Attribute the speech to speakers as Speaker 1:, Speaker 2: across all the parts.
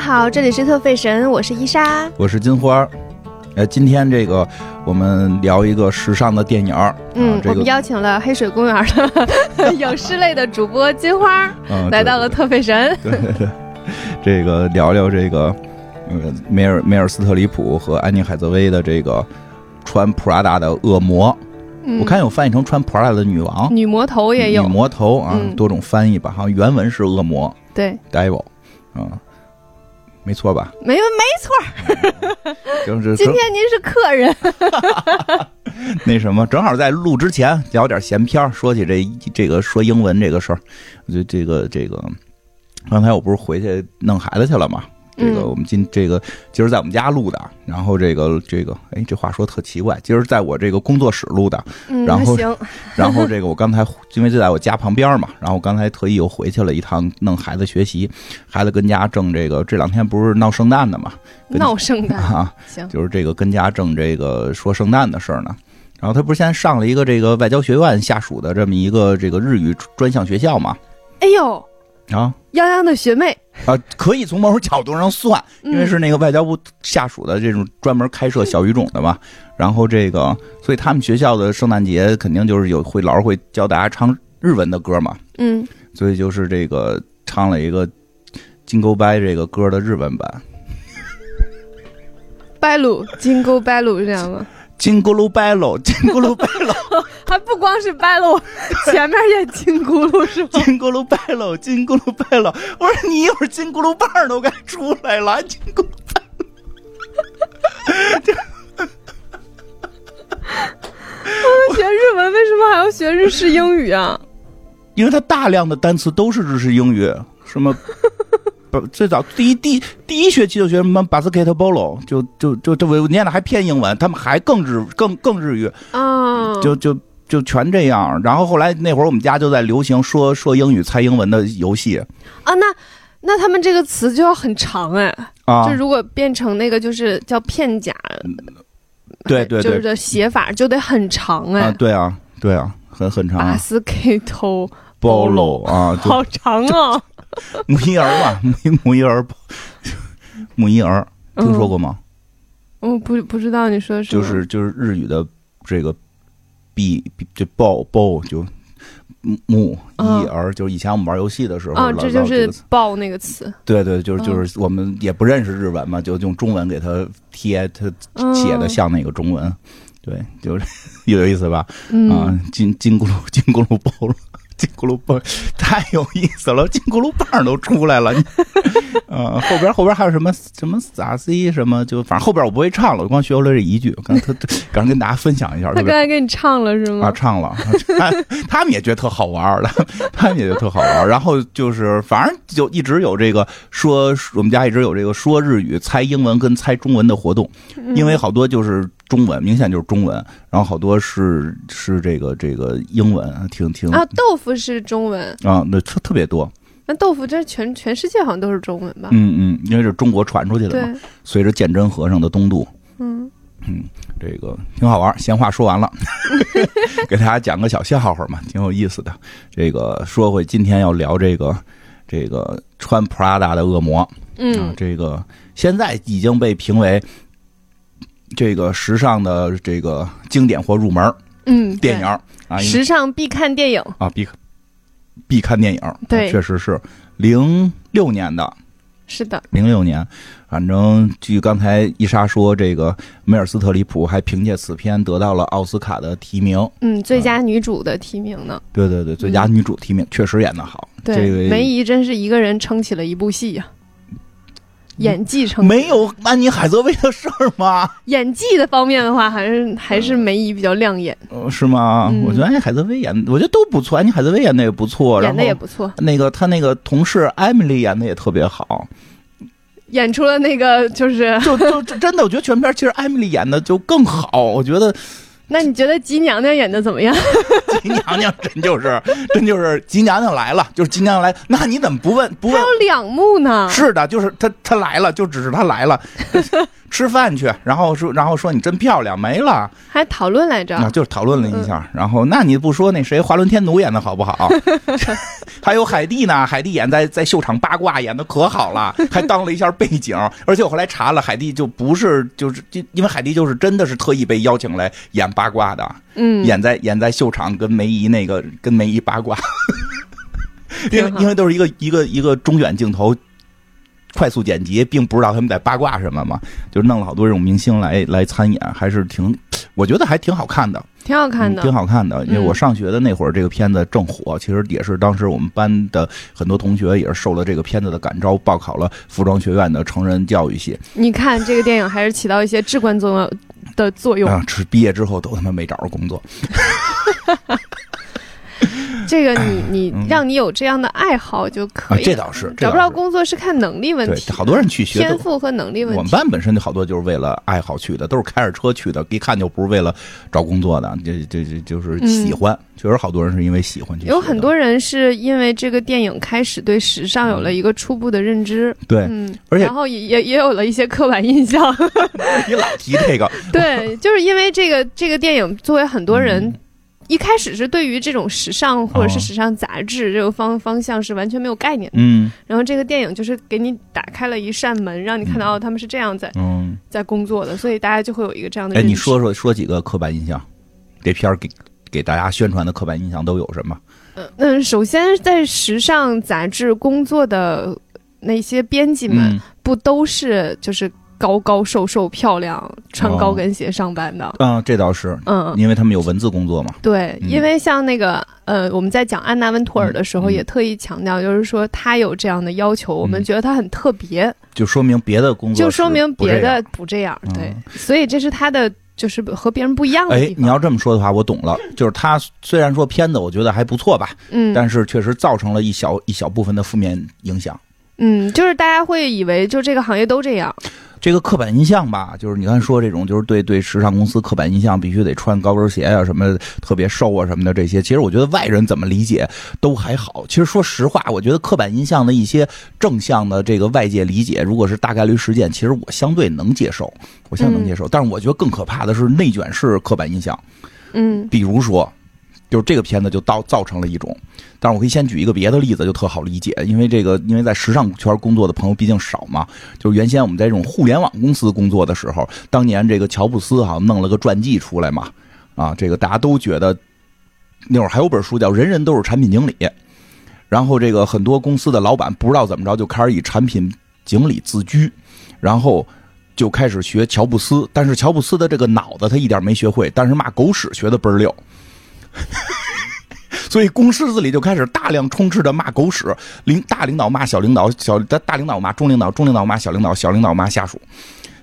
Speaker 1: 好，这里是特费神，我是伊莎。
Speaker 2: 我是金花。哎，今天这个我们聊一个时尚的电影儿，
Speaker 1: 嗯
Speaker 2: 啊，、这
Speaker 1: 我
Speaker 2: 个
Speaker 1: 们邀请了黑水公园 的影视类的主播金花
Speaker 2: 嗯
Speaker 1: 来到了
Speaker 2: 对
Speaker 1: 特费神。
Speaker 2: 这个聊聊这个呃梅尔梅尔斯特里普和安妮海瑟薇的这个穿普拉达的恶魔，
Speaker 1: 嗯
Speaker 2: 我看有翻译成穿普拉达的女王，
Speaker 1: 女魔头也有
Speaker 2: 女，魔头啊，
Speaker 1: 嗯
Speaker 2: 多种翻译吧，好像原文是恶魔
Speaker 1: 对，
Speaker 2: devil，嗯，没 错吧？
Speaker 1: 没有没错，
Speaker 2: 就是
Speaker 1: 今天您是客人，
Speaker 2: 那什么，正好在录之前聊点闲篇儿，说起这这个说英文这个事儿，我觉得这个这个，刚才我不是回去弄孩子去了嘛。这个
Speaker 1: 嗯
Speaker 2: 我们今这个今儿在我们家录的，然后这个这个，哎，这话说特奇怪，今儿在我这个工作室录的，
Speaker 1: 嗯，
Speaker 2: 然后
Speaker 1: 行，
Speaker 2: 然后这个我刚才因为就在我家旁边嘛，然后我刚才特意又回去了一趟，弄孩子学习，孩子跟家正这个这两天不是闹圣诞的嘛，跟
Speaker 1: 闹圣诞，
Speaker 2: 啊，
Speaker 1: 嗯行，
Speaker 2: 就是这个跟家正这个说圣诞的事儿呢。然后他不是现在上了一个这个外交学院下属的这么一个这个日语专项学校嘛？
Speaker 1: 哎呦，
Speaker 2: 啊
Speaker 1: 泱泱的学妹，
Speaker 2: 啊，可以从某种角度上算， 因为
Speaker 1: 嗯
Speaker 2: 是那个外交部下属的这种专门开设小语种的嘛。然后这个，所以他们学校的圣诞节肯定就是有会老师会教大家唱日文的歌嘛，
Speaker 1: 嗯，
Speaker 2: 所以就是这个唱了一个《金钩掰》这个歌的日文版。
Speaker 1: 拜鲁金钩拜鲁是这 样吗？
Speaker 2: 金咕噜掰喽，金咕噜掰喽，
Speaker 1: 还不光是拜鲁， 前面也金咕噜是吗？
Speaker 2: 金咕噜掰喽，金咕噜掰喽。我说你一会儿金咕噜棒儿都该出来了，金咕噜
Speaker 1: 学日文为什么还要学日式英语啊？
Speaker 2: 因为它大量的单词都是日式英语，什 么不最早第一第第一学期就学什么 basketball，就就就这我念的还偏英文，他们还更日更更日语，
Speaker 1: 啊，
Speaker 2: 就就。就全这样，然后后来那会儿我们家就在流行说说英语猜英文的游戏
Speaker 1: 啊，那那他们这个词就要很长哎，
Speaker 2: 啊
Speaker 1: 就，如果变成那个就是叫片假，
Speaker 2: 对对
Speaker 1: 就是
Speaker 2: 对
Speaker 1: 的写法就得很长
Speaker 2: 啊，
Speaker 1: 哎，
Speaker 2: 对啊对啊，很很长
Speaker 1: 巴
Speaker 2: 啊
Speaker 1: 斯 K 头
Speaker 2: ，bolo 啊，就
Speaker 1: 好长啊，
Speaker 2: 母婴儿 嘛，母婴母婴儿，母婴儿听说过吗？
Speaker 1: 嗯，我不不知道你说的什
Speaker 2: 就
Speaker 1: 么，
Speaker 2: 是就是日语的这个 b b 这 b b 就母
Speaker 1: 嗯
Speaker 2: 一儿，就是以前我们玩游戏的时候，
Speaker 1: 啊，
Speaker 2: 老
Speaker 1: 这就
Speaker 2: 老
Speaker 1: 是
Speaker 2: 个词
Speaker 1: 爆那个词，
Speaker 2: 对对，就是
Speaker 1: 嗯
Speaker 2: 就是我们也不认识日文嘛，就用中文给它贴，它
Speaker 1: 嗯
Speaker 2: 写的像那个中文。对，就是 有意思吧？啊
Speaker 1: 嗯，，
Speaker 2: 金金咕噜 金咕噜包了，金咕噜包太有意思了，金咕噜棒都出来了。你呃，后边后边还有什么什么撒 C 什么，就反正后边我不会唱了，我光学会了这一句。刚才刚才跟大家分享一下，
Speaker 1: 他刚
Speaker 2: 特别
Speaker 1: 才给你唱了是
Speaker 2: 啊
Speaker 1: 吗？
Speaker 2: 唱了， 他他们也觉得特好玩儿，他 他们也觉得特好玩儿。然后就是反正就一直有这个说，我们家一直有这个说日语、猜英文跟猜中文的活动。
Speaker 1: 嗯
Speaker 2: 因为好多就是中文，明显就是中文，然后好多是是这个这个英文，挺挺
Speaker 1: 啊，豆腐是中文，
Speaker 2: 啊，那特特别多，
Speaker 1: 那豆腐这全全世界好像都是中文吧？
Speaker 2: 嗯嗯，因为是中国传出去的啊嘛，
Speaker 1: 对，
Speaker 2: 随着鉴真和尚的东渡，
Speaker 1: 嗯，
Speaker 2: 这个挺好玩儿。闲话说 完了， 给大家讲个小笑话嘛，挺有意思的。这个说回今天要聊这个这个穿 Prada 的恶魔，啊
Speaker 1: 嗯，
Speaker 2: 这个现在已经被评为这个时尚的这个经典或入门儿
Speaker 1: 嗯，对
Speaker 2: 电影儿啊，因为
Speaker 1: 时尚必看电影，
Speaker 2: 啊，必必看电影儿，啊
Speaker 1: 对
Speaker 2: 确实是零六年的，
Speaker 1: 是的，
Speaker 2: 零六年，反正据刚才伊莎说，这个梅尔斯特里普还凭借此片得到了奥斯卡的提名，
Speaker 1: 嗯，最佳女主的提名呢？
Speaker 2: 对对对，最佳女主提名，确实演得好，这
Speaker 1: 嗯对，
Speaker 2: 个嗯
Speaker 1: 梅姨真是一个人撑起了一部戏呀、演技撑起
Speaker 2: 没有安妮海瑟薇的事儿吗？
Speaker 1: 演技的方面的话，还是还
Speaker 2: 嗯
Speaker 1: 是梅姨比较亮眼，
Speaker 2: 呃是吗？
Speaker 1: 嗯
Speaker 2: 我觉得安哎妮海瑟薇演，我觉得都不错，安妮海瑟薇演的也不错，哦然
Speaker 1: 演
Speaker 2: 后
Speaker 1: 的也不错，
Speaker 2: 那个她那个同事艾米丽演的也特别好，
Speaker 1: 演出了那个就是，
Speaker 2: 就就就真的，我觉得全片其实艾米丽演的就更好，我觉得
Speaker 1: 那你觉得吉娘娘演的怎么样？
Speaker 2: 吉娘娘真就是真就是吉娘娘来了，就是吉娘娘来，那你怎么不问不
Speaker 1: 还
Speaker 2: 问？
Speaker 1: 有两幕呢，
Speaker 2: 是的，就是她她来了，就只是她来了，吃饭去，然后说然后说你真漂亮，没了，
Speaker 1: 还讨论来着
Speaker 2: 那、，就是讨论了一下。然后那你不说那谁华伦天奴演的好不好？还有海蒂呢，海蒂演在在秀场八卦演的可好了，还当了一下背景。而且我后来查了，海蒂就不是就是就因为海蒂就是真的是特意被邀请来演八卦的，
Speaker 1: 嗯，
Speaker 2: 演在演在秀场跟梅姨那个跟梅姨八卦， 因
Speaker 1: 挺
Speaker 2: 为
Speaker 1: 好
Speaker 2: 因为都是一个一个一个中远镜头。快速剪辑，并不知道他们在八卦什么嘛，就弄了好多这种明星来来参演，还是挺，我觉得还挺好看的，
Speaker 1: 挺好看的
Speaker 2: 嗯挺。好看的。因为
Speaker 1: 嗯
Speaker 2: 我上学的那会儿，这个片子正火，其实也是当时我们班的很多同学也是受了这个片子的感召，报考了服装学院的成人教育系
Speaker 1: 你看这个电影还是起到一些至关重要的作用。
Speaker 2: 啊，是毕业之后都他妈没找着工作。
Speaker 1: 这个你你让你有这样的爱好就可以
Speaker 2: 嗯啊
Speaker 1: 了。
Speaker 2: 这倒是这
Speaker 1: 找
Speaker 2: 倒
Speaker 1: 不着
Speaker 2: 是
Speaker 1: 工作是看能力问
Speaker 2: 对，
Speaker 1: 题，
Speaker 2: 好多人去学
Speaker 1: 天
Speaker 2: 都
Speaker 1: 赋和能力问
Speaker 2: 我们
Speaker 1: 题。
Speaker 2: 班本身就好多就是为了爱好去的，都是开着车去的，一看就不是为了找工作的，这这这就是喜欢，确实好多人是因为喜欢去学
Speaker 1: 嗯
Speaker 2: 的。
Speaker 1: 有很多人是因为这个电影开始对时尚有了一个初步的认知，
Speaker 2: 对，
Speaker 1: 嗯，
Speaker 2: 而且
Speaker 1: 然后也也也有了一些刻板印 象，
Speaker 2: 你老提 这个，
Speaker 1: 对，就是因为这个这个电影作为很多人。一开始是对于这种时尚或者是
Speaker 2: 嗯哦
Speaker 1: 时尚杂志这个方方向是完全没有概念的，
Speaker 2: 嗯
Speaker 1: 然后这个电影就是给你打开了一扇门，让你看到哦他们是这样在
Speaker 2: 嗯，
Speaker 1: 在工作的，所以大家就会有一个这样的
Speaker 2: 哎，
Speaker 1: 认知。
Speaker 2: 你说说说几个刻板印象，这片儿给给大家宣传的刻板印象都有什么？
Speaker 1: 嗯，首先在时尚杂志工作的那些编辑们，
Speaker 2: 嗯
Speaker 1: 不都是就是高高瘦瘦、漂亮、穿
Speaker 2: 哦
Speaker 1: 高跟鞋上班的？
Speaker 2: 嗯，这倒是，
Speaker 1: 嗯，
Speaker 2: 因为他们有文字工作嘛。
Speaker 1: 对，
Speaker 2: 嗯
Speaker 1: 因为像那个呃，我们在讲安娜温图尔的时候，
Speaker 2: 嗯嗯
Speaker 1: 也特意强调，就是说她有这样的要求，我们觉得她很特别，
Speaker 2: 就说明别的工作
Speaker 1: 就是说明
Speaker 2: 不这
Speaker 1: 别
Speaker 2: 样嗯
Speaker 1: 的不这样。对，所以这是她的就是和别人不一样的
Speaker 2: 哎
Speaker 1: 地，方。
Speaker 2: 你要这么说的话，我懂了。就是他虽然说片子我觉得还不错吧，
Speaker 1: 嗯，
Speaker 2: 但是确实造成了一小一小部分的负面影响。
Speaker 1: 嗯，就是大家会以为就这个行业都这样。
Speaker 2: 这个刻板印象吧，就是你看说这种就是对对时尚公司刻板印象，必须得穿高跟鞋啊，什么特别瘦啊什么的这些。其实我觉得外人怎么理解都还好。其实说实话，我觉得刻板印象的一些正向的这个外界理解，如果是大概率事件，其实我相对能接受，我相对能接受。但是我觉得更可怕的是内卷式刻板印象，
Speaker 1: 嗯
Speaker 2: 比如说。就是这个片子就到造成了一种，但是我可以先举一个别的例子，就特好理解，因为这个因为在时尚圈工作的朋友毕竟少嘛。就是原先我们在这种互联网公司工作的时候，当年这个乔布斯哈、弄了个传记出来嘛，啊，这个大家都觉得那会儿还有本书叫《人人都是产品经理》，然后这个很多公司的老板不知道怎么着就开始以产品经理自居，然后。就开始学乔布斯，但是乔布斯的这个脑子他一点没学会，但是骂狗屎学的倍儿溜， 所以公司里就开始大量充斥着骂狗屎，领大领导骂小领导，小大大领导骂中领导，中领导骂小领导，小领导骂下属，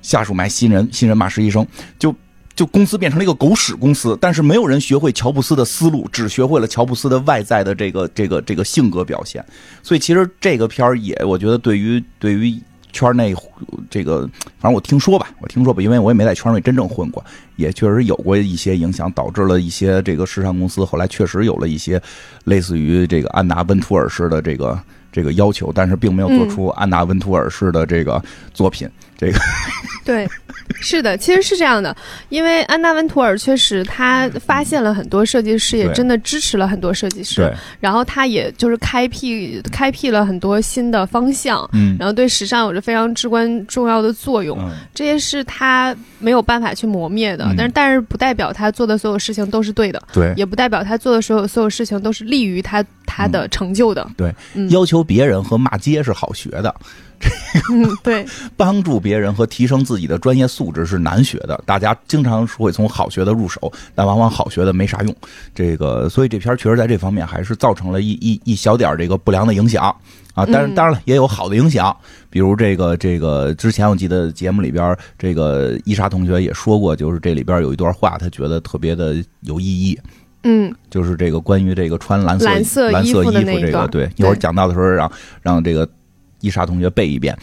Speaker 2: 下属骂新人，新人骂实习生，就就公司变成了一个狗屎公司。但是没有人学会乔布斯的思路，只学会了乔布斯的外在的这个这个这个性格表现。所以其实这个片儿也，我觉得对于对于。圈内这个，反正我听说吧，我听说吧，因为我也没在圈内真正混过，也确实有过一些影响，导致了一些这个时尚公司后来确实有了一些类似于这个安达温图尔式的这个这个要求，但是并没有做出安达温图尔式的这个作品。这个
Speaker 1: 对，是的，其实是这样的，因为安娜温图尔确实她发现了很多设计师，也
Speaker 2: 对
Speaker 1: 真的支持了很多设计师，，然后她也就是开辟开辟了很多新的方向。
Speaker 2: 嗯，
Speaker 1: 然后对时尚有着非常至关重要的作用，这些是她没有办法去磨灭的。
Speaker 2: 嗯
Speaker 1: 但是，但是不代表她做的所有事情都是对的，
Speaker 2: 对，
Speaker 1: 也不代表她做的所有所有事情都是利于她她
Speaker 2: 嗯
Speaker 1: 的成就的。
Speaker 2: 要求别人和骂街是好学的，
Speaker 1: 嗯，对，
Speaker 2: 帮助别人和提升自己的专业素质是难学的。大家经常是会从好学的入手，但往往好学的没啥用。这个，所以这片儿确实在这方面还是造成了一一一小点儿这个不良的影响啊。当然，
Speaker 1: 嗯
Speaker 2: 当然了，也有好的影响，比如这个这个之前我记得节目里边儿这个伊莎同学也说过，就是这里边儿有一段话，她觉得特别的有意义。
Speaker 1: 嗯，
Speaker 2: 就是这个关于这个穿蓝
Speaker 1: 蓝色
Speaker 2: 蓝
Speaker 1: 衣
Speaker 2: 色
Speaker 1: 服的那一
Speaker 2: 这个，
Speaker 1: 段
Speaker 2: 对，一
Speaker 1: 对
Speaker 2: 会儿讲到的时候让让这个伊莎同学背 一遍，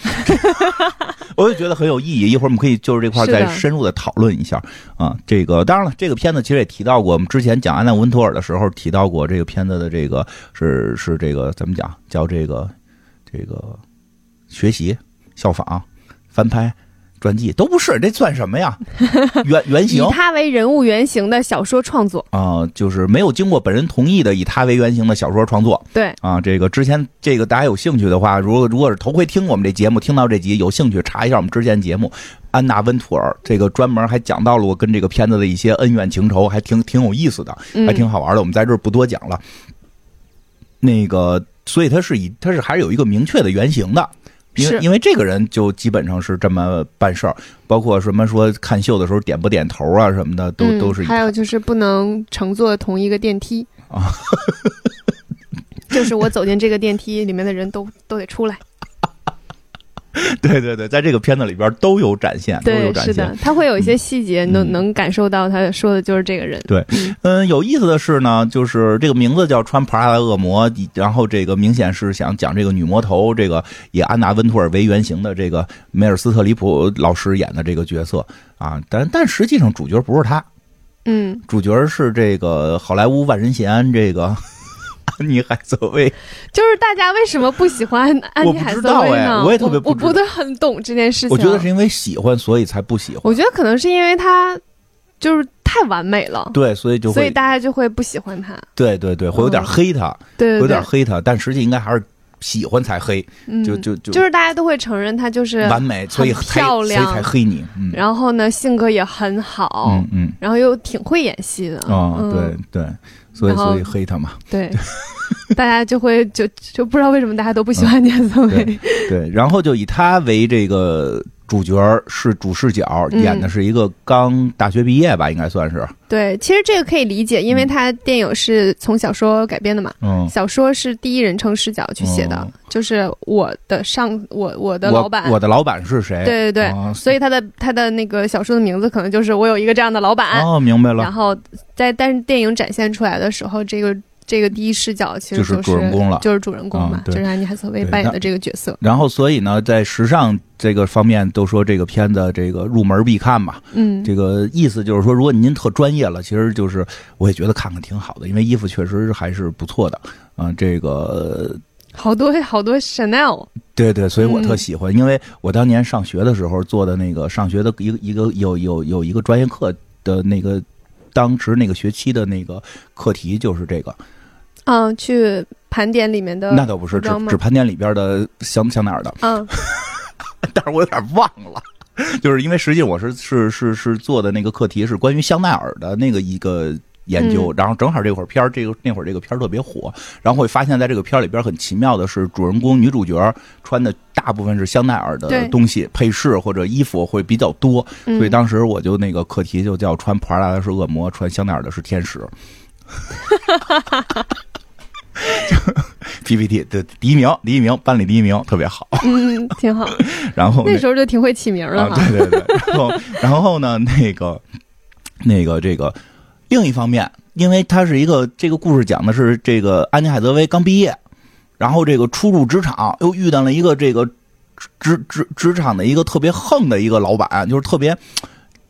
Speaker 2: 我就觉得很有意义。一会儿我们可以就是这块儿
Speaker 1: 是的
Speaker 2: 再深入的讨论一下啊。这个当然了，这个片子其实也提到过，我们之前讲安娜温图尔的时候提到过这个片子的这个是是这个怎么讲叫这个这个学习效仿翻拍传记都不是，这算什么呀？原原
Speaker 1: 以
Speaker 2: 型
Speaker 1: 他为人物原型的小说创作，
Speaker 2: 啊、就是没有经过本人同意的以他为原型的小说创作
Speaker 1: 对，
Speaker 2: 啊。这个之前这个大家有兴趣的话，如果如果是头回听我们这节目，听到这集有兴趣查一下我们之前节目《安娜温图尔》，这个专门还讲到了我跟这个片子的一些恩怨情仇，还挺挺有意思的，
Speaker 1: 嗯
Speaker 2: 还挺好玩的。我们在这儿不多讲了。那个，所以他是以他是还是有一个明确的原型的。因为
Speaker 1: 是
Speaker 2: 因为这个人就基本上是这么办事儿，包括什么说看秀的时候点不点头啊什么的，都、
Speaker 1: 嗯
Speaker 2: 都是以
Speaker 1: 还有就是不能乘坐同一个电梯
Speaker 2: 啊，
Speaker 1: 就是我走进这个电梯，里面的人都都得出来。
Speaker 2: 对对对，在这个片子里边都有展现，都有
Speaker 1: 对，
Speaker 2: 展
Speaker 1: 是
Speaker 2: 现
Speaker 1: 的。，他会有一些细节，能
Speaker 2: 嗯
Speaker 1: 能感受到他说的就是这个人。
Speaker 2: 对
Speaker 1: 嗯
Speaker 2: 嗯，有意思的是呢，就是这个名字叫穿 Prada 的恶魔，然后这个明显是想讲这个女魔头，这个以安娜温图尔为原型的这个梅尔斯特里普老师演的这个角色啊，但但实际上主角不是他，
Speaker 1: 嗯，
Speaker 2: 主角是这个好莱坞万人嫌这个 安妮海瑟薇。
Speaker 1: 就是大家为什么不喜欢安妮海瑟薇
Speaker 2: 我不知道
Speaker 1: 呢？
Speaker 2: 哎我也特别
Speaker 1: 我
Speaker 2: 不
Speaker 1: 我
Speaker 2: 知道
Speaker 1: 不是很懂这件事情。
Speaker 2: 我觉得是，因为喜欢，所以才不喜欢。
Speaker 1: 我觉得可能是因为他就是太完美了，
Speaker 2: 对，所以就
Speaker 1: 所以
Speaker 2: 会
Speaker 1: 大家就会不喜欢他。
Speaker 2: 对对对，会有点
Speaker 1: 嗯
Speaker 2: 黑他，
Speaker 1: 对
Speaker 2: 有
Speaker 1: 对对
Speaker 2: 点，黑他，但实际应该还是喜欢才黑，
Speaker 1: 嗯，
Speaker 2: 就就
Speaker 1: 就是大家都会承认他就是，
Speaker 2: 完美，所以才
Speaker 1: 啊漂
Speaker 2: 所以
Speaker 1: 亮
Speaker 2: 才黑你。嗯，
Speaker 1: 然后呢性格也很好，
Speaker 2: 嗯嗯。
Speaker 1: 然后又挺会演戏的。
Speaker 2: 啊、
Speaker 1: 嗯，
Speaker 2: 对对，所以
Speaker 1: 然后
Speaker 2: 所以黑他嘛，
Speaker 1: 对 大家就会就就不知道为什么大家都不喜欢安妮海瑟薇。
Speaker 2: 对，然后就以他为这个主角儿是主视角，
Speaker 1: 嗯
Speaker 2: 演的是一个刚大学毕业吧，应该算是，
Speaker 1: 对，其实这个可以理解，因为他电影是从小说改编的嘛。
Speaker 2: 嗯，
Speaker 1: 小说是第一人称视角去写的，
Speaker 2: 哦
Speaker 1: 就是我的上我我的
Speaker 2: 我
Speaker 1: 老板，
Speaker 2: 我的老板是谁？
Speaker 1: 对对对，
Speaker 2: 啊
Speaker 1: 所以他的他的那个小说的名字可能就是我有一个这样的老板，
Speaker 2: 哦，明白
Speaker 1: 啊然
Speaker 2: 了，
Speaker 1: 后在但是电影展现出来的时候，这个这个第一视角其实
Speaker 2: 就是
Speaker 1: 就是
Speaker 2: 主人公了
Speaker 1: 就是主人公嘛，
Speaker 2: 嗯对
Speaker 1: 就是安妮海瑟薇
Speaker 2: 对
Speaker 1: 扮演
Speaker 2: 那
Speaker 1: 的这个角色，
Speaker 2: 然后所以呢，在时尚这个方面，都说这个片子这个入门必看嘛，
Speaker 1: 嗯，
Speaker 2: 这个意思就是说，如果您特专业了，其实就是我也觉得看看挺好的，因为衣服确实还是不错的，嗯、这个
Speaker 1: 好多好多 Chanel，
Speaker 2: 对对，所以我特
Speaker 1: 嗯
Speaker 2: 喜欢，因为我当年上学的时候做的那个上学的一个一个有有有一个专业课的那个，当时那个学期的那个课题就是这个，
Speaker 1: 嗯，去盘点里面的
Speaker 2: 那倒不是
Speaker 1: 呃服
Speaker 2: 只
Speaker 1: 装吗
Speaker 2: 只盘点里边的想想哪儿的，
Speaker 1: 嗯
Speaker 2: 但是我有点忘了。 就是因为实际我是是是是做的那个课题是关于香奈儿的那个一个研
Speaker 1: 嗯
Speaker 2: 究，然后正好这会儿片儿这个那会儿这个片儿特别火，然后会发现在这个片儿里边很奇妙的是，主人公女主角穿的大部分是香奈儿的
Speaker 1: 对
Speaker 2: 东西配饰或者衣服会比较多，
Speaker 1: 嗯，
Speaker 2: 所以当时我就那个课题就叫穿普拉达的是恶魔，穿香奈儿的是 天使。PPT 的第一名，第一名，班里第一名，特别好。
Speaker 1: 嗯挺 好，
Speaker 2: 然后
Speaker 1: 那时候就挺会起名了
Speaker 2: 哦啊。
Speaker 1: 哈，
Speaker 2: 对对对，然后然后呢，那个那个这个另一方面，因为它是一个这个故事讲的是这个安妮海瑟薇刚毕业，然后这个初入职场，又遇到了一个这个职职职场的一个特别横的一个老板，就是特别。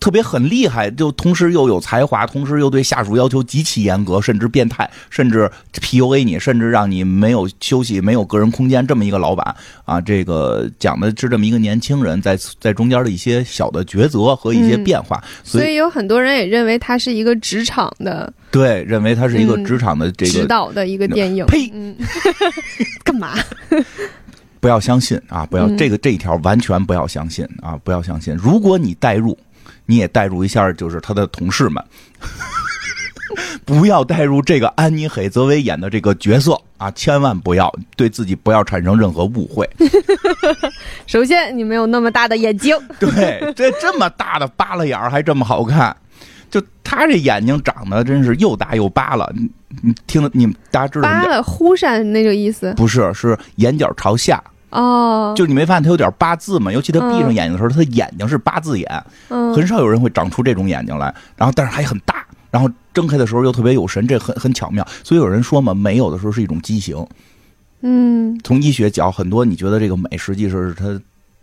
Speaker 2: 特别很厉害，就同时又有才华，同时又对下属要求极其严格，甚至变态，甚至 PUA 你，甚至让你没有休息、没有个人空间，这么一个老板啊，这个讲的是这么一个年轻人在在中间的一些小的抉择和一些
Speaker 1: 嗯
Speaker 2: 变化，所
Speaker 1: 所以有很多人也认为它是一个职场的。
Speaker 2: 对认为他是一个
Speaker 1: 嗯
Speaker 2: 职场的这
Speaker 1: 指
Speaker 2: 个
Speaker 1: 导的一个电影。
Speaker 2: 呸
Speaker 1: 嗯，干嘛？
Speaker 2: 不要相信啊！不要、
Speaker 1: 嗯
Speaker 2: 这个这一条完全不要相信啊！不要相信。如果你代入，你也代入一下，就是他的同事们， 不要代入这个安妮海瑟薇演的这个角色啊！千万不要对自己不要产生任何误 会。
Speaker 1: 首先，你没有那么大的眼睛，
Speaker 2: 对，这这么大的扒拉眼儿还这么好看，就他这眼睛长得真是又大又扒拉。你你听得你们大家知道什么
Speaker 1: 扒
Speaker 2: 叫？
Speaker 1: 了忽闪那个意思
Speaker 2: 不是，是眼角朝下，
Speaker 1: 哦。
Speaker 2: 就是你没发现他有点八字吗？尤其他闭上
Speaker 1: 嗯
Speaker 2: 眼睛的时候，他的眼睛是八字眼。
Speaker 1: 嗯，
Speaker 2: 很少有人会长出这种眼睛来，然后但是还很大，然后睁开的时候又特别有神，这很很巧妙。所以有人说嘛，美有的时候是一种畸形。
Speaker 1: 嗯
Speaker 2: 从医学讲，很多你觉得这个美，实际是它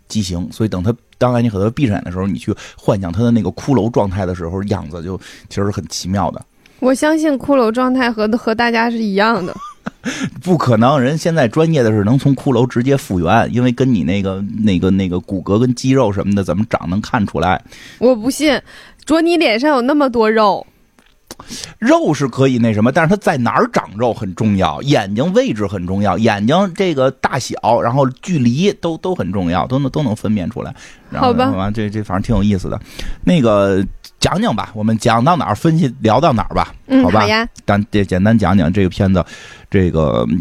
Speaker 2: 畸形。所以等它当安妮海瑟薇闭上眼的时候，你去幻想它的那个骷髅状态的时候，样子就其实是很奇妙的。
Speaker 1: 我相信骷髅状态和和大家是一样的，
Speaker 2: 不可能，人现在专业的是能从骷髅直接复原，因为跟你那个、那个、那个骨骼跟肌肉什么的怎么长能看出来。
Speaker 1: 我不信，卓你脸上有那么多肉，
Speaker 2: 肉是可以那什么，但是它在哪儿长肉很重要，眼睛位置很重要，眼睛这个大小，然后距离都都很重要，都能都能分辨出来。然后
Speaker 1: 好吧
Speaker 2: 然后这这反正挺有意思的。那个讲讲吧，我们讲到哪儿分析聊到哪儿吧，
Speaker 1: 嗯，
Speaker 2: 好吧？
Speaker 1: 呀，
Speaker 2: 但这简单讲讲这个片子，这个嗯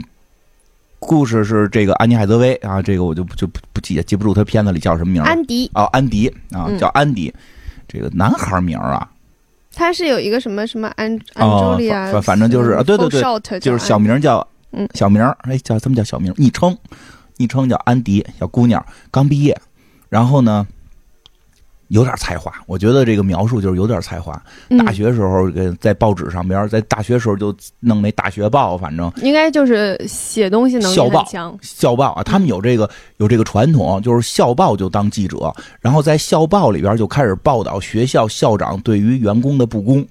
Speaker 2: 故事是这个安妮海瑟薇啊，这个我就不就不不记记不住她片子里叫什么名儿
Speaker 1: 安迪
Speaker 2: 哦，安迪啊，
Speaker 1: 嗯
Speaker 2: 叫安迪，这个男孩名儿啊，
Speaker 1: 他是有一个什么什么安安
Speaker 2: 哦
Speaker 1: 茱莉亚，
Speaker 2: 反反反正就是啊对对对
Speaker 1: Fawcett
Speaker 2: 就
Speaker 1: 叫
Speaker 2: 是小名儿叫
Speaker 1: 嗯
Speaker 2: 小名儿，哎叫他们叫小名儿昵称，昵称叫安迪，小姑娘刚毕业，然后呢。有点才华，我觉得这个描述就是有点才华。
Speaker 1: 安
Speaker 2: 大
Speaker 1: 嗯
Speaker 2: 学时候给在报纸上边儿，在大学时候就弄那大学报，反正
Speaker 1: 应该就是写东西能力
Speaker 2: 校报
Speaker 1: 很强，
Speaker 2: 校报啊，他们有这个有这个传统，就是校报就当记者，然后在校报里边就开始报道学校校长对于员工的不公。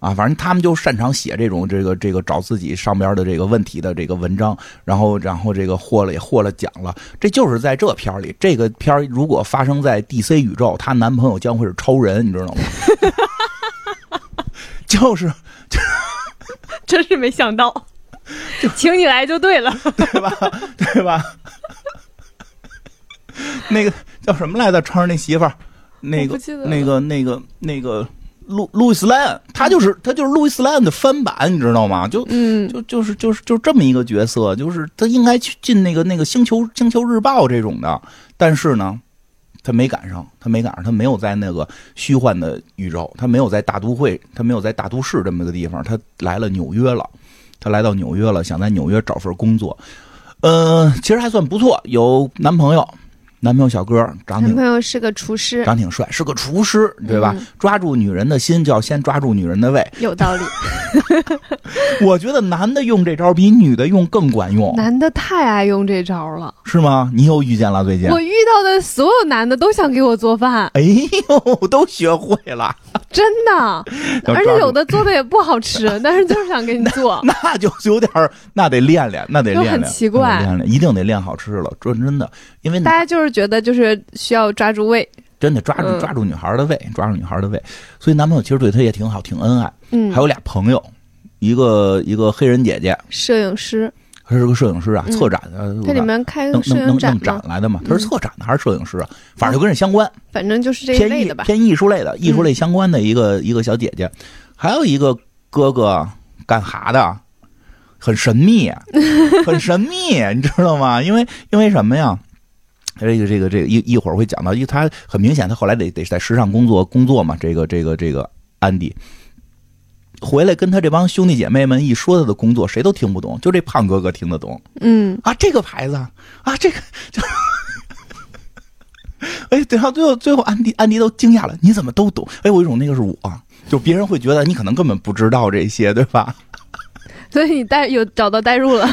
Speaker 2: 啊，反正他们就擅长写这种这个这个找自己上边的这个问题的这个文章，然后然后这个获了也获了奖了，这就是在这片儿里，这个片儿如果发生在 DC 宇宙，她男朋友将会是超人，你知道吗？就是
Speaker 1: 真是没想 到，请你来就对了。
Speaker 2: 对吧？对吧？ 那个叫什么来着？穿着那媳妇儿，
Speaker 1: 我
Speaker 2: 那
Speaker 1: 不
Speaker 2: 个
Speaker 1: 记得了
Speaker 2: 那个那个那个路路易斯兰，他就是他就是路易斯兰的翻版，你知道吗？就
Speaker 1: 嗯，
Speaker 2: 就就是就是就这么一个角色，就是他应该去进那个那个星球星球日报这种的，但是呢，他没赶上，他没赶上，他没有在那个虚幻的宇宙，他没有在大都会，他没有在大都市这么个地方，他来了纽约了，他来到纽约了，想在纽约找份工作，呃，其实还算不错，有男朋友，男朋友小哥长
Speaker 1: 男
Speaker 2: 挺
Speaker 1: 朋友是个厨师，
Speaker 2: 长挺帅，是个厨师，对吧？
Speaker 1: 嗯
Speaker 2: 抓住女人的心，就要先抓住女人的胃。
Speaker 1: 有道 理，
Speaker 2: 我觉得男的用这招比女的用更管用。
Speaker 1: 男的太爱用这招 了。
Speaker 2: 是吗？你又遇见了最近？
Speaker 1: 我遇到的所有男的都想给我做饭，
Speaker 2: 哎呦，都学会了，
Speaker 1: 真的，
Speaker 2: 要
Speaker 1: 而且
Speaker 2: 抓住
Speaker 1: 有的做的也不好吃，但是就是想给你做。
Speaker 2: 那就有点儿，那得练练，那得
Speaker 1: 就
Speaker 2: 练
Speaker 1: 很
Speaker 2: 练，
Speaker 1: 奇怪
Speaker 2: 那得练练一定得练好吃了，真真的，因为
Speaker 1: 大家就是觉得就是需要抓住胃，
Speaker 2: 真的抓住
Speaker 1: 嗯
Speaker 2: 抓住女孩的胃，抓住女孩的胃，所以男朋友其实对她也挺好，挺恩爱。
Speaker 1: 嗯
Speaker 2: 还，有俩朋友，一个一个黑人姐姐，
Speaker 1: 摄影师，
Speaker 2: 她是个摄影师啊，
Speaker 1: 嗯
Speaker 2: 策展的，
Speaker 1: 它里面开
Speaker 2: 弄
Speaker 1: 摄
Speaker 2: 弄弄
Speaker 1: 影
Speaker 2: 弄
Speaker 1: 嘛
Speaker 2: 展，来的嘛，她
Speaker 1: 嗯
Speaker 2: 是策展的还是摄影师啊？反正就跟这相关。
Speaker 1: 反正就是这一
Speaker 2: 偏
Speaker 1: 类
Speaker 2: 艺
Speaker 1: 的吧。嗯
Speaker 2: 偏艺术类的，艺术类相关的一个、一个小姐姐，还有一个哥哥干哈的，很神秘，啊 很神秘，啊你知道吗？因为因为什么呀？这个这个这个一一会儿会讲到，因为他很明显，他后来得得在时尚工作工作嘛，这个这个这个安迪。回来跟他这帮兄弟姐妹们一说他的工作，谁都听不懂，就这胖哥哥听得懂。
Speaker 1: 嗯，
Speaker 2: 啊，这个牌子啊，啊这个就， 哎，等到最后最后，安迪安迪都惊讶了，你怎么都懂？哎，我有一种那个是我，就别人会觉得你可能根本不知道这些，对吧？
Speaker 1: 所以你代有找到代 入了，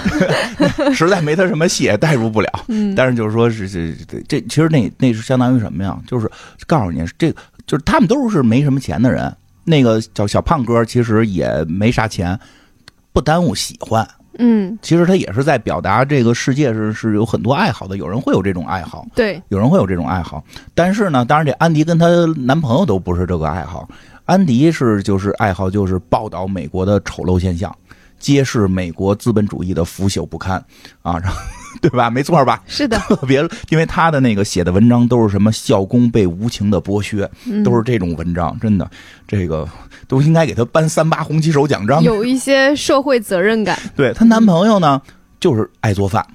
Speaker 2: 实在没他什么戏，也代入不了。
Speaker 1: 嗯，
Speaker 2: 但是就是说是是这这，其实那那是相当于什么呀？就是告诉你，这就是他们都是没什么钱的人。那个小小胖哥其实也没啥钱，不耽误喜欢。
Speaker 1: 嗯，
Speaker 2: 其实他也是在表达这个世界是是有很多爱好的，有人会有这种爱好。
Speaker 1: 对，
Speaker 2: 有人会有这种爱好，但是呢，当然这安迪跟她男朋友都不是这个爱好。安迪是就是爱好就是报道美国的丑陋现象，揭示美国资本主义的腐朽不堪啊，然后对吧？没错吧？
Speaker 1: 是的，
Speaker 2: 特别，因为他的那个写的文章都是什么校工被无情的剥削，
Speaker 1: 嗯
Speaker 2: 都是这种文章，真的，这个都应该给他颁三八红旗手奖章。
Speaker 1: 有一些社会责任感，
Speaker 2: 对她男朋友呢，就是爱做饭，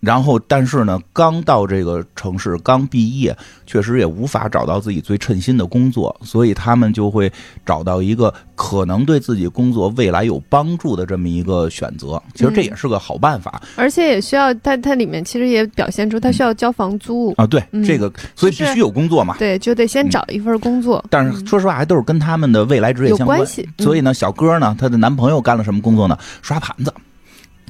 Speaker 2: 然后但是呢，刚到这个城市，刚毕业，确实也无法找到自己最称心的工作，所以他们就会找到一个可能对自己工作未来有帮助的这么一个选择。其
Speaker 1: 嗯
Speaker 2: 实这也是个好办法、
Speaker 1: 而且也需要它它里面其实也表现出它需要交房租，
Speaker 2: 啊，对、
Speaker 1: 嗯
Speaker 2: 这个，所以
Speaker 1: 就
Speaker 2: 必
Speaker 1: 是
Speaker 2: 须有工作嘛。
Speaker 1: 对，就得先找一份工作。
Speaker 2: 但是说实话，还都是跟他们的未来职业
Speaker 1: 有
Speaker 2: 相关。
Speaker 1: 关系嗯
Speaker 2: 所以呢，小哥呢，她的男朋友干了什么工作呢？刷盘子，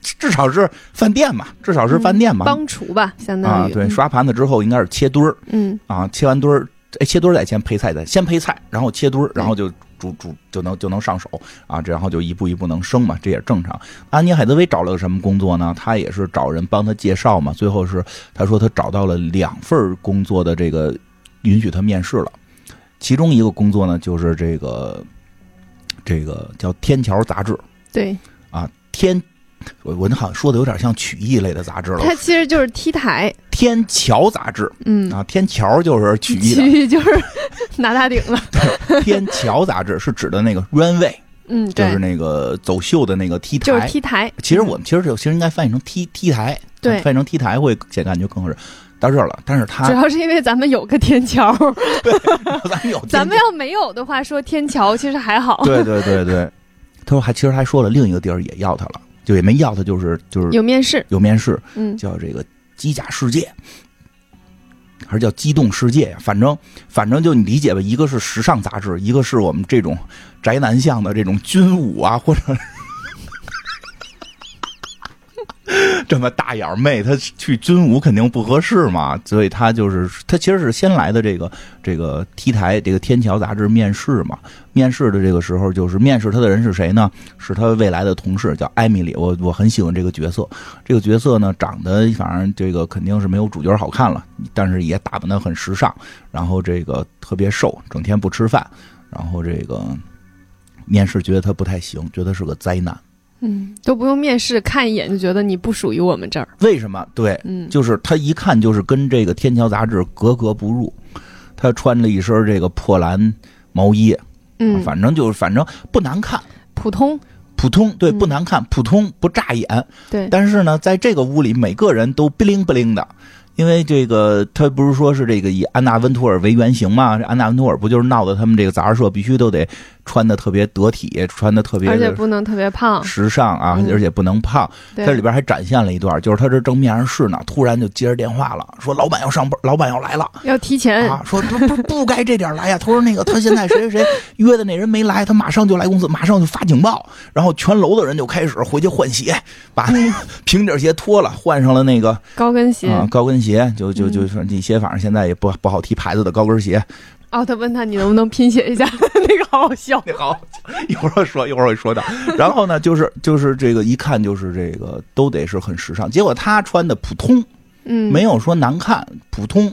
Speaker 2: 至少是饭店嘛，至少是饭店嘛。
Speaker 1: 嗯帮厨吧，相
Speaker 2: 啊
Speaker 1: 当，于
Speaker 2: 对，，刷盘子之后应该是切墩儿
Speaker 1: 嗯，
Speaker 2: 啊，切完墩儿，哎，切墩儿得先配菜再先配菜，然后切墩儿，然后就主主就能就能上手啊，这然后就一步一步能升嘛，这也正常。安妮海瑟薇找了个什么工作呢？她也是找人帮她介绍嘛，最后是她说她找到了两份工作的这个允许她面试了，其中一个工作呢就是这个这个叫《天桥》杂志
Speaker 1: 对，
Speaker 2: 啊，天。我我那好像说的有点像曲艺类的杂志了，
Speaker 1: 它其实就是 T 台，
Speaker 2: 天桥杂志
Speaker 1: 嗯，
Speaker 2: 啊，天桥就是曲艺
Speaker 1: 其
Speaker 2: 的，
Speaker 1: 余就是 拿大顶了，
Speaker 2: 天桥杂志是指的那个 runway，
Speaker 1: 嗯，
Speaker 2: 就
Speaker 1: 对
Speaker 2: 是，那个走秀的那个 T
Speaker 1: 就是
Speaker 2: 台。
Speaker 1: T 台。
Speaker 2: 其实我们其实就其实应该翻译成 T T 台，
Speaker 1: 对
Speaker 2: 翻译成 T 台会显感觉更合适。到这儿了，但是
Speaker 1: 主
Speaker 2: 他
Speaker 1: 要是因为咱们有个天 桥，
Speaker 2: 咱们有
Speaker 1: 咱们要没有的话，说天桥其实还好，
Speaker 2: 对对对对，他说还其实还说了另一个地儿也要他了，就也没要他，就是就是
Speaker 1: 有面试，
Speaker 2: 有面试，
Speaker 1: 嗯，
Speaker 2: 叫这个机甲世界，还是叫机动世界呀？反正反正就你理解吧，一个是时尚杂志，一个是我们这种宅男向的这种军武啊， 或者这么大眼儿妹，她去军武肯定不合适嘛，所以她就是她其实是先来的这个这个 T 台这个天桥杂志面试嘛。面试的这个时候，就是面试她的人是谁呢？是她未来的同事，叫艾米丽。我我很喜欢这个角色，这个角色呢，长得反正这个肯定是没有主角好看了，但是也打扮得很时尚，然后这个特别瘦，整天不吃饭，然后这个面试觉得他不太行，觉得是个灾难。
Speaker 1: 嗯，都不用面试，看一眼就觉得你不属于我们这儿。
Speaker 2: 为什么？对，
Speaker 1: 嗯，
Speaker 2: 就是他一看就是跟这个《天桥》杂志格格不入，他穿了一身这个破蓝毛衣，
Speaker 1: 嗯，
Speaker 2: 反正就是反正不难看，
Speaker 1: 普通，
Speaker 2: 普通，对，
Speaker 1: 嗯
Speaker 2: 不难看，普通不扎眼，
Speaker 1: 对，
Speaker 2: 但是呢，在这个屋里，每个人都不灵不灵的，因为这个他不是说是这个以安娜温图尔为原型嘛？这安娜温图尔不就是闹得他们这个杂志社必须都得穿的特别得体，穿的特别
Speaker 1: 而且
Speaker 2: 的
Speaker 1: 不能特别胖，
Speaker 2: 时尚啊，
Speaker 1: 嗯
Speaker 2: 而且不能胖。
Speaker 1: 对
Speaker 2: 它，里边还展现了一段，就是他这正面上试呢，突然就接着电话了，说老板要上班，老板要来了。
Speaker 1: 要提前，
Speaker 2: 啊，说不不不该这点儿来呀、他说那个他现在谁谁谁约的那人没来，他马上就来公司，马上就发警报。然后全楼的人就开始回去换鞋，把那个 平底鞋脱了，换上了那个
Speaker 1: 高跟鞋。
Speaker 2: 啊高跟鞋，就就就是一些反正现在也不不好提牌子的高跟鞋。
Speaker 1: 哦，他问他你能不能拼写一 下，那个好好笑。
Speaker 2: 好，一会儿说一会儿我说到。然后呢，就是就是这个一看就是这个都得是很时尚，结果他穿的普通，
Speaker 1: 嗯，
Speaker 2: 没有说难看，普通。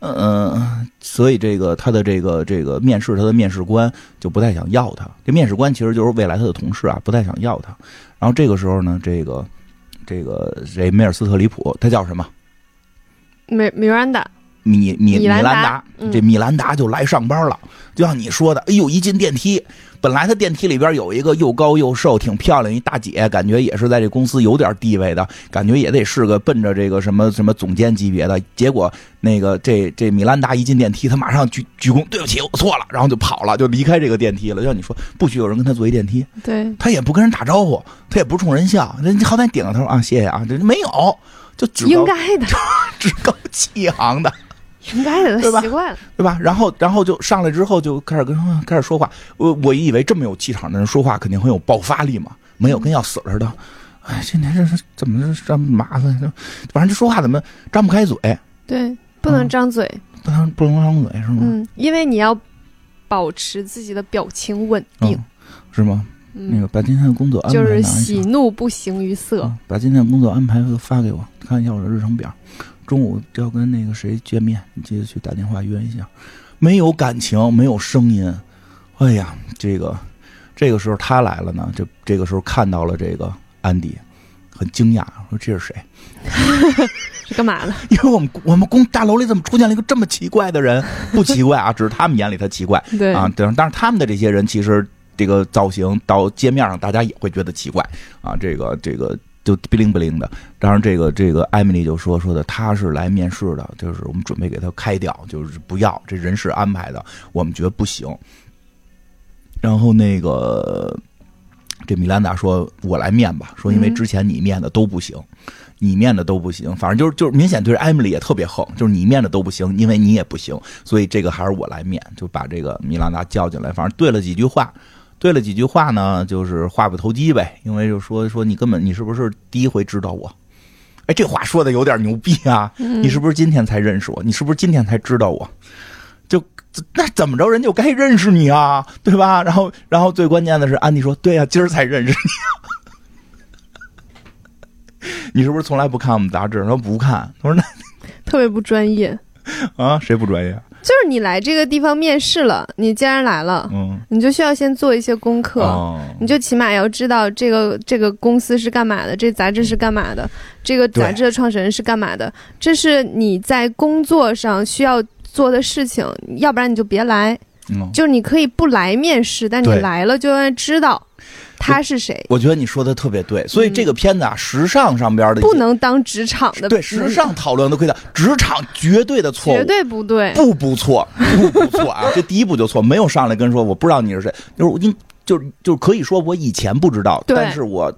Speaker 2: 呃，所以这个他的这个这个面试，他的面试官就不太想要他。这面试官其实就是未来他的同事啊，不太想要他。然后这个时候呢，这个这个谁，梅尔斯特里普，他叫什么？
Speaker 1: 米米兰达，
Speaker 2: 米米
Speaker 1: 米兰
Speaker 2: 兰
Speaker 1: 达
Speaker 2: 达，
Speaker 1: 嗯
Speaker 2: 这米兰达就来上班了。就像你说的，哎呦，一进电梯，本来他电梯里边有一个又高又瘦、挺漂亮一大姐，感觉也是在这公司有点地位的，感觉也得是个奔着这个什么什么总监级别的。结果那个这这米兰达一进电梯，他马上鞠鞠躬，对不起，我错了，然后就跑了，就离开这个电梯了。就像你说，不许有人跟他坐一电梯，
Speaker 1: 对，
Speaker 2: 他也不跟人打招呼，他也不冲人笑，人家好歹顶了头啊，谢谢啊，这没有，就趾
Speaker 1: 应
Speaker 2: 高
Speaker 1: 该 的，
Speaker 2: 趾高气昂的。
Speaker 1: 应该的，
Speaker 2: 对吧
Speaker 1: 他习惯了。
Speaker 2: 对吧？然后，然后就上来之后就开始跟开始说话。我我以为这么有气场的人说话肯定很有爆发力嘛，没有跟要死了似的。哎，今天这是怎么这么麻烦？反正这说话怎么张不开嘴，
Speaker 1: 对，不能
Speaker 2: 嗯
Speaker 1: 张嘴，
Speaker 2: 不能不能张嘴是吗？
Speaker 1: 嗯，因为你要保持自己的表情稳定，
Speaker 2: 嗯是吗？那
Speaker 1: 嗯，
Speaker 2: 个把今天的工作安排
Speaker 1: 就是
Speaker 2: 拿一下
Speaker 1: 喜怒不形于色。
Speaker 2: 嗯把今天的工作安排发给我，看一下我的日程表。中午要跟那个谁见面，你记得去打电话约一下。没有感情，没有声音。哎呀，这个这个时候他来了呢，这这个时候看到了这个安迪，很惊讶，说这是谁？
Speaker 1: 是干嘛的？
Speaker 2: 因为我们我们公大楼里怎么出现了一个这么奇怪的人？不奇怪啊，只是他们眼里他奇怪
Speaker 1: 对，
Speaker 2: 啊。但但是他们的这些人其实这个造型到街面上，大家也会觉得奇怪啊。这个这个就不灵不灵的。当然，这个这个艾米丽就说说的，她是来面试的，就是我们准备给她开掉，就是不要这人事安排的，我们觉得不行。然后那个这米兰达说：“我来面吧，说因为
Speaker 1: 嗯
Speaker 2: 之前你面的都不行。你面的都不行，反正就是就是明显对艾米丽也特别横，就是你面的都不行，因为你也不行，所以这个还是我来面，就把这个米兰达叫进来，反正对了几句话，对了几句话呢，就是话不投机呗，因为就说说你根本你是不是第一回知道我？哎，这话
Speaker 1: 嗯
Speaker 2: 说的有点牛逼啊！你是不是今天才认识我？你是不是今天才知道我？就那怎么着人就该认识你啊，对吧？然后，然后最关键的是，安迪说：“对呀、今儿才认识 你。”你是不是从来不看我们杂志？他说不看。他说
Speaker 1: 特别不专业。
Speaker 2: 那啊，谁不专业？
Speaker 1: 就是你来这个地方面试了，你既然来了，
Speaker 2: 嗯，
Speaker 1: 你就需要先做一些功啊课。
Speaker 2: 哦
Speaker 1: 你就起码要知道这个这个公司是干嘛的，这杂志是干嘛的，这个杂志的创始人是干嘛的，这是你在工作上需要做的事情，要不然你就别来。
Speaker 2: 嗯，
Speaker 1: 就是你可以不来面试，但你
Speaker 2: 对
Speaker 1: 来了就要知道他是谁，
Speaker 2: 我觉得你说的特别对。所以这个片子啊，时尚上边的一些
Speaker 1: 嗯不能当职场的
Speaker 2: 对时尚讨论都可以的，职场绝对的错误
Speaker 1: 绝。对不对。
Speaker 2: 不不错，不不错啊！这第一步就错，没有上来跟说我不知道你是谁，就是我应就是就是可以说我以前不知道，
Speaker 1: 对
Speaker 2: 但是我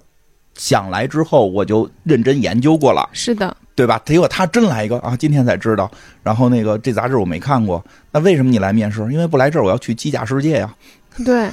Speaker 2: 想来之后我就认真研究过了，
Speaker 1: 是的，
Speaker 2: 对吧？结果他真来一个啊，今天才知道。然后那个这杂志我没看过，那为什么你来面试？因为不来这儿我要去机甲世界啊呀、
Speaker 1: 对，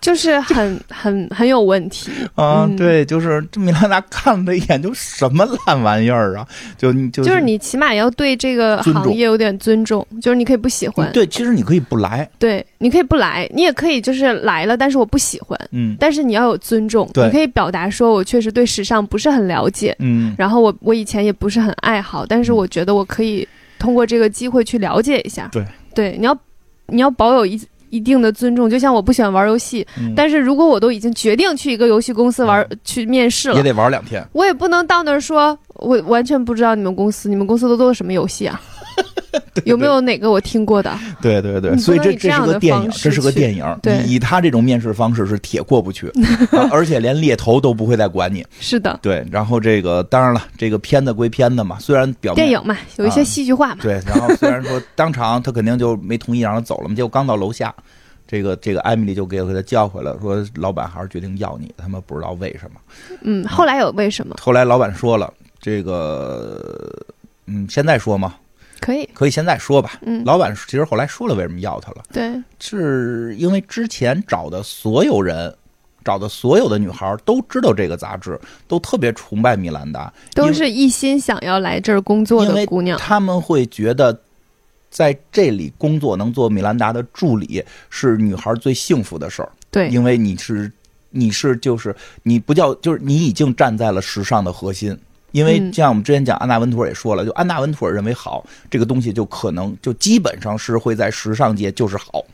Speaker 1: 就是很很很有问题。
Speaker 2: 啊！
Speaker 1: 嗯
Speaker 2: 对，就是这米兰达看了一眼，就什么烂玩意儿啊！就
Speaker 1: 就
Speaker 2: 就
Speaker 1: 是你起码要对这个
Speaker 2: 尊重
Speaker 1: 行业有点尊重，就是你可以不喜欢，
Speaker 2: 对，其实你可以不来，
Speaker 1: 对，你可以不来，你也可以就是来了，但是我不喜欢，
Speaker 2: 嗯
Speaker 1: 但是你要有尊重，
Speaker 2: 对
Speaker 1: 你可以表达说我确实对时尚不是很了解，
Speaker 2: 嗯。
Speaker 1: 然后我我以前也不是很爱好，但是我觉得我可以通过这个机会去了解一下。
Speaker 2: 对，
Speaker 1: 对，你要你要保有一一定的尊重，就像我不喜欢玩游戏，
Speaker 2: 嗯
Speaker 1: 但是如果我都已经决定去一个游戏公司玩、去面试
Speaker 2: 也
Speaker 1: 了。
Speaker 2: 得玩两天，
Speaker 1: 我也不能到那儿说，我完全不知道你们公司，你们公司都做什么游戏 啊？有没有哪个我听过的？
Speaker 2: 对对对，
Speaker 1: 你不
Speaker 2: 所以
Speaker 1: 能
Speaker 2: 这
Speaker 1: 以
Speaker 2: 这
Speaker 1: 这
Speaker 2: 是
Speaker 1: 样
Speaker 2: 个
Speaker 1: 的
Speaker 2: 电
Speaker 1: 方
Speaker 2: 影，这
Speaker 1: 式
Speaker 2: 是个
Speaker 1: 去
Speaker 2: 电影。
Speaker 1: 对
Speaker 2: 以他这种面试方式是铁过 不去，啊而且连猎头都不会再管你。
Speaker 1: 是的，
Speaker 2: 对，然后这个当然了，这个片子归片子嘛，虽然表面
Speaker 1: 电影嘛，有一
Speaker 2: 啊
Speaker 1: 些戏剧化嘛。
Speaker 2: 对，然后虽然说当场他肯定就没同意让他走了嘛，结果刚到楼下，这个这个艾米丽就给给他叫回来，说老板还是决定要你，他们不知道为什么。
Speaker 1: 嗯，后来有为什么？
Speaker 2: 后来老板说了，这个嗯，现在说嘛，
Speaker 1: 可以，
Speaker 2: 可以现在说吧。
Speaker 1: 嗯，
Speaker 2: 老板其实后来说了为什么要他了。
Speaker 1: 对，
Speaker 2: 是因为之前找的所有人，找的所有的女孩都知道这个杂志，都特别崇拜米兰达，
Speaker 1: 都是一心想要来这儿工作
Speaker 2: 因为
Speaker 1: 的姑娘。
Speaker 2: 他们会觉得。在这里工作能做米兰达的助理是女孩最幸福的事儿，
Speaker 1: 对，
Speaker 2: 因为你是你是就是你不叫就是你已经站在了时尚的核心，因为
Speaker 1: 嗯
Speaker 2: 像我们之前讲安娜温图尔也说了，就安娜温图尔认为好这个东西就可能就基本上是会在时尚界就是好，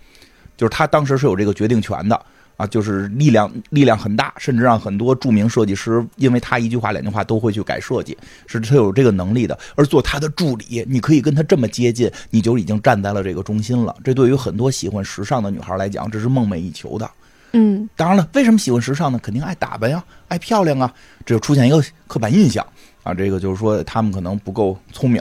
Speaker 2: 就是他当时是有这个决定权的啊，就是力量力量很大，甚至让很多著名设计师因为他一句话两句话都会去改设计，是他有这个能力的。而做他的助理，你可以跟他这么接近，你就已经站在了这个中心了。这对于很多喜欢时尚的女孩来讲，这是梦寐以求的。
Speaker 1: 嗯，
Speaker 2: 当然了，为什么喜欢时尚呢？肯定爱打扮呀，爱漂亮啊。这就出现一个刻板印象啊，这个就是说他们可能不够聪明，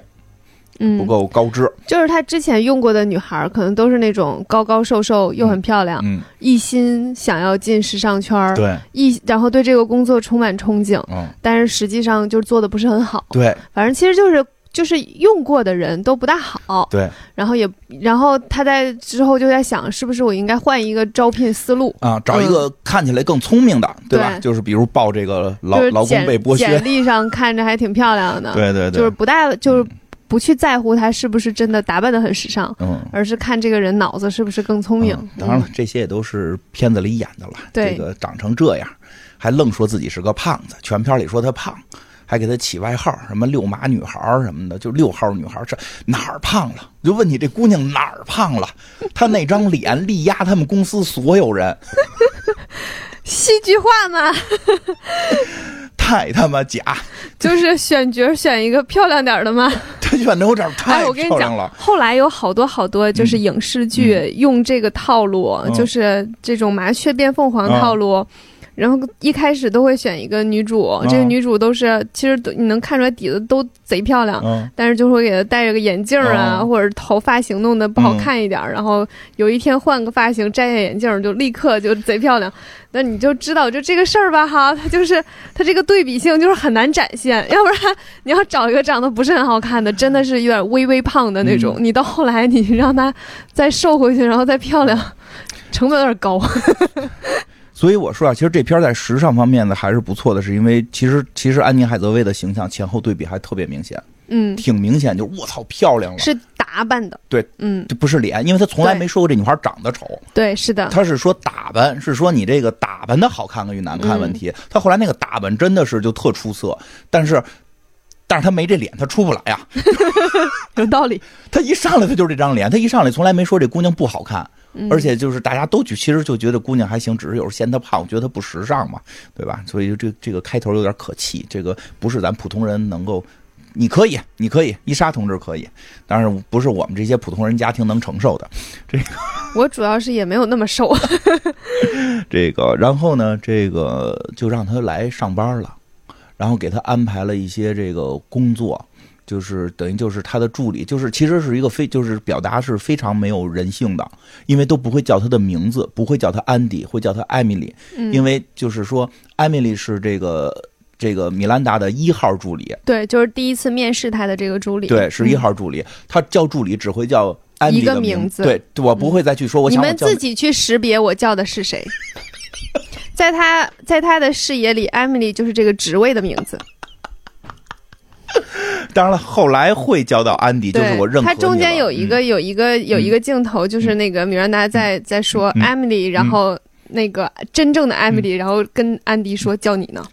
Speaker 1: 嗯
Speaker 2: 不够高知。
Speaker 1: 就是他之前用过的女孩儿，可能都是那种高高瘦瘦又很漂亮，
Speaker 2: 嗯，
Speaker 1: 一心想要进时尚圈儿，
Speaker 2: 对，
Speaker 1: 一然后对这个工作充满憧憬，
Speaker 2: 嗯，
Speaker 1: 但是实际上就是做的不是很好。
Speaker 2: 对
Speaker 1: 反正其实就是就是用过的人都不大好，
Speaker 2: 对
Speaker 1: 然后也然后他在之后就在想，是不是我应该换一个招聘思路？
Speaker 2: 啊，找一个看起来更聪明的，对吧？
Speaker 1: 嗯对
Speaker 2: 就是比如报这个劳
Speaker 1: 就是
Speaker 2: 劳工
Speaker 1: 简
Speaker 2: 被剥削
Speaker 1: 简，历上看着还挺漂亮的，
Speaker 2: 对对对，
Speaker 1: 就是不大就是不去在乎他是不是真的打扮的很时尚。
Speaker 2: 嗯。
Speaker 1: 而是看这个人脑子是不是更聪明
Speaker 2: 嗯。当然了，这些也都是片子里演的了。
Speaker 1: 对
Speaker 2: 这个长成这样，还愣说自己是个胖子，全片里说他胖，还给他起外号，什么“六马女孩”什么的，就六号女孩是哪儿胖了？就问你这姑娘哪儿胖 了？她那张脸力压他们公司所有人，
Speaker 1: 戏剧化嘛，
Speaker 2: 太他妈假！
Speaker 1: 就是选角选一个漂亮点儿的嘛。
Speaker 2: 她选的有点
Speaker 1: 哎，
Speaker 2: 太
Speaker 1: 我跟你
Speaker 2: 漂亮
Speaker 1: 讲
Speaker 2: 了。，
Speaker 1: 后来有好多好多就是影视剧用这个套路，
Speaker 2: 嗯啊
Speaker 1: 就是这种麻雀变凤凰套路。然后一开始都会选一个女主，
Speaker 2: 嗯
Speaker 1: 这个女主都是其实都你能看出来底子都贼漂亮，
Speaker 2: 嗯，
Speaker 1: 但是就会给她戴着个眼镜啊，
Speaker 2: 嗯
Speaker 1: 或者头发型弄得不好看一点儿，然后有一天换个发型，摘下眼镜儿就立刻就贼漂亮。那你就知道，就这个事儿吧，哈，它就是它这个对比性就是很难展现，要不然你要找一个长得不是很好看的，真的是有点微微胖的那种，
Speaker 2: 嗯
Speaker 1: 你到后来你让她再瘦回去，然后再漂亮，成本有点高。
Speaker 2: 所以我说啊，其实这片儿在时尚方面呢还是不错的，是因为其实其实安妮海瑟薇的形象前后对比还特别明显，
Speaker 1: 嗯，
Speaker 2: 挺明显，就是我操漂亮了。
Speaker 1: 是打打扮的，
Speaker 2: 对，
Speaker 1: 嗯，
Speaker 2: 这不是脸，因为他从来
Speaker 1: 对啊
Speaker 2: 没说过这女孩长得丑，
Speaker 1: 对，是的，
Speaker 2: 他是说打扮，是说你这个打扮的好看跟与难看问题。他后来那个打扮真的是就特出色，但是，但是他没这脸，他出不来呀、
Speaker 1: 有道理，
Speaker 2: 他一上来他就是这张脸，他一上来从来没说这姑娘不好看，而且就是大家都去，其实就觉得姑娘还行，只是有时候嫌她胖，我觉得她不时尚嘛，对吧？所以就这这个开头有点可气，这个不是咱普通人能够。你可以，你可以，伊莎同志可以，但是不是我们这些普通人家庭能承受的。
Speaker 1: 我主要是也没有那么瘦，
Speaker 2: 这个，然后呢，这个就让他来上班了，然后给他安排了一些这个工作，就是等于就是他的助理，就是其实是一个非就是表达是非常没有人性的，因为都不会叫他的名字，不会叫他安迪，会叫他艾米丽，
Speaker 1: 嗯
Speaker 2: 因为就是说艾米丽是这个这个米兰达的一号助理，
Speaker 1: 对，就是第一次面试他的这个助理，
Speaker 2: 对，是一
Speaker 1: 嗯
Speaker 2: 号助理，他叫助理只会叫。安
Speaker 1: 一
Speaker 2: 迪
Speaker 1: 个
Speaker 2: 的
Speaker 1: 名字嗯
Speaker 2: 字，对我不会再去说。我
Speaker 1: 你
Speaker 2: 想我
Speaker 1: 们
Speaker 2: 叫
Speaker 1: 自己去识别我叫的是 谁。在他在他的视野里，艾米丽就是这个职位的名字。
Speaker 2: 当然了，后来会叫到安迪，就
Speaker 1: 对，
Speaker 2: 是我认可
Speaker 1: 他中
Speaker 2: 你
Speaker 1: 间
Speaker 2: 了
Speaker 1: 有一
Speaker 2: 嗯
Speaker 1: 个、有一个有一个镜头，就是那个米兰达在、在说
Speaker 2: 嗯
Speaker 1: 艾米丽，然后那个真正的艾米丽，然后跟安迪说叫你 呢。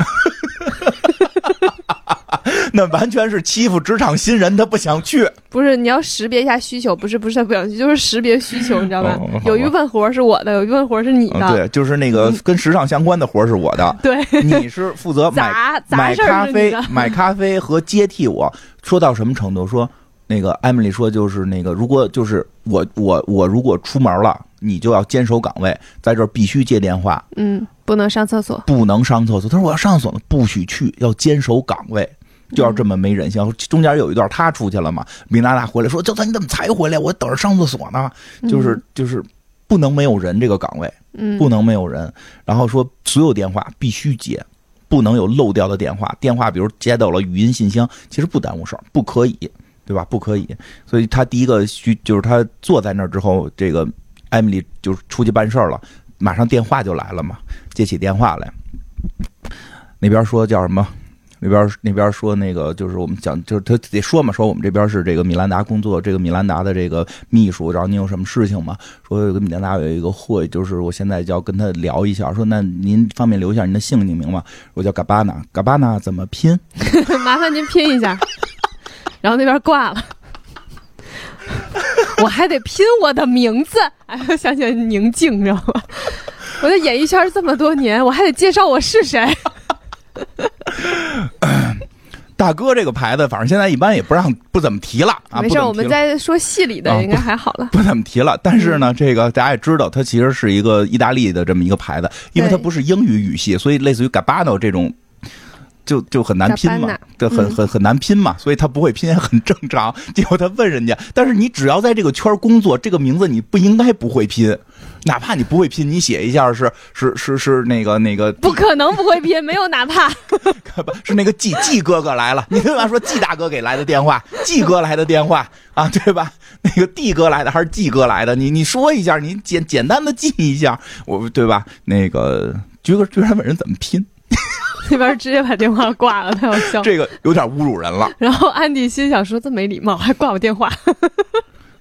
Speaker 2: 那完全是欺负职场新人，他不想去。
Speaker 1: 不是，你要识别一下需求，不是不是他不想去，就是识别需求，你知道吧？
Speaker 2: 哦好吧哦
Speaker 1: 有一部分活儿是我的，有一部分活儿是你的。
Speaker 2: 啊对，就是那个跟时尚相关的活儿是我 的，
Speaker 1: 对，
Speaker 2: 你是负责买
Speaker 1: 杂杂
Speaker 2: 买
Speaker 1: 事儿
Speaker 2: 咖
Speaker 1: 是你
Speaker 2: 啡
Speaker 1: 的。、
Speaker 2: 买咖啡和接替我。说到什么程度？说那个艾米丽说，就是那个，如果就是我我我如果出门了，你就要坚守岗位，在这儿必须接电话，
Speaker 1: 嗯，不能上厕所。
Speaker 2: 不能上厕所。他说我要上厕所呢，不许去，要坚守岗位。就要这么没人性。中间有一段他出去了嘛，米娜娜回来说：“教授，你怎么才回来？我等着上厕所呢。”就是就是不能没有人这个岗位，
Speaker 1: 嗯，
Speaker 2: 不能没有人。然后说所有电话必须接，不能有漏掉的电话。电话比如接到了语音信箱，其实不耽误事儿，不可以，对吧？不可以。所以他第一个需就是他坐在那儿之后，这个艾米丽就是出去办事儿了，马上电话就来了嘛，接起电话来，那边说叫什么？那边那边说那个就是我们讲就是他得说嘛，说我们这边是这个米兰达工作，这个米兰达的这个秘书，然后您有什么事情吗？说跟米兰达有一个会，就是我现在就要跟他聊一下，说那您方便留一下您的姓名吗？我叫嘎巴纳，嘎巴纳怎么拼？
Speaker 1: 麻烦您拼一下。然后那边挂了，我还得拼我的名字。哎，我想起来宁静，你知道吗？我在演艺圈这么多年，我还得介绍我是谁。
Speaker 2: 大哥这个牌子，反正现在一般也不让不怎么提了啊，
Speaker 1: 没事，
Speaker 2: 不怎么提了
Speaker 1: 我们再说戏里的，
Speaker 2: 啊
Speaker 1: 应该还好了。嗯
Speaker 2: 不怎么提了。但是呢，这个大家也知道，它其实是一个意大利的这么一个牌子，因为它
Speaker 1: 对
Speaker 2: 不是英语语系，所以类似于 Gabbano 这种。就就很难拼嘛
Speaker 1: Gabbana，
Speaker 2: 这很
Speaker 1: 嗯
Speaker 2: 很很难拼嘛，所以他不会拼也很正常。结果他问人家，但是你只要在这个圈儿工作，这个名字你不应该不会拼，哪怕你不会拼，你写一下是是是是那个那个
Speaker 1: 不可能不会拼，没有哪怕。
Speaker 2: 不是那个季季哥哥来了， 你对吧？说季大哥给来的电话，季哥来的电话啊，对吧？那个弟哥来的还是季哥来的？你你说一下，你简简单的记一下，我对吧？那个居哥居然问人怎么拼，
Speaker 1: 那边直接把电话挂了，太好笑。
Speaker 2: 这个有点侮辱人了。
Speaker 1: 然后安迪心想说：“这没礼貌，还挂我电话，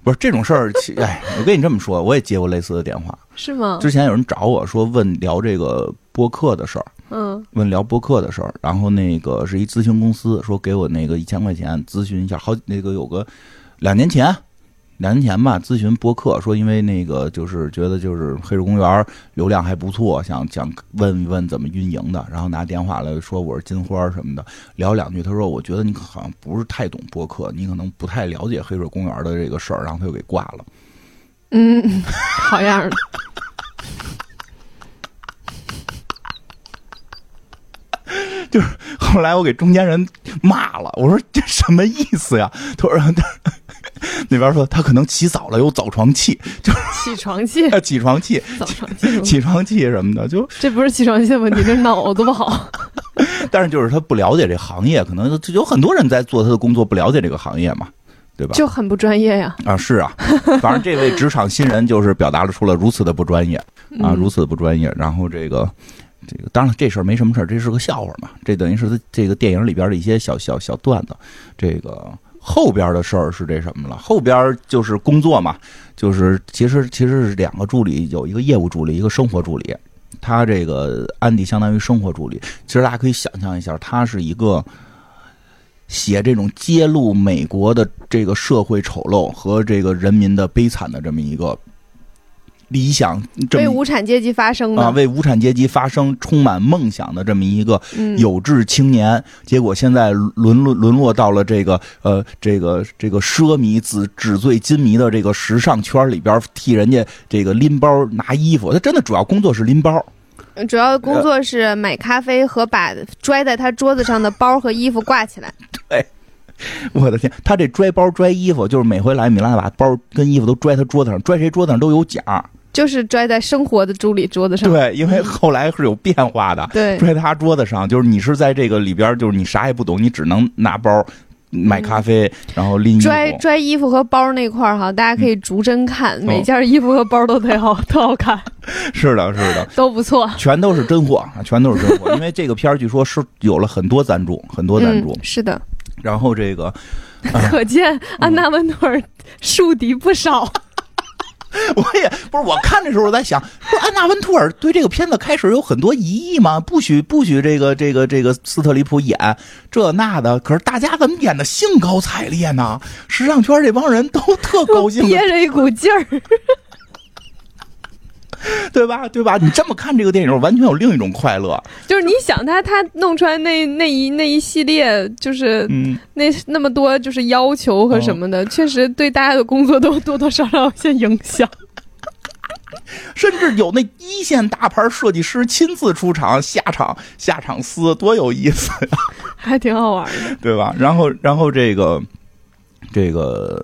Speaker 2: 不是这种事儿，其哎，我跟你这么说，我也接过类似的电话。
Speaker 1: 是吗
Speaker 2: 之前有人找我说问聊这个播客的事儿，？”
Speaker 1: 嗯，
Speaker 2: 问聊播客的事儿，然后那个是一咨询公司说给我那个一千块钱咨询一下，好那个有个两年前，两年前吧咨询播客，说因为那个就是觉得就是黑水公园流量还不错，想想问一问怎么运营的，然后拿电话来说我是金花什么的，聊两句，他说我觉得你好像不是太懂播客，你可能不太了解黑水公园的这个事儿，然后他就给挂了。
Speaker 1: 嗯，好样的，
Speaker 2: 后来我给中间人骂了，我说这什么意思呀？他说他那边说他可能起早了有早床气，
Speaker 1: 起床气，
Speaker 2: 呃起床气、
Speaker 1: 早床气，
Speaker 2: 起床气什么的，就
Speaker 1: 这不是起床气的问题，这是脑子不好。
Speaker 2: 但是就是他不了解这行业，可能就有很多人在做他的工作，不了解这个行业嘛，对吧？
Speaker 1: 就很不专业呀。
Speaker 2: 啊，是啊，反正这位职场新人就是表达了出了如此的不专业
Speaker 1: 嗯
Speaker 2: 啊，如此的不专业。然后这个，这个当然了这事儿没什么事儿，这是个笑话嘛，这等于是他这个电影里边的一些小小小段子。这个后边的事儿是这什么了？后边就是工作嘛，就是其实其实是两个助理，有一个业务助理，一个生活助理。他这个安迪相当于生活助理，其实大家可以想象一下，他是一个写这种揭露美国的这个社会丑陋和这个人民的悲惨的这么一个理想，这
Speaker 1: 为
Speaker 2: 么
Speaker 1: 无产阶级发声的，
Speaker 2: 啊为无产阶级发声、充满梦想的这么一个
Speaker 1: 嗯，
Speaker 2: 有志青年，结果现在沦落沦落到了这个呃这个这个奢靡纸纸醉金迷的这个时尚圈里边，替人家这个拎包拿衣服，他真的主要工作是拎包。
Speaker 1: 主要工作是买咖啡和把拽在他桌子上的包和衣服挂起来。
Speaker 2: 我的天，他这拽包拽衣服，就是每回来米拉把包跟衣服都拽他桌子上，拽谁桌子上都有奖。
Speaker 1: 就是拽在生活的助理桌子上。
Speaker 2: 对，因为后来是有变化的，
Speaker 1: 对
Speaker 2: 拽他桌子上，就是你是在这个里边，就是你啥也不懂，你只能拿包买咖
Speaker 1: 嗯
Speaker 2: 啡，然后拎衣服。
Speaker 1: 拽拽衣服和包那块儿哈，大家可以逐帧看，
Speaker 2: 嗯
Speaker 1: 每件衣服和包都特好， 特好看，
Speaker 2: 是的，是的，
Speaker 1: 都不错。
Speaker 2: 全都是真货，啊全都是 真货。因为这个片儿据说是有了很多赞助，很多嗯赞助。
Speaker 1: 嗯、是 的，
Speaker 2: 然后这个
Speaker 1: 可见安娜温图尔树敌不少。
Speaker 2: 我也不是，我看的时候我在想，说哎安娜温图尔对这个片子开始有很多疑义吗？不许不许这个这个这个斯特里普演这那的，可是大家怎么演的兴高采烈呢？时尚圈这帮人都特 高兴的，
Speaker 1: 憋着一股劲儿，
Speaker 2: 对吧？对吧？你这么看这个电影，完全有另一种快乐。
Speaker 1: 就是你想他，他弄出来那那一那一系列，就是
Speaker 2: 嗯，
Speaker 1: 那那么多就是要求和什
Speaker 2: 哦
Speaker 1: 么的，确实对大家的工作都多多少少有些影响。
Speaker 2: 甚至有那一线大牌设计师亲自出场，下场下场撕，多有意思呀！
Speaker 1: 还挺好玩的，
Speaker 2: 对吧？ 然后，然后这个这个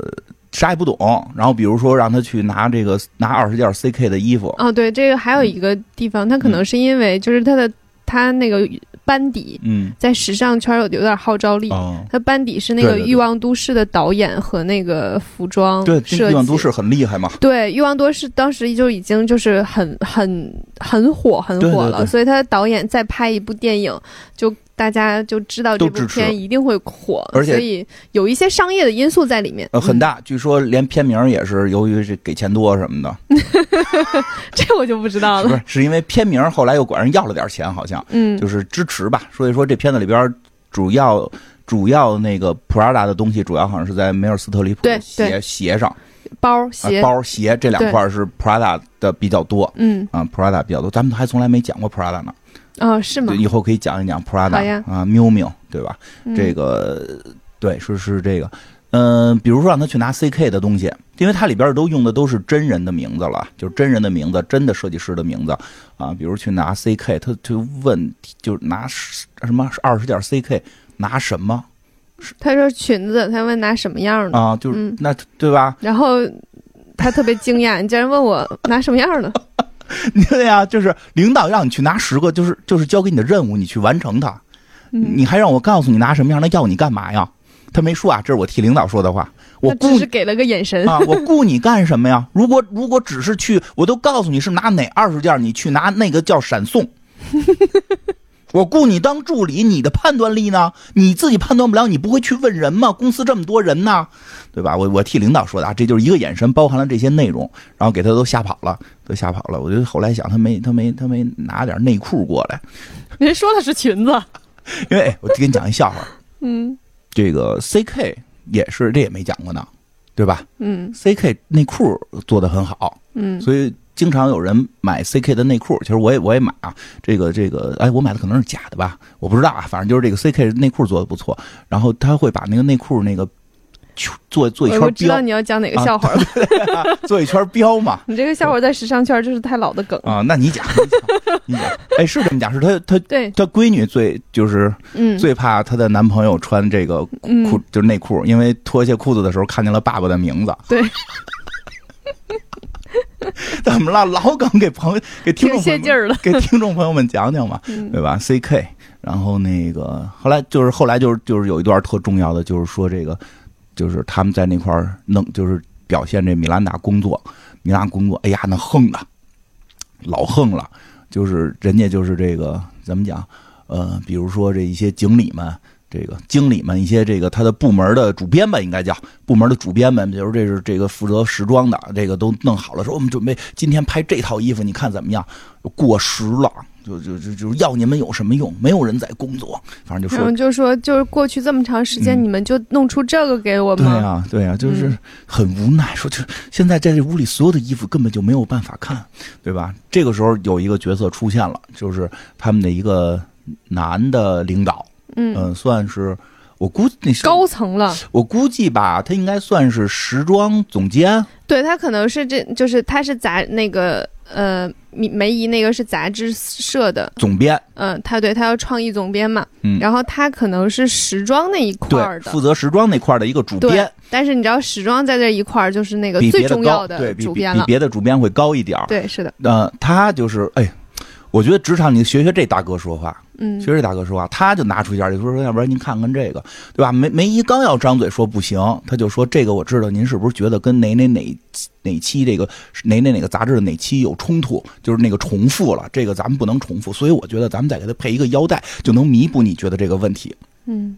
Speaker 2: 啥也不懂，然后比如说让他去拿这个拿二十件 CK 的衣服，
Speaker 1: 哦，对，这个还有一个地方，他可能是因为就是他的他那个班底
Speaker 2: 嗯，
Speaker 1: 在时尚圈有有点号召力，
Speaker 2: 哦，
Speaker 1: 他班底是那个
Speaker 2: 对对
Speaker 1: 《
Speaker 2: 对
Speaker 1: 欲望都市》的导演和那个服装
Speaker 2: 对，这
Speaker 1: 设
Speaker 2: 欲
Speaker 1: 计。
Speaker 2: 望都市很厉害嘛，
Speaker 1: 对，《欲望都市》当时就已经就是很很很火很
Speaker 2: 对对
Speaker 1: 火了，
Speaker 2: 对
Speaker 1: 所以他的导演再拍一部电影，就大家就知道这
Speaker 2: 都
Speaker 1: 部
Speaker 2: 支持
Speaker 1: 片一定会火，
Speaker 2: 而且
Speaker 1: 所以有一些商业的因素在里面。
Speaker 2: 呃，很
Speaker 1: 嗯、
Speaker 2: 大，据说连片名也是由于这给钱多什么的，
Speaker 1: 这我就不知道
Speaker 2: 不
Speaker 1: 了。
Speaker 2: 是，是因为片名后来又管人要了点钱，好像
Speaker 1: 嗯，
Speaker 2: 就是支持吧，所以说这片子里边主要。主要那个 Prada 的东西，主要好像是在梅尔斯特里普
Speaker 1: 对
Speaker 2: 的鞋鞋上，
Speaker 1: 包
Speaker 2: 啊
Speaker 1: 鞋，
Speaker 2: 包鞋这两块是 Prada 的比较多。
Speaker 1: 嗯，
Speaker 2: 啊，Prada 比较多，咱们还从来没讲过 Prada 呢，
Speaker 1: 哦，是吗
Speaker 2: 对？以后可以讲一讲
Speaker 1: 好
Speaker 2: Prada
Speaker 1: 呀
Speaker 2: 啊，miu miu，对吧？
Speaker 1: 嗯
Speaker 2: 这个对，是是这个，嗯、比如说让他去拿 CK 的东西，因为它里边都用的都是真人的名字了，就是真人的名字，真的设计师的名字啊。比如去拿 CK，他就问，就是拿什么二十件 CK，拿什么
Speaker 1: 他说裙子，他问拿什么样的，
Speaker 2: 啊？就是、
Speaker 1: 嗯
Speaker 2: 那对吧？
Speaker 1: 然后他特别惊讶，你竟然问我拿什么样的？
Speaker 2: 对呀、就是领导让你去拿十个，就是就是交给你的任务，你去完成它。
Speaker 1: 嗯
Speaker 2: 你还让我告诉你拿什么样的要你干嘛呀？他没说啊，这是我替领导说的话。 我
Speaker 1: 他
Speaker 2: 雇
Speaker 1: 只是给了个眼神。
Speaker 2: 啊，我雇你干什么呀？如果如果只是去，我都告诉你是拿哪二十件，你去拿那个叫闪送。我雇你当助理，你的判断力呢？你自己判断不了，你不会去问人吗？公司这么多人呢，对吧？我我替领导说的啊，这就是一个眼神包含了这些内容，然后给他都吓跑了，都吓跑了。我就后来想，他没他没他没拿点内裤过来，
Speaker 1: 人说的是裙子，
Speaker 2: 因为哎我给你讲一笑话，
Speaker 1: 嗯
Speaker 2: 这个 CK 也是这也没讲过呢，对吧
Speaker 1: 嗯
Speaker 2: ？CK 内裤做的很好，
Speaker 1: 嗯，
Speaker 2: 所以经常有人买 CK 的内裤，其实我也我也买啊，这个这个，哎，我买的可能是假的吧，我不知道啊，反正就是这个 CK 内裤做的不错，然后他会把那个内裤那个圈做做一
Speaker 1: 我我
Speaker 2: 圈
Speaker 1: 知道
Speaker 2: 标，啊
Speaker 1: 你要讲哪个笑话了。
Speaker 2: 做一圈 标嘛。
Speaker 1: 你这个笑话在时尚圈就是太老的梗。
Speaker 2: 啊，那你讲，你讲，你讲，哎，是这么讲，是她她
Speaker 1: 对，
Speaker 2: 她闺女最就是
Speaker 1: 嗯，
Speaker 2: 最怕她的男朋友穿这个裤
Speaker 1: 嗯，
Speaker 2: 就是内裤，因为脱下裤子的时候看见了爸爸的名字。
Speaker 1: 对，
Speaker 2: 怎么了？老梗给朋友给
Speaker 1: 挺
Speaker 2: 听众朋
Speaker 1: 泄
Speaker 2: 友
Speaker 1: 劲
Speaker 2: 们
Speaker 1: 儿了。
Speaker 2: 给听众朋友们讲讲嘛，
Speaker 1: 嗯
Speaker 2: 对吧？CK，然后那个后来就是后来就是就是有一段特重要的，就是说这个就是他们在那块儿弄，就是表现这米兰达工作，米兰达工作，哎呀，那横的，老横了，就是人家就是这个怎么讲，呃，比如说这一些经理们。这个经理们，一些这个他的部门的主编吧，应该叫部门的主编们，比如这是这个负责时装的，这个都弄好了，说我们准备今天拍这套衣服，你看怎么样？过时了，就就就就要你们有什么用？没有人在工作，反正就
Speaker 1: 然
Speaker 2: 说
Speaker 1: 后就说，就是过去这么长时间，
Speaker 2: 嗯
Speaker 1: 你们就弄出这个给我
Speaker 2: 对
Speaker 1: 吗？
Speaker 2: 啊，对啊，就是
Speaker 1: 嗯
Speaker 2: 很无奈，说就是现在在这屋里所有的衣服根本就没有办法看，对吧？这个时候有一个角色出现了，就是他们的一个男的领导，
Speaker 1: 嗯，
Speaker 2: 嗯，算是我估计那是
Speaker 1: 高层了，
Speaker 2: 我估计吧，他应该算是时装总监，
Speaker 1: 对他可能是这就是他是杂那个呃米梅姨那个是杂志社的，
Speaker 2: 总编，
Speaker 1: 嗯、他对他要创意总编嘛，
Speaker 2: 嗯
Speaker 1: 然后他可能是时装那一块
Speaker 2: 对，
Speaker 1: 儿的
Speaker 2: 负。责时装那块儿的一个主
Speaker 1: 对
Speaker 2: 编，，
Speaker 1: 但是你知道时装在这一块儿就是那个
Speaker 2: 比
Speaker 1: 最
Speaker 2: 别的
Speaker 1: 重要
Speaker 2: 高，
Speaker 1: 的
Speaker 2: 对比
Speaker 1: 主
Speaker 2: 比
Speaker 1: 编
Speaker 2: 比
Speaker 1: 了，
Speaker 2: 别的主编会高一点儿。
Speaker 1: 对，是的，
Speaker 2: 呃，他就是哎，我觉得职场你学学这大哥说话，
Speaker 1: 嗯
Speaker 2: 学，这大哥说话，他就拿出一件，就说说，要不然您看看这个，对吧？梅梅姨刚要张嘴说不行，他就说这个我知道，您是不是觉得跟哪哪哪哪期这个哪哪哪个杂志的哪期有冲突，就是那个重复了，这个咱们不能重复，所以我觉得咱们再给他配一个腰带，就能弥补你觉得这个问题。
Speaker 1: 嗯，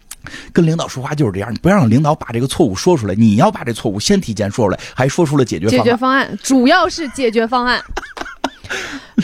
Speaker 2: 跟领导说话就是这样，你不要让领导把这个错误说出来，你要把这错误先提前说出来，还说出了解决
Speaker 1: 解
Speaker 2: 方
Speaker 1: 决
Speaker 2: 案。
Speaker 1: 方案主要是解决方 案。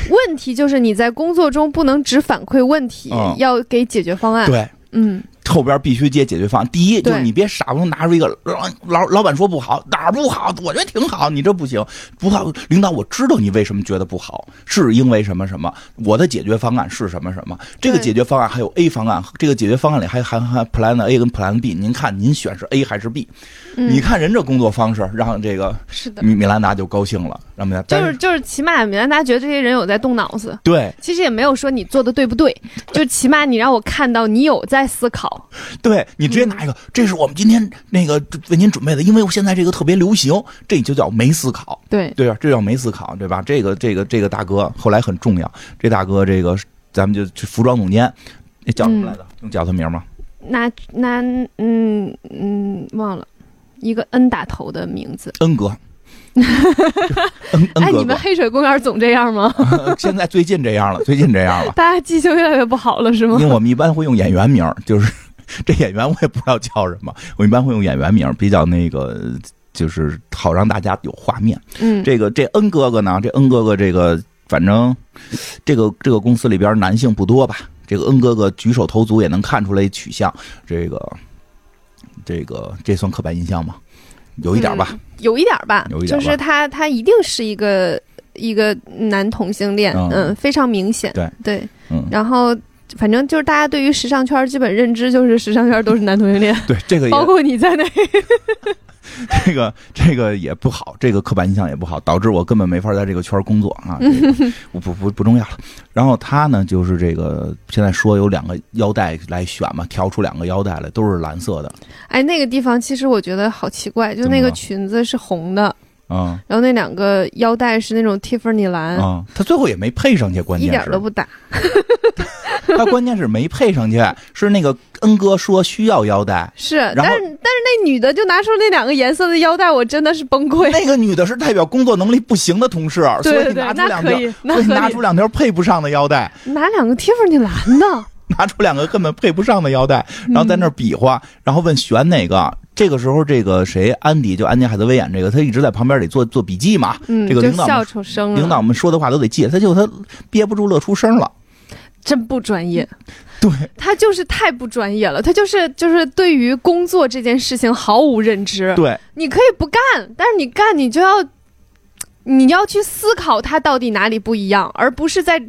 Speaker 1: 问题就是你在工作中不能只反馈问题，
Speaker 2: 嗯
Speaker 1: 要给解决方案。
Speaker 2: 对，
Speaker 1: 嗯，
Speaker 2: 后边必须接解决方案。第一，就是
Speaker 1: 对
Speaker 2: 你别傻不愣拿出一个老老老板说不好，哪儿不好？我觉得挺好，你这不行，不好。领导，我知道你为什么觉得不好，是因为什么什么？我的解决方案是什么什么？这个
Speaker 1: 对
Speaker 2: 解决方案还有 A 方案，这个解决方案里还还还 Plan A 跟 Plan B，您看您选是 A 还是 B？、
Speaker 1: 嗯
Speaker 2: 你看人这工作方式，让这个
Speaker 1: 是的，
Speaker 2: 米米兰达就高兴了，让米兰
Speaker 1: 就
Speaker 2: 嗯但
Speaker 1: 是就是，起码米兰达觉得这些人有在动脑子。
Speaker 2: 对
Speaker 1: 其实也没有说你做的对不 对，就起码你让我看到你有在思考。
Speaker 2: 对你直接拿一个，这是我们今天那个为您准备的，因为我现在这个特别流行，这就叫没思考。
Speaker 1: 对，
Speaker 2: 对啊，这叫没思考，对吧？这个这个这个大哥后来很重要，这大哥这个咱们就去服装总监，那叫什么来着？
Speaker 1: 嗯
Speaker 2: 能叫他名吗？
Speaker 1: 那那嗯嗯，忘了一个 N 打头的名字。
Speaker 2: 恩哥。恩
Speaker 1: 哎，
Speaker 2: 恩
Speaker 1: 你
Speaker 2: 哥
Speaker 1: 们
Speaker 2: 哥，
Speaker 1: 黑水公园总这样 吗？
Speaker 2: 现在最近这样了，最近这 样了，
Speaker 1: 大家记性越来越不好了是吗
Speaker 2: 因为？我们一般会用演员名儿，就是 这演员我也不知道叫什么，我一般会用演员名儿，比较那个就是好让大家有画面。
Speaker 1: 嗯，
Speaker 2: 这个这恩哥哥呢，这恩哥哥这个反正这个这个公司里边男性不多吧，这个恩哥哥举手投足也能看出来取向，这个这个这算刻板印象吗？有一点吧，
Speaker 1: 有一点儿吧，
Speaker 2: 有一点
Speaker 1: 就
Speaker 2: 儿吧
Speaker 1: 是他他一定是一个一个男同性恋，
Speaker 2: 嗯
Speaker 1: 嗯，非常明显。
Speaker 2: 对
Speaker 1: 对，
Speaker 2: 嗯，
Speaker 1: 然后反正就是大家对于时尚圈儿基本认知就是时尚圈儿都是男同性恋。
Speaker 2: 对，这个也
Speaker 1: 包括你在内，
Speaker 2: 这个这个也不好，这个刻板印象也不好，导致我根本没法在这个圈儿工作啊，这个、 不不不不重要了。然后他呢，就是这个现在说有两个腰带来选嘛，挑出两个腰带来，都是蓝色的，
Speaker 1: 哎，那个地方其实我觉得好奇怪，就那
Speaker 2: 怎么
Speaker 1: 个
Speaker 2: 了
Speaker 1: 裙子是红的，
Speaker 2: 嗯
Speaker 1: 然后那两个腰带是那种蒂芙尼蓝，
Speaker 2: 啊、他最后也没配上去，关
Speaker 1: 嗯一
Speaker 2: 键
Speaker 1: 点
Speaker 2: 是
Speaker 1: 儿都不搭。
Speaker 2: 他关键是没配上去，是那个恩哥说需要 腰带，
Speaker 1: 是，
Speaker 2: 后
Speaker 1: 但是但是那女的就拿出那两个颜色的腰带，我真的是崩溃。
Speaker 2: 那个女的是代表工作能力不行的同事，
Speaker 1: 对对
Speaker 2: 所
Speaker 1: 对，
Speaker 2: 以你拿出
Speaker 1: 那
Speaker 2: 两
Speaker 1: 可
Speaker 2: 条，
Speaker 1: 以，那
Speaker 2: 所以你拿
Speaker 1: 可
Speaker 2: 出两条配不上的腰带，
Speaker 1: 以，拿两个蒂芙尼蓝的，
Speaker 2: 拿出两个根本配不上的腰带，
Speaker 1: 嗯
Speaker 2: 然后在那儿比划，然后问选哪个。这个时候，这个谁，安迪就安妮海瑟薇演这个，他一直在旁边得做做笔记嘛。
Speaker 1: 嗯，
Speaker 2: 这个
Speaker 1: 就
Speaker 2: 领导
Speaker 1: 笑
Speaker 2: 们
Speaker 1: 出声了，
Speaker 2: 领导们说的话都得记，他就他憋不住乐出声了。
Speaker 1: 真不专业。
Speaker 2: 对，
Speaker 1: 他就是太不专业了，他就是就是对于工作这件事情毫无认知。
Speaker 2: 对，
Speaker 1: 你可以不干，但是你干你就要你要去思考它到底哪里不一样，而不是在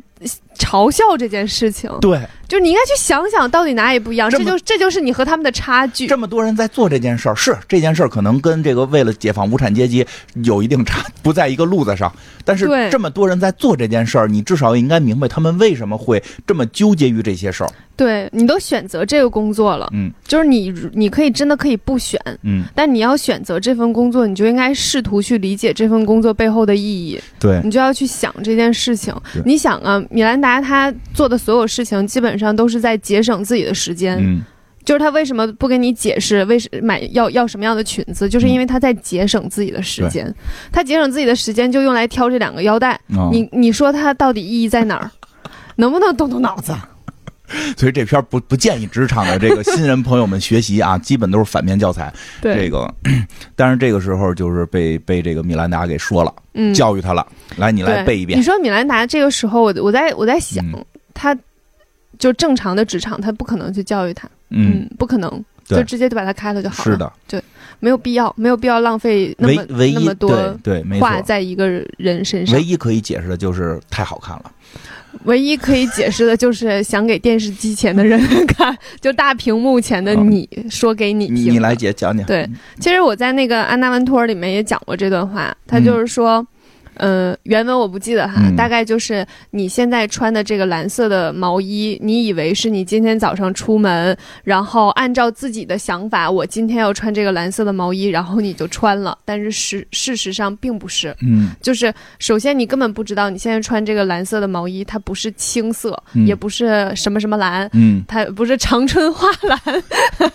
Speaker 1: 嘲笑这件事情。
Speaker 2: 对，
Speaker 1: 就是你应该去想想到底哪里不一样，
Speaker 2: 这
Speaker 1: 这
Speaker 2: 么
Speaker 1: 就这就是你和他们的差距。
Speaker 2: 这么多人在做这件事儿，是这件事儿可能跟这个为了解放无产阶级有一定差，不在一个路子上。但是
Speaker 1: 对
Speaker 2: 这么多人在做这件事儿，你至少应该明白他们为什么会这么纠结于这些事儿。
Speaker 1: 对你都选择这个工作了，
Speaker 2: 嗯
Speaker 1: 就是你你可以真的可以不选，
Speaker 2: 嗯，
Speaker 1: 但你要选择这份工作，你就应该试图去理解这份工作背后的意义。
Speaker 2: 对
Speaker 1: 你就要去想这件事情
Speaker 2: 对。
Speaker 1: 你想啊，米兰达他做的所有事情，基本上都是在节省自己的时间。
Speaker 2: 嗯
Speaker 1: 就是他为什么不跟你解释为什买要要什么样的裙子，就是因为他在节省自己的时间。他节省自己的时间就用来挑这两个腰带。
Speaker 2: 哦
Speaker 1: 你你说他到底意义在哪儿？能不能动动脑子？
Speaker 2: 所以这篇不不建议职场的这个新人朋友们学习啊，基本都是反面教材。这
Speaker 1: 对，
Speaker 2: 个， 但是这个时候就是被被这个米兰达给说了，
Speaker 1: 嗯，
Speaker 2: 教育他了。来，你来
Speaker 1: 对
Speaker 2: 背一遍
Speaker 1: 你。说米兰达这个时候，我我在我在想
Speaker 2: 嗯，
Speaker 1: 他就正常的职场，他不可能去教育他，
Speaker 2: 嗯，，
Speaker 1: 不可能，
Speaker 2: 对
Speaker 1: 就直接就把他开了就好了。
Speaker 2: 是，的，
Speaker 1: 没有必要，没有必要浪费那
Speaker 2: 唯
Speaker 1: 么
Speaker 2: 唯
Speaker 1: 那
Speaker 2: 一
Speaker 1: 么
Speaker 2: 对
Speaker 1: 多
Speaker 2: 对，没错
Speaker 1: 话。在一个人身上
Speaker 2: 唯。一可以解释的就是太好看了，
Speaker 1: 唯一可以解释的就是想给电视机前的人 看，就大屏幕前的你说给你
Speaker 2: 啊你
Speaker 1: 听。
Speaker 2: 你来。姐讲讲。
Speaker 1: 嗯对，其实我在那个《安娜温托尔》里面也讲过这段话，他就是说。呃，原文我不记得哈，
Speaker 2: 嗯
Speaker 1: 大概就是你现在穿的这个蓝色的毛衣，你以为是你今天早上出门，然后按照自己的想法，我今天要穿这个蓝色的毛衣，然后你就穿了，但是事事实上并不是，
Speaker 2: 嗯
Speaker 1: 就是首先你根本不知道你现在穿这个蓝色的毛衣，它不是青色，
Speaker 2: 嗯
Speaker 1: 也不是什么什么蓝。
Speaker 2: 嗯
Speaker 1: 它不是长春花蓝，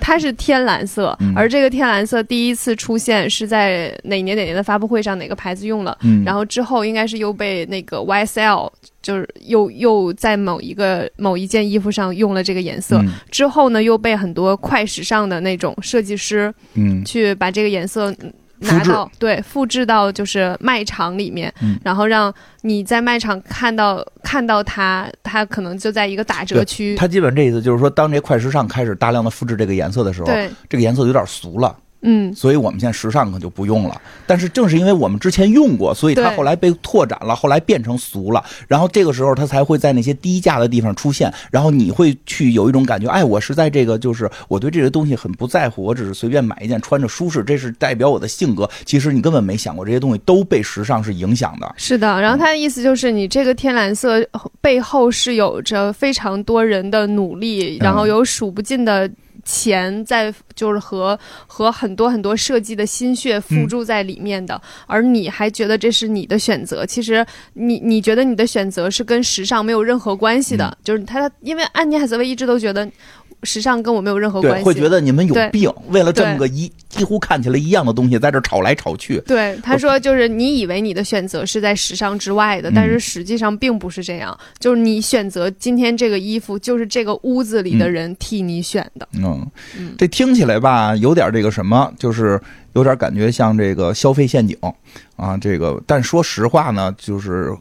Speaker 1: 它是天蓝色，
Speaker 2: 嗯
Speaker 1: 而这个天蓝色第一次出现是在哪年哪年的发布会上，哪个牌子用了，
Speaker 2: 嗯，
Speaker 1: 然后之后应该是又被那个 YSL，就是又又在某一个某一件衣服上用了这个颜色，
Speaker 2: 嗯
Speaker 1: 之后呢又被很多快时尚的那种设计师，
Speaker 2: 嗯
Speaker 1: 去把这个颜色嗯
Speaker 2: 复
Speaker 1: 拿
Speaker 2: 制
Speaker 1: 到，对，复制到就是卖场里面，
Speaker 2: 嗯
Speaker 1: 然后让你在卖场看到看到它，它可能就在一个打折
Speaker 2: 对
Speaker 1: 区，
Speaker 2: 他基本这意思就是说，当这快时尚开始大量的复制这个颜色的时候，
Speaker 1: 对，
Speaker 2: 这个颜色有点俗了，
Speaker 1: 嗯，
Speaker 2: 所以我们现在时尚可就不用了。但是正是因为我们之前用过，所以它
Speaker 1: 对
Speaker 2: 后来被拓展了，后来变成俗了。然后这个时候它才会在那些低价的地方出现，然后你会去有一种感觉，哎，我是在这个就是我对这个东西很不在乎，我只是随便买一件穿着舒适，这是代表我的性格。其实你根本没想过这些东西都被时尚是影响的。
Speaker 1: 是的。然后它的意思就是，你这个天蓝色背后是有着非常多人的努力，
Speaker 2: 嗯
Speaker 1: 然后有数不尽的。钱在就是和和很多很多设计的心血付诸在里面的，而你还觉得这是你的选择，其实你你觉得你的选择是跟时尚没有任何关系的，
Speaker 2: 嗯
Speaker 1: 就是他他因为安妮海瑟薇一直都觉得时尚跟我没有任何关
Speaker 2: 对，
Speaker 1: 系，
Speaker 2: 会觉得你们有
Speaker 1: 对
Speaker 2: 病，为了这么
Speaker 1: 对
Speaker 2: 个一几乎看起来一样的东西在这吵来吵去。
Speaker 1: 对，他说就是你以为你的选择是在时尚之外的，
Speaker 2: 嗯
Speaker 1: 但是实际上并不是这样。就是你选择今天这个衣服，就是这个屋子里的人替你选的。
Speaker 2: 嗯
Speaker 1: 嗯，
Speaker 2: 这听起来吧，有点这个什么，就是有点感觉像这个消费陷阱啊。这个，但说实话呢，就是。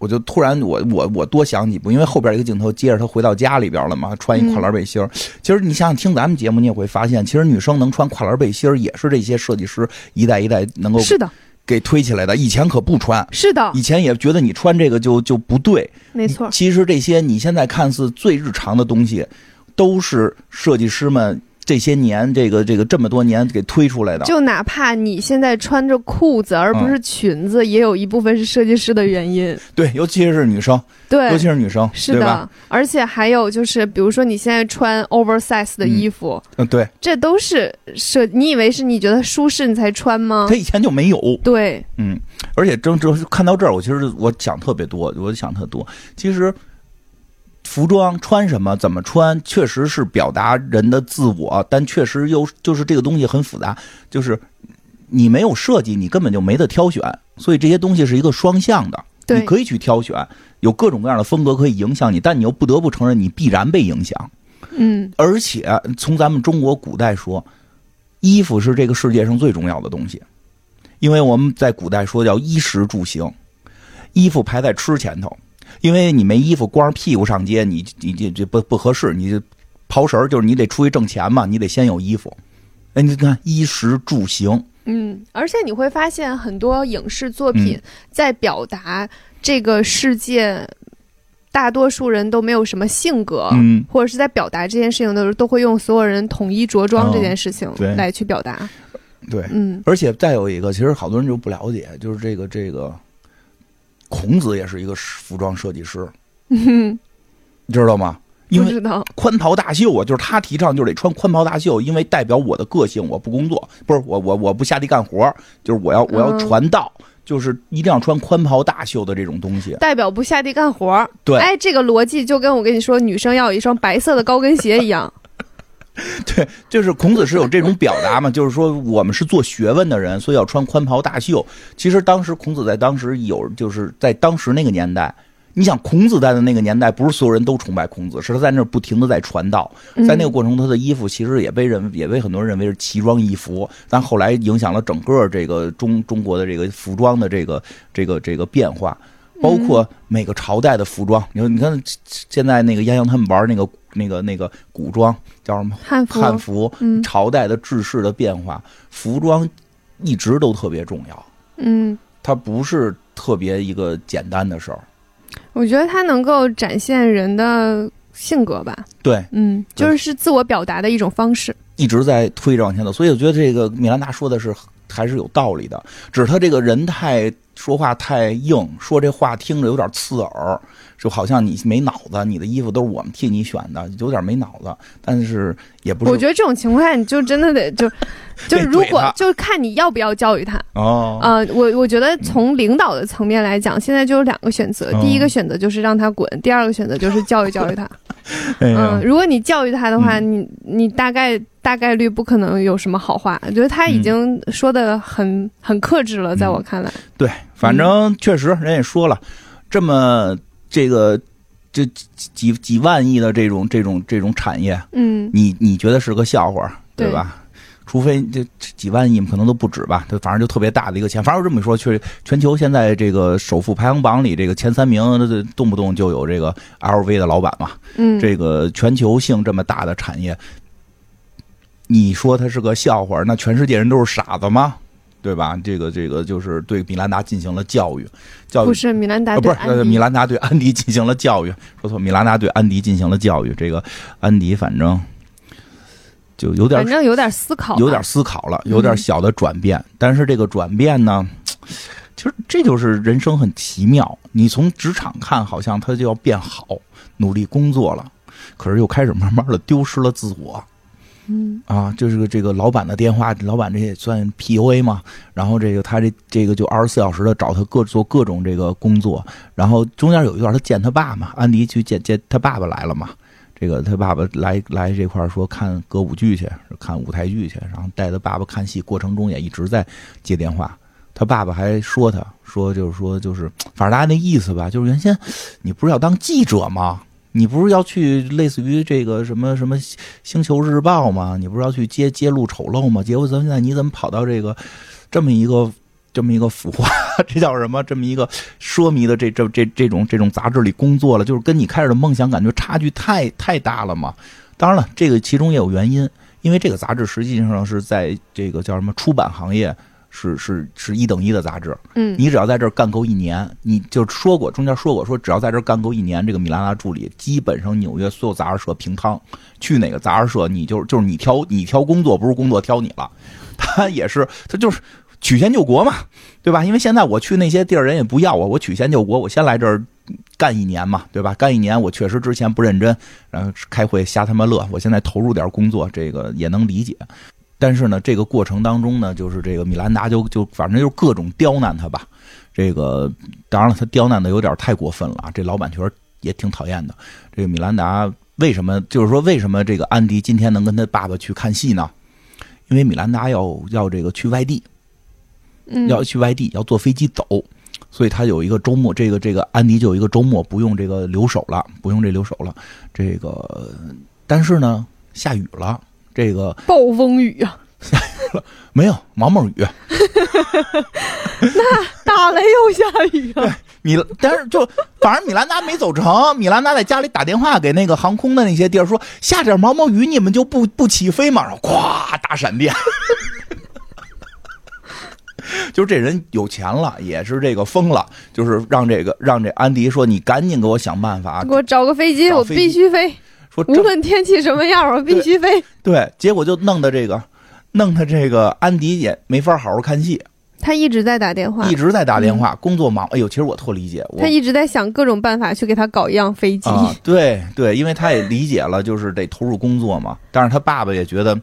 Speaker 2: 我就突然我，我我多想几步，因为后边一个镜头接着他回到家里边了嘛，穿一跨栏背心儿。
Speaker 1: 嗯
Speaker 2: 其实你想想听咱们节目，你也会发现，其实女生能穿跨栏背心儿，也是这些设计师一代一代能够
Speaker 1: 是啊的，
Speaker 2: 给推起来的。以前可不穿，
Speaker 1: 是的，
Speaker 2: 以前也觉得你穿这个就就不对，
Speaker 1: 没错，
Speaker 2: 其实这些你现在看似最日常的东西，都是设计师们这些年这个这个这么多年给推出来的。
Speaker 1: 就哪怕你现在穿着裤子而不
Speaker 2: 嗯
Speaker 1: 是裙子，也有一部分是设计师的原因。
Speaker 2: 对，尤其是女生，
Speaker 1: 对，
Speaker 2: 尤其是女生，
Speaker 1: 是
Speaker 2: 对吧？
Speaker 1: 的，而且还有就是，比如说你现在穿 oversize 的衣服，
Speaker 2: 嗯，对，
Speaker 1: 这都是设，你以为是你觉得舒适你才穿吗
Speaker 2: 她？以前就没有。
Speaker 1: 对，
Speaker 2: 嗯，而且正正看到这儿，我其实我想特别多，我想特多。其实，服装穿什么、怎么穿，确实是表达人的自我，但确实又就是这个东西很复杂，就是你没有设计，你根本就没得挑选，所以这些东西是一个双向的。
Speaker 1: 对
Speaker 2: 你可以去挑选，有各种各样的风格可以影响你，但你又不得不承认，你必然被影响。
Speaker 1: 嗯，
Speaker 2: 而且从咱们中国古代说，衣服是这个世界上最重要的东西，因为我们在古代说叫衣食住行，衣服排在吃前头，因为你没衣服光着屁股上街，你你这这不不合适，你这刨食儿就是你得出去挣钱嘛，你得先有衣服。哎，你看衣食住行，
Speaker 1: 嗯，而且你会发现很多影视作
Speaker 2: 嗯
Speaker 1: 品在表达这个世界，大多数人都没有什么性格，
Speaker 2: 嗯，
Speaker 1: 或者是在表达这件事情的时候，都会用所有人统一着装这件事情
Speaker 2: 嗯对
Speaker 1: 来去表达。
Speaker 2: 对。
Speaker 1: 嗯，
Speaker 2: 而且再有一个，其实好多人就不了解，就是这个这个，孔子也是一个服装设计师，你知道吗？因
Speaker 1: 不
Speaker 2: 为
Speaker 1: 知道，
Speaker 2: 宽袍大袖啊，就是他提倡就是得穿宽袍大袖，因为代表我的个性，我不工作，不是我我我不下地干活，就是我要我要
Speaker 1: 嗯
Speaker 2: 传道，就是一定要穿宽袍大袖的这种东西。
Speaker 1: 代表不下地干活儿。
Speaker 2: 对
Speaker 1: 哎，这个逻辑就跟我跟你说，女生要有一双白色的高跟鞋一 样。
Speaker 2: 对，就是孔子是有这种表达嘛，就是说我们是做学问的人，所以要穿宽袍大袖。其实当时孔子在当时有，就是在当时那个年代，你想，孔子在的那个年代，不是所有人都崇拜孔子，是他在那儿不停的在传道，在那个过程，他的衣服其实也被认，也被很多人认为是奇装异服，但后来影响了整个这个中中国的这个服装的这个这个这个变化，包括每个朝代的服装。你说，你看现在那个泱泱他们玩那个那个那个古装叫什么？
Speaker 1: 汉服，
Speaker 2: 汉服
Speaker 1: 嗯
Speaker 2: 朝代的制式的变化，服装一直都特别重要，
Speaker 1: 嗯，
Speaker 2: 它不是特别一个简单的事儿。
Speaker 1: 我觉得它能够展现人的性格吧，
Speaker 2: 对，
Speaker 1: 嗯，
Speaker 2: 对
Speaker 1: 就是是自我表达的一种方式。
Speaker 2: 一直在推着往前走，所以我觉得这个米兰达说的是还是有道理的，只是他这个人太说话太硬，说这话听着有点刺耳，就好像你没脑子，你的衣服都是我们替你选的，有点没脑子。但是也不是
Speaker 1: 我觉得这种情况下，你就真的得 就就是如
Speaker 2: 得怼他
Speaker 1: 果就看你要不要教育他。
Speaker 2: 哦，
Speaker 1: 呃，我我觉得从领导的层面来讲，现在就有两个选择，
Speaker 2: 嗯
Speaker 1: 第一个选择就是让他滚，第二个选择就是教育 教育他。
Speaker 2: 哎呀
Speaker 1: 嗯，如果你教育他的话，
Speaker 2: 嗯
Speaker 1: 你你大概大概率不可能有什么好话。我觉得他已经
Speaker 2: 嗯
Speaker 1: 说的很、很克制了，在我看来，
Speaker 2: 对，反正确实人也说了，这么这个这几几几万亿的这种这种这种产业，
Speaker 1: 嗯
Speaker 2: 你你觉得是个笑话，
Speaker 1: 对
Speaker 2: 对吧？除非这这几万亿可能都不止吧，就反正就特别大的一个钱。反正我这么一说，确全球现在这个首富排行榜里，这个前三名，这动不动就有这个 LV 的老板嘛。
Speaker 1: 嗯，
Speaker 2: 这个全球性这么大的产业，你说它是个笑话，那全世界人都是傻子吗？对吧？这个这个就是对米兰达进行了教育，教育
Speaker 1: 不是米兰达
Speaker 2: 啊，不
Speaker 1: 对
Speaker 2: 是
Speaker 1: 安迪、
Speaker 2: 呃米兰达对安迪进行了教育，说错，米兰达对安迪进行了教育。这个安迪反正就有点
Speaker 1: 反正有点思考吧，嗯
Speaker 2: 有点思考了，有点小的转变，但是这个转变呢，其实这就是人生很奇妙。你从职场看，好像他就要变好，努力工作了，可是又开始慢慢的丢失了自我。
Speaker 1: 嗯
Speaker 2: 啊，就是个这个老板的电话，老板这也算 PUA 嘛。然后这个他这这个就二十四小时的找他各做各种这个工作。然后中间有一段他见他爸嘛，安迪去见见他爸爸来了嘛。这个他爸爸来来这块儿说看歌舞剧去，看舞台剧去，然后带他爸爸看戏，过程中也一直在接电话。他爸爸还说他说就是说就是，反正大家那意思吧，就是原先你不是要当记者吗？ 你不是要去类似于这个什么什么《星球日报》嘛，你不是要去揭揭露丑陋吗？结果咱们现在你怎么跑到这个这么一个这么一个腐化， 这叫什么？这么一个奢靡的这这这这种这种杂志里工作了，就是跟你开始的梦想感觉差距太太大了嘛。当然了，这个其中也有原因，因为这个杂志实际上是在这个叫什么出版行业是是是一等一的杂志，
Speaker 1: 嗯
Speaker 2: 你只要在这儿干够一年，你就说过中间说过说，只要在这儿干够一年，这个米兰达助理基本上纽约所有杂志社平摊，去哪个杂志社你就是就是你挑你挑工作，不是工作挑你了，他也是他就是。曲线救国嘛，对吧？因为现在我去那些地儿，人也不要我，我曲线救国，我先来这儿干一年嘛，对吧？干一年，我确实之前不认真，然后开会瞎他妈乐，我现在投入点工作，这个也能理解。但是呢，这个过程当中呢，就是这个米兰达就就反正就是各种刁难他吧。这个当然了，他刁难的有点太过分了啊，这老板确实也挺讨厌的。这个米兰达为什么就是说为什么这个安迪今天能跟他爸爸去看戏呢？因为米兰达要要这个去外地，
Speaker 1: 嗯
Speaker 2: 要去外地，要坐飞机走，所以他有一个周末，这个这个安迪就有一个周末不用这个留守了，不用这留守了。这个但是呢，下雨了，这个
Speaker 1: 暴风雨啊，
Speaker 2: 没有毛毛雨，
Speaker 1: 打雷又下雨啊，
Speaker 2: 米兰，但是就反正米兰达没走成，米兰达在家里打电话给那个航空的那些地儿说下点毛毛雨，你们就不不起飞嘛，然后咵大闪电。 就是这人有钱了，也是这个疯了，就是让这个让这安迪说你赶紧给我想办 法啊，
Speaker 1: 给我找个飞机，
Speaker 2: 找
Speaker 1: 我
Speaker 2: 飞机
Speaker 1: 必须飞，
Speaker 2: 说
Speaker 1: 无
Speaker 2: 这
Speaker 1: 论天气什么样，我必须飞。
Speaker 2: 对，结果就弄得这个弄得这个安迪也没法好好看戏，
Speaker 1: 他一直在打电话
Speaker 2: 一，直在打电话，工作忙。哎呦，其实我特理解，
Speaker 1: 嗯
Speaker 2: 我
Speaker 1: 他一直在想各种办法去给他搞一辆飞机。
Speaker 2: 啊，对对，因为他也理解了，就是得投入工作嘛。但是他爸爸也觉得，嗯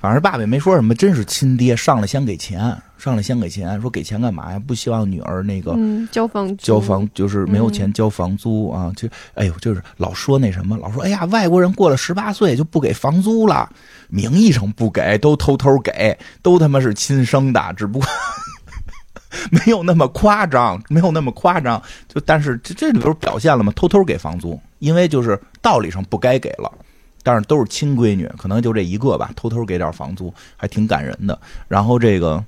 Speaker 2: 反正爸爸也没说什么，真是亲爹，上来先给钱，上来先给钱，说给钱干嘛呀？不希望女儿那个
Speaker 1: 嗯，交房租嗯
Speaker 2: 交房，就是没有钱交房租啊。就哎呦，就是老说那什么，老说哎呀，外国人过了十八岁就不给房租了，名义上不给，都偷偷给，都他妈是亲生的，只不过 没有那么夸张，没有那么夸张。就但是这这里边表现了嘛，偷偷给房租，因为就是道理上不该给了。但是都是亲闺女，可能就这一个吧，偷偷给点房租，还挺感人的。然后这个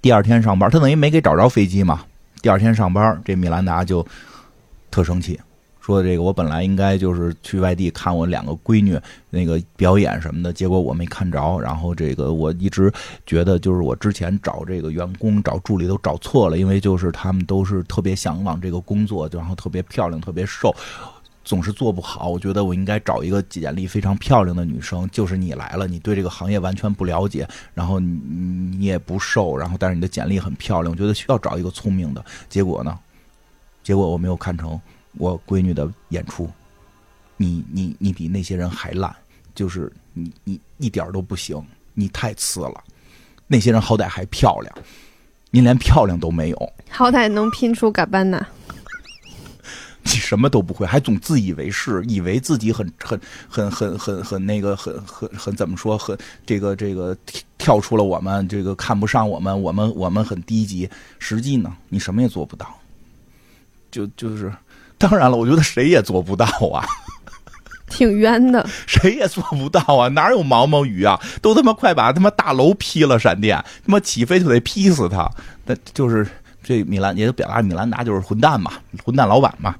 Speaker 2: 第二天上班，他等于没给找着飞机嘛。第二天上班，这米兰达就特生气，说这个我本来应该就是去外地看我两个闺女那个表演什么的，结果我没看着。然后这个我一直觉得就是我之前找这个员工、找助理都找错了，因为就是他们都是特别向往这个工作，然后特别漂亮、特别瘦。总是做不好，我觉得我应该找一个简历非常漂亮的女生。就是你来了，你对这个行业完全不了解，然后你你也不瘦，然后但是你的简历很漂亮，我觉得需要找一个聪明的。结果呢？结果我没有看成我闺女的演出，你你你比那些人还烂，就是你你一点儿都不行，你太次了。那些人好歹还漂亮，您连漂亮都没有。
Speaker 1: 好歹能拼出嘎班呐。
Speaker 2: 你什么都不会，还总自以为是，以为自己很很很很很很那个很很很怎么说，很这个这个跳出了我们，这个看不上我们，我们我们很低级。实际呢，你什么也做不到。就就是，当然了，我觉得谁也做不到啊，
Speaker 1: 挺冤的。
Speaker 2: 谁也做不到啊，哪有毛毛雨啊？都他妈快把他妈大楼劈了，闪电他妈起飞就得劈死他。那就是这米兰也就表达米兰达就是混蛋嘛，混蛋老板嘛，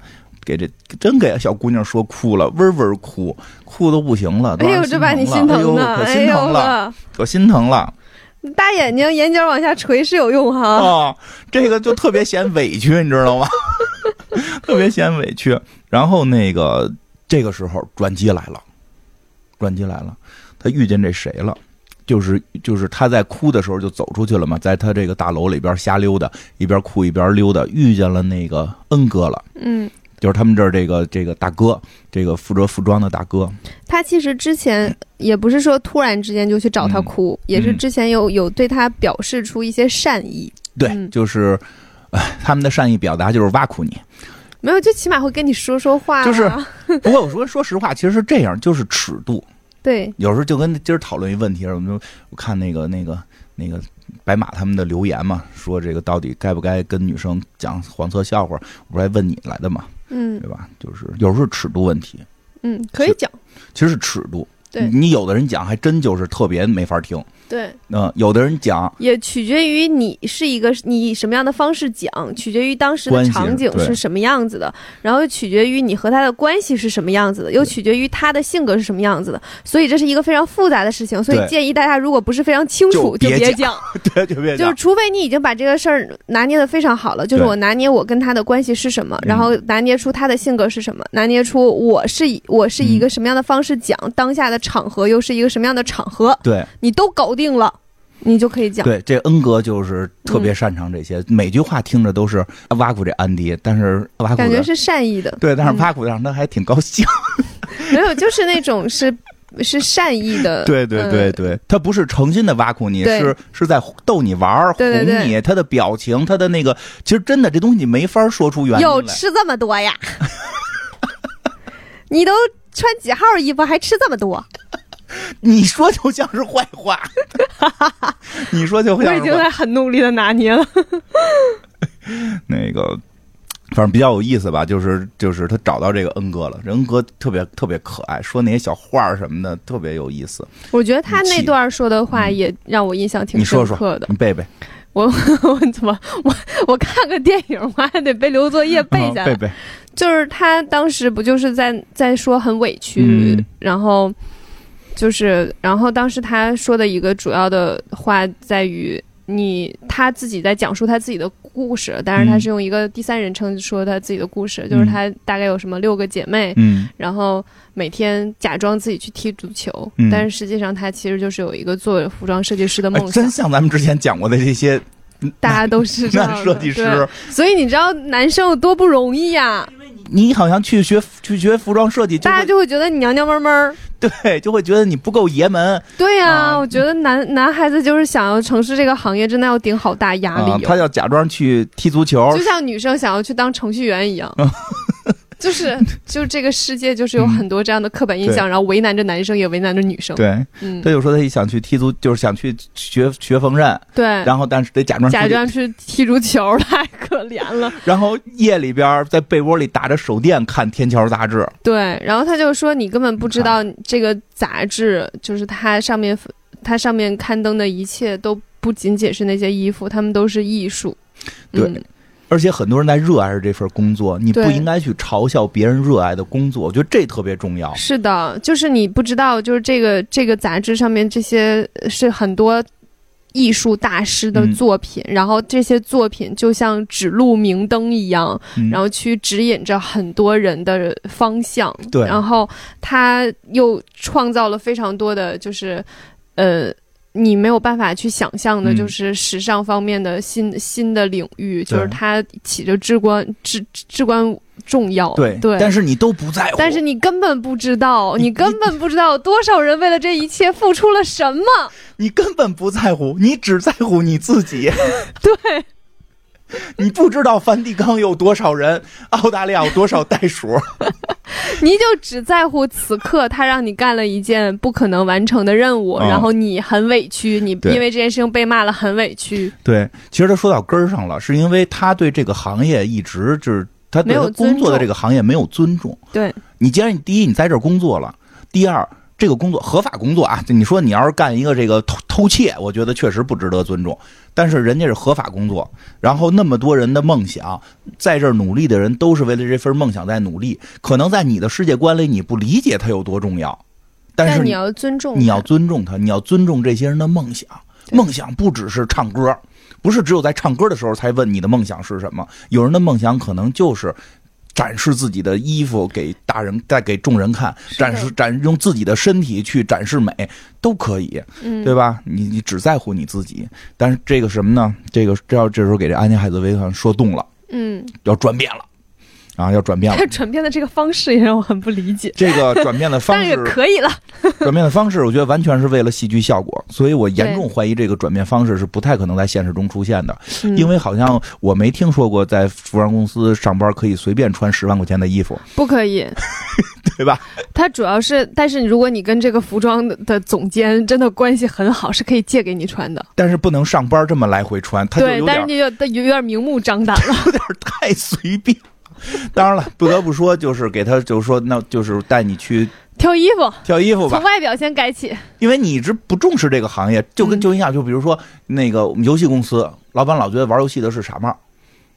Speaker 2: 给这真给小姑娘说哭了，嗡嗡哭，哭的不行了。都
Speaker 1: 哎
Speaker 2: 让
Speaker 1: 呦，
Speaker 2: 人
Speaker 1: 这把你
Speaker 2: 心
Speaker 1: 心
Speaker 2: 疼
Speaker 1: 疼的，
Speaker 2: 了哎呦，可
Speaker 1: 哎
Speaker 2: 心
Speaker 1: 呦
Speaker 2: 疼了，
Speaker 1: 呵，
Speaker 2: 可心疼了
Speaker 1: 大眼睛，眼角往下垂是有用 哈。
Speaker 2: 啊！这个就特别显委屈，你知道吗？ 特别显委屈。然后那个这个时候转机来了，转机来了，他遇见这谁了？就是就是他在哭的时候就走出去了嘛，在他这个大楼里边瞎溜达，一边哭一边溜达，遇见了那个恩哥了，
Speaker 1: 嗯，
Speaker 2: 就是他们这儿这个这个大哥，这个负责服装的大哥。
Speaker 1: 他其实之前也不是说突然之间就去找他哭，
Speaker 2: 嗯
Speaker 1: 也是之前有有对他表示出一些善意，
Speaker 2: 对，
Speaker 1: 嗯
Speaker 2: 就是，哎，他们的善意表达就是挖苦你。
Speaker 1: 没有，就起码会跟你说说话啊，
Speaker 2: 就是不过我说说实话，其实是这样，就是尺度。
Speaker 1: 对，
Speaker 2: 有时候就跟今儿讨论一问题似的，我们就我看那个那个那个白马他们的留言嘛，说这个到底该不该跟女生讲黄色笑话？我不是来问你来的嘛，
Speaker 1: 嗯
Speaker 2: 对吧？就是有时候是尺度问题，
Speaker 1: 嗯，可以讲，
Speaker 2: 其实是嗯尺度。
Speaker 1: 对
Speaker 2: 你有的人讲还真就是特别没法听，
Speaker 1: 对，
Speaker 2: 嗯、有的人讲
Speaker 1: 也取决于你是一个你以什么样的方式讲，取决于当时的
Speaker 2: 关系
Speaker 1: 场景
Speaker 2: 对
Speaker 1: 是什么样子的，然后又取决于你和他的关系是什么样子的，又取决于他的性格是什么样子的，所以这是一个非常复杂的事情，所
Speaker 2: 对
Speaker 1: 以建议大家如果不是非常清楚，就
Speaker 2: 就别
Speaker 1: 别
Speaker 2: 讲
Speaker 1: 讲，
Speaker 2: 对，就别
Speaker 1: 就
Speaker 2: 讲
Speaker 1: 是除非你已经把这个事儿拿捏的非常好了，就是
Speaker 2: 对
Speaker 1: 我拿捏我跟他的关系是什么，
Speaker 2: 嗯
Speaker 1: 然后拿捏出他的性格是什么，拿捏出我是以我是
Speaker 2: 嗯
Speaker 1: 一个什么样的方式讲，当下的场合又是一个什么样的场合，
Speaker 2: 对。
Speaker 1: 你都搞定了，你就可以讲。嗯
Speaker 2: 对，这恩格就是特别擅长这些，每句话听着都是挖苦这安迪，但是挖苦的
Speaker 1: 感觉是嗯善意的，
Speaker 2: 对，但是挖苦的让他还挺高兴。
Speaker 1: 没有，就是那种是 是善意的，
Speaker 2: 对对对
Speaker 1: 嗯
Speaker 2: 对，他不是诚心的挖苦你，
Speaker 1: 对
Speaker 2: 是是在逗你玩儿，
Speaker 1: 对对
Speaker 2: 哄你。他的表情，他的那个，其实真的这东西你没法说出原因
Speaker 1: 哟，
Speaker 2: 来。
Speaker 1: 吃这么多呀？ 你都穿几号衣服还吃这么多？
Speaker 2: 你说就像是坏话， 你说就
Speaker 1: 我
Speaker 2: 像
Speaker 1: 已
Speaker 2: 是
Speaker 1: 经
Speaker 2: 坏
Speaker 1: 在很努力的拿捏了。
Speaker 2: 那个。反正比较有意思吧，就是就是他找到这个恩哥了，这恩哥特别特别可爱，说那些小话儿什么的特别有意思。
Speaker 1: 我觉得他那
Speaker 2: 气
Speaker 1: 段说的话也让我印象挺
Speaker 2: 你
Speaker 1: 深
Speaker 2: 说
Speaker 1: 刻
Speaker 2: 说
Speaker 1: 的。
Speaker 2: 你背背，
Speaker 1: 我怎么我 我看个电影，我还得被留作业背下来。
Speaker 2: 嗯 背背，
Speaker 1: 就是他当时不就是在在说很委屈，
Speaker 2: 嗯
Speaker 1: 然后就是然后当时他说的一个主要的话在于你他自己在讲述他自己的故事，但是他
Speaker 2: 嗯
Speaker 1: 是用一个第三人称说他自己的故事，就是
Speaker 2: 嗯
Speaker 1: 他大概有什么六个姐妹，
Speaker 2: 嗯
Speaker 1: 然后每天假装自己去踢足球，
Speaker 2: 嗯
Speaker 1: 但是实际上他其实就是有一个做服装设计师的
Speaker 2: 哎
Speaker 1: 梦想
Speaker 2: 真。像咱们之前讲过的这些
Speaker 1: 大家都是这样
Speaker 2: 男
Speaker 1: 的
Speaker 2: 设计师
Speaker 1: 对，所以你知道男生有多不容易呀、
Speaker 2: 你好像去学去学服装设计，就
Speaker 1: 大家
Speaker 2: 会
Speaker 1: 就会觉得你娘娘们儿闷儿。
Speaker 2: 对就会觉得你不够爷们
Speaker 1: 对呀、
Speaker 2: 啊
Speaker 1: 我觉得男男孩子就是想要从事这个行业，真的要顶好大压力
Speaker 2: 啊，
Speaker 1: 哦、
Speaker 2: 他要假装去踢足球
Speaker 1: 就，像女生想要去当程序员一样。就是就这个世界就是有很多这样的刻板印象，然后为难着男生也为难着女生。
Speaker 2: 嗯对，
Speaker 1: 嗯
Speaker 2: 他，就说他想去踢足，就是想去学学缝纫，
Speaker 1: 对，
Speaker 2: 然后但是得假装
Speaker 1: 嗯
Speaker 2: 出
Speaker 1: 假
Speaker 2: 去
Speaker 1: 装去踢足球，太可怜了。
Speaker 2: 然后夜里边在被窝里打着手电看《天桥杂志》，
Speaker 1: 对，然后他就说你根本不知道这个杂志，就是它上面它上面刊登的一切都不仅仅是那些衣服，他们都是艺术。
Speaker 2: 对
Speaker 1: 嗯、
Speaker 2: 而且很多人在热爱着这份工作，你不
Speaker 1: 对
Speaker 2: 应该去嘲笑别人热爱的工作，我觉得这特别重要。
Speaker 1: 是的，就是你不知道，就是这个这个杂志上面这些呃是很多。艺术大师的
Speaker 2: 嗯
Speaker 1: 作品，然后这些作品就像指路明灯一样，
Speaker 2: 嗯
Speaker 1: 然后去指引着很多人的方向。
Speaker 2: 对
Speaker 1: 然后他又创造了非常多的，就是呃，你没有办法去想象的，
Speaker 2: 嗯
Speaker 1: 就是时尚方面的新、新的领域，
Speaker 2: 对
Speaker 1: 就是它起着至关至至关重要。
Speaker 2: 对
Speaker 1: 对，
Speaker 2: 但是你都不在乎，
Speaker 1: 但是你根本不知道，
Speaker 2: 哎你
Speaker 1: 你根本不知道有多少人为了这一切付出了什么。
Speaker 2: 你根本不在乎，你只在乎你自己。
Speaker 1: 对，
Speaker 2: 你不知道梵蒂冈有多少人，澳大利亚有多少袋鼠，
Speaker 1: 你就只在乎此刻他让你干了一件不可能完成的任务，
Speaker 2: 嗯
Speaker 1: 然后你很委屈，你
Speaker 2: 对
Speaker 1: 因为这件事情被骂了很委屈，
Speaker 2: 对，其实他说到根儿上了，是因为他对这个行业一直就是他对
Speaker 1: 没有
Speaker 2: 他工作
Speaker 1: 尊
Speaker 2: 的
Speaker 1: 重
Speaker 2: 这个行业没有尊重。
Speaker 1: 对，
Speaker 2: 你既然你第一你在这儿工作了，第二这个工作合法工作啊，就你说你要是干一个这个偷偷窃，我觉得确实不值得尊重。但是人家是合法工作，然后那么多人的梦想，在这儿努力的人都是为了这份梦想在努力。可能在你的世界观里，你不理解它有多重要，但是
Speaker 1: 但
Speaker 2: 你
Speaker 1: 你要尊重他，
Speaker 2: 你要尊重他，你要尊重这些人的梦想。
Speaker 1: 哦对
Speaker 2: 梦想不只是唱歌，不是只有在唱歌的时候才问你的梦想是什么。有人的梦想可能就是展示自己的衣服给大人，再给众人看，
Speaker 1: 是的
Speaker 2: 展示展用自己的身体去展示美，都可以，
Speaker 1: 嗯
Speaker 2: 对吧？你你只在乎你自己，但是这个什么呢？这个这要这时候给这安妮海瑟薇好像说动了，
Speaker 1: 嗯，
Speaker 2: 要转变了，啊，要转变 了
Speaker 1: 他。转变的这个方式也让我很不理解，
Speaker 2: 这个转变的方
Speaker 1: 但是
Speaker 2: 式
Speaker 1: 也可以了。
Speaker 2: 转变的方式，我觉得完全是为了戏剧效果，所以我严
Speaker 1: 对
Speaker 2: 重怀疑这个转变方式是不太可能在现实中出现的，
Speaker 1: 嗯
Speaker 2: 因为好像我没听说过在服装公司上班可以随便穿十万块钱的衣服，
Speaker 1: 嗯不可以，
Speaker 2: 对吧？
Speaker 1: 他主要是，但是如果你跟这个服装的的总监真的关系很好，是可以借给你穿的。
Speaker 2: 但是不能上班这么来回穿，他就
Speaker 1: 对
Speaker 2: 有，
Speaker 1: 但是
Speaker 2: 点
Speaker 1: 你就有有点明目张胆了。
Speaker 2: 有点 太随便。当然了，不得不说，就是给他，就是说，那就是带你去
Speaker 1: 挑衣服，
Speaker 2: 挑衣服吧
Speaker 1: 从，外表先改起。
Speaker 2: 因为你一直不重视这个行业，就跟
Speaker 1: 嗯
Speaker 2: 就一样，就比如说那个我们游戏公司，老板老觉得玩游戏的是傻帽，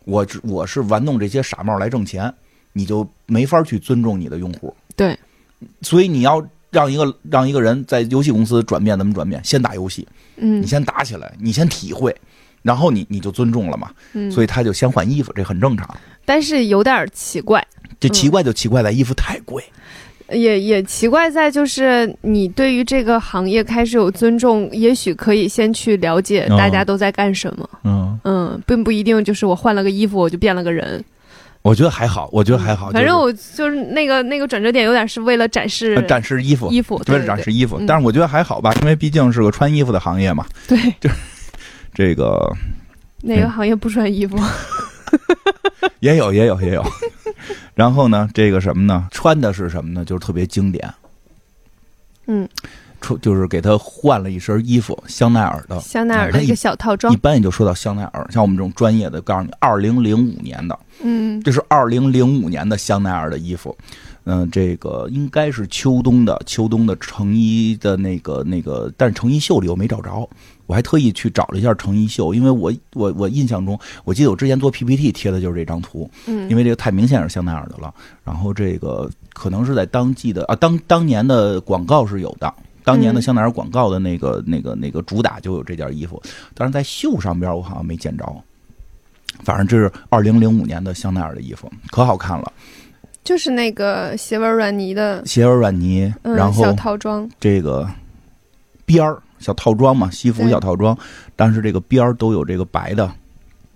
Speaker 2: 我只我是玩弄这些傻帽来挣钱，你就没法去尊重你的用户。
Speaker 1: 对，
Speaker 2: 所以你要让一个让一个人在游戏公司转变，怎么转变？先打游戏，
Speaker 1: 嗯
Speaker 2: 你先打起来，你先体会，然后你你就尊重了嘛。
Speaker 1: 嗯，
Speaker 2: 所以他就先换衣服，这很正常。
Speaker 1: 但是有点奇怪，
Speaker 2: 这奇怪就奇怪在衣服太贵，
Speaker 1: 也也奇怪在就是你对于这个行业开始有尊重，也许可以先去了解
Speaker 2: 嗯
Speaker 1: 大家都在干什么。
Speaker 2: 嗯，
Speaker 1: 嗯，并不一定就是我换了个衣服我就变了个人。
Speaker 2: 我觉得还好，我觉得还好，
Speaker 1: 嗯反正
Speaker 2: 就是
Speaker 1: 我就是那个那个转折点有点是为了展示
Speaker 2: 呃展示衣服。
Speaker 1: 衣服，
Speaker 2: 为
Speaker 1: 对
Speaker 2: 了
Speaker 1: 对
Speaker 2: 展示衣服，
Speaker 1: 嗯
Speaker 2: 但是我觉得还好吧，因为毕竟是个穿衣服的行业嘛。
Speaker 1: 对对
Speaker 2: 这个
Speaker 1: 哪个行业不穿衣服？
Speaker 2: 嗯也有，也有，也有。 然后呢，这个什么呢？穿的是什么呢？就是特别经典，
Speaker 1: 嗯，
Speaker 2: 出就是给他换了一身衣服，香奈儿的。
Speaker 1: 香奈儿的一个小套
Speaker 2: 一
Speaker 1: 装，
Speaker 2: 般也就说到香奈儿，像我们这种专业的，告诉你，二零零五年的，
Speaker 1: 嗯
Speaker 2: 这是二零零五年的香奈儿的衣服，嗯、这个应该是秋冬的，秋冬的成衣的那个那个，但是成衣秀里我没找着，我还特意去找了一下成衣秀，因为我我我印象中，我记得我之前做 PPT 贴的就是这张图，
Speaker 1: 嗯，
Speaker 2: 因为这个太明显是香奈儿的了。然后这个可能是在当季的啊，当当年的广告是有的，当年的
Speaker 1: 嗯
Speaker 2: 香奈儿广告的那个、那个那个主打就有这件衣服，但是在秀上边我好像没见着。反正这是二零零五年的香奈儿的衣服，可好看了，
Speaker 1: 就是那个斜纹软泥的，
Speaker 2: 斜纹软泥，然
Speaker 1: 嗯，小
Speaker 2: 后
Speaker 1: 套装，
Speaker 2: 这个边儿小套装嘛，西服
Speaker 1: 对
Speaker 2: 小套装，但是这个边儿都有这个白的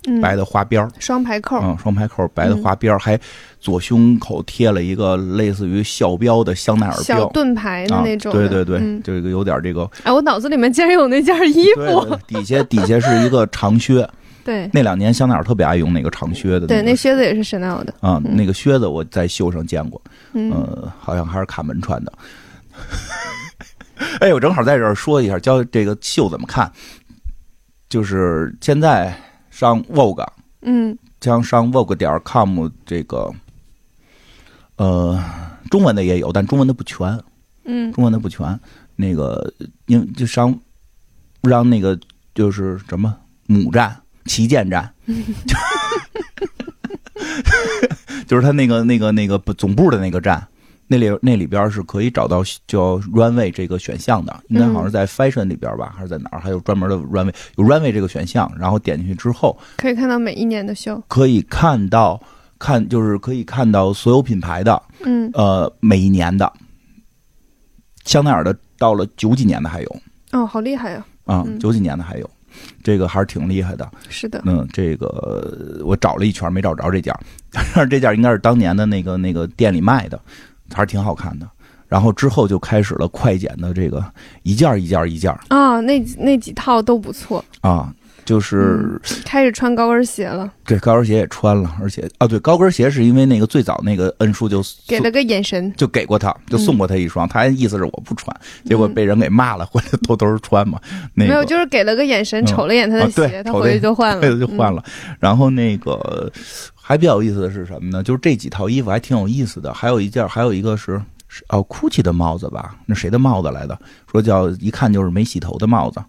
Speaker 1: 嗯，
Speaker 2: 白的花边儿，
Speaker 1: 双排扣，
Speaker 2: 嗯，双排扣，白的花边儿，还左胸口贴了一个类似于校标的香奈儿
Speaker 1: 小
Speaker 2: 标。
Speaker 1: 盾牌的
Speaker 2: 啊
Speaker 1: 那，种的，
Speaker 2: 对对对，
Speaker 1: 嗯
Speaker 2: 这个有点这个，
Speaker 1: 哎，我脑子里面竟然有那件衣
Speaker 2: 对
Speaker 1: 服，
Speaker 2: 对底下底下是一个长靴，
Speaker 1: 对
Speaker 2: 那两年香奈儿特别爱用那个长靴的、
Speaker 1: 对，
Speaker 2: 那
Speaker 1: 那
Speaker 2: 个
Speaker 1: 靴子也是 Chanel 的，
Speaker 2: 啊、那个靴子我在秀上见过，
Speaker 1: 嗯，
Speaker 2: 呃，好像还是卡门穿的。 哎，我正好在这儿说一下，教这个秀怎么看，就是现在上 Vogue，
Speaker 1: 嗯，
Speaker 2: 将上 Vogue 点儿 com 这个，呃，中文的也有，但中文的不全，
Speaker 1: 嗯，
Speaker 2: 中文的不全。那个，因就上让那个就是什么母站、旗舰站， 就是他那个那个那个总部的那个站，那里那里边是可以找到叫 runway 这个选项的，应该好像是在 fashion 里边吧，还是在哪儿？还有专门的 runway 有 runway 这个选项，然后点进去之后，
Speaker 1: 可以看到每一年的秀，
Speaker 2: 可以看到看就是可以看到所有品牌的
Speaker 1: 嗯，
Speaker 2: 呃每一年的，香奈儿的到了九几年的还有
Speaker 1: 哦，好厉害呀、
Speaker 2: 啊，
Speaker 1: 嗯
Speaker 2: 九、几年的还有，这个还是挺厉害的。
Speaker 1: 是的，
Speaker 2: 嗯，这个呃我找了一圈没找着这件儿，但是这件儿应该是当年的那个那个店里卖的，还是挺好看的。然后之后就开始了快剪的这个一件儿一件儿一件儿
Speaker 1: 啊，那几那几套都不错，
Speaker 2: 啊，就是
Speaker 1: 开始穿高跟鞋了，
Speaker 2: 对，高跟鞋也穿了，而且啊，对，高跟鞋是因为那个最早那个恩叔就
Speaker 1: 给了个眼神，
Speaker 2: 就给过他，就送过他一双，他意思是我不穿，结果被人给骂了，回来偷偷穿嘛，那
Speaker 1: 嗯没有，
Speaker 2: 个
Speaker 1: 就是给了个眼神，
Speaker 2: 嗯
Speaker 1: 瞅了一眼他
Speaker 2: 啊
Speaker 1: 的
Speaker 2: 对
Speaker 1: 鞋，他
Speaker 2: 瞅了
Speaker 1: 回
Speaker 2: 一
Speaker 1: 去就换了，嗯
Speaker 2: 被子就换
Speaker 1: 了，
Speaker 2: 了。然后那个还比较有意思的是什么呢？就是这几套衣服还挺有意思的，还有一件，还有一个是是哦，GUCCI 的帽子吧？那谁的帽子来的？说叫一看就是没洗头的帽子，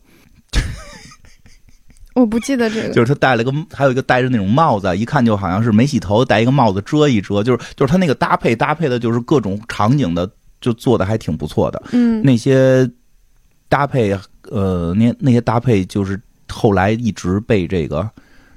Speaker 1: 我不记得这个，
Speaker 2: 就是他戴了个，还有一个戴着那种帽子，一看就好像是没洗头，戴一个帽子遮一遮，就是就是他那个搭配搭配的，就是各种场景的，就做的还挺不错的。
Speaker 1: 嗯，
Speaker 2: 那些搭配，呃，那那些搭配就是后来一直被这个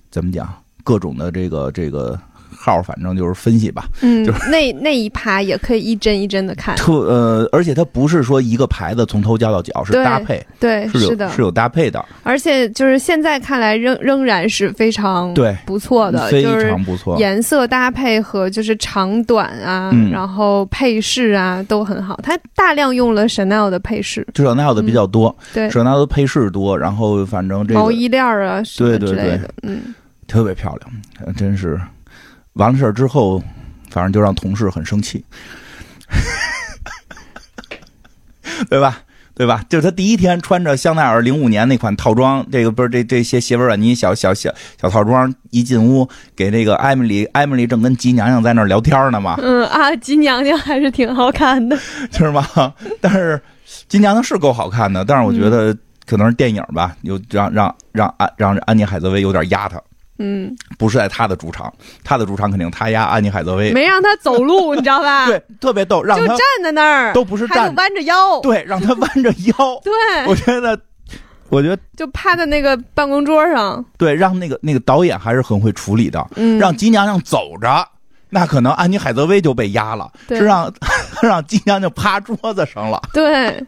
Speaker 2: 怎么讲，各种的这个这个号，反正就是分析吧。
Speaker 1: 嗯
Speaker 2: 就，
Speaker 1: 那那一趴也可以一帧一帧的看，
Speaker 2: 特呃，而且它不是说一个牌子从头教到脚，是
Speaker 1: 对
Speaker 2: 搭配，
Speaker 1: 对，
Speaker 2: 是有
Speaker 1: 的，
Speaker 2: 有搭配的，
Speaker 1: 而且就是现在看来仍仍然是非常
Speaker 2: 对，
Speaker 1: 不错嗯的，
Speaker 2: 嗯非
Speaker 1: 就是
Speaker 2: 常不错。
Speaker 1: 颜色搭配和就是长短啊，
Speaker 2: 嗯
Speaker 1: 然后配饰啊都很好。它大量用了 Chanel 的配饰，
Speaker 2: 至少那的比较多，
Speaker 1: 对，
Speaker 2: 至少那的配饰多，然后反正这
Speaker 1: 嗯毛
Speaker 2: 个
Speaker 1: 衣链儿啊什么
Speaker 2: 对对
Speaker 1: 之类的，嗯，
Speaker 2: 特别漂亮，呃真是。完了事儿之后，反正就让同事很生气， 对吧？对吧？就是他第一天穿着香奈儿零五年那款套装，这个不是这这些斜纹软呢小小小小套装，一进屋给那个艾米丽，艾米丽正跟吉娘娘在那儿聊天呢嘛，
Speaker 1: 嗯啊，吉娘娘还是挺好看的，
Speaker 2: 是吗？但是金娘娘是够好看的，但是我觉得可能是电影吧，有让让让安让安妮海瑟薇有点压她，
Speaker 1: 嗯，
Speaker 2: 不是在她的主场，她的主场肯定她压安妮海瑟薇，
Speaker 1: 没让她走 路，你知道吧？
Speaker 2: 哎对，特别逗，让
Speaker 1: 就
Speaker 2: 她
Speaker 1: 站在那儿，
Speaker 2: 都不是
Speaker 1: 还
Speaker 2: 站
Speaker 1: 得，弯着腰，，
Speaker 2: 对，让她弯着腰
Speaker 1: 对，
Speaker 2: 我觉得，我觉得
Speaker 1: 就趴在那个办公桌上，
Speaker 2: 对，让那个那个导演还是很会处理的，
Speaker 1: 嗯，
Speaker 2: 让金娘娘走着。那可能安妮海瑟薇就被压了，
Speaker 1: 对
Speaker 2: 是让 让金娘娘趴桌子上了。
Speaker 1: 对，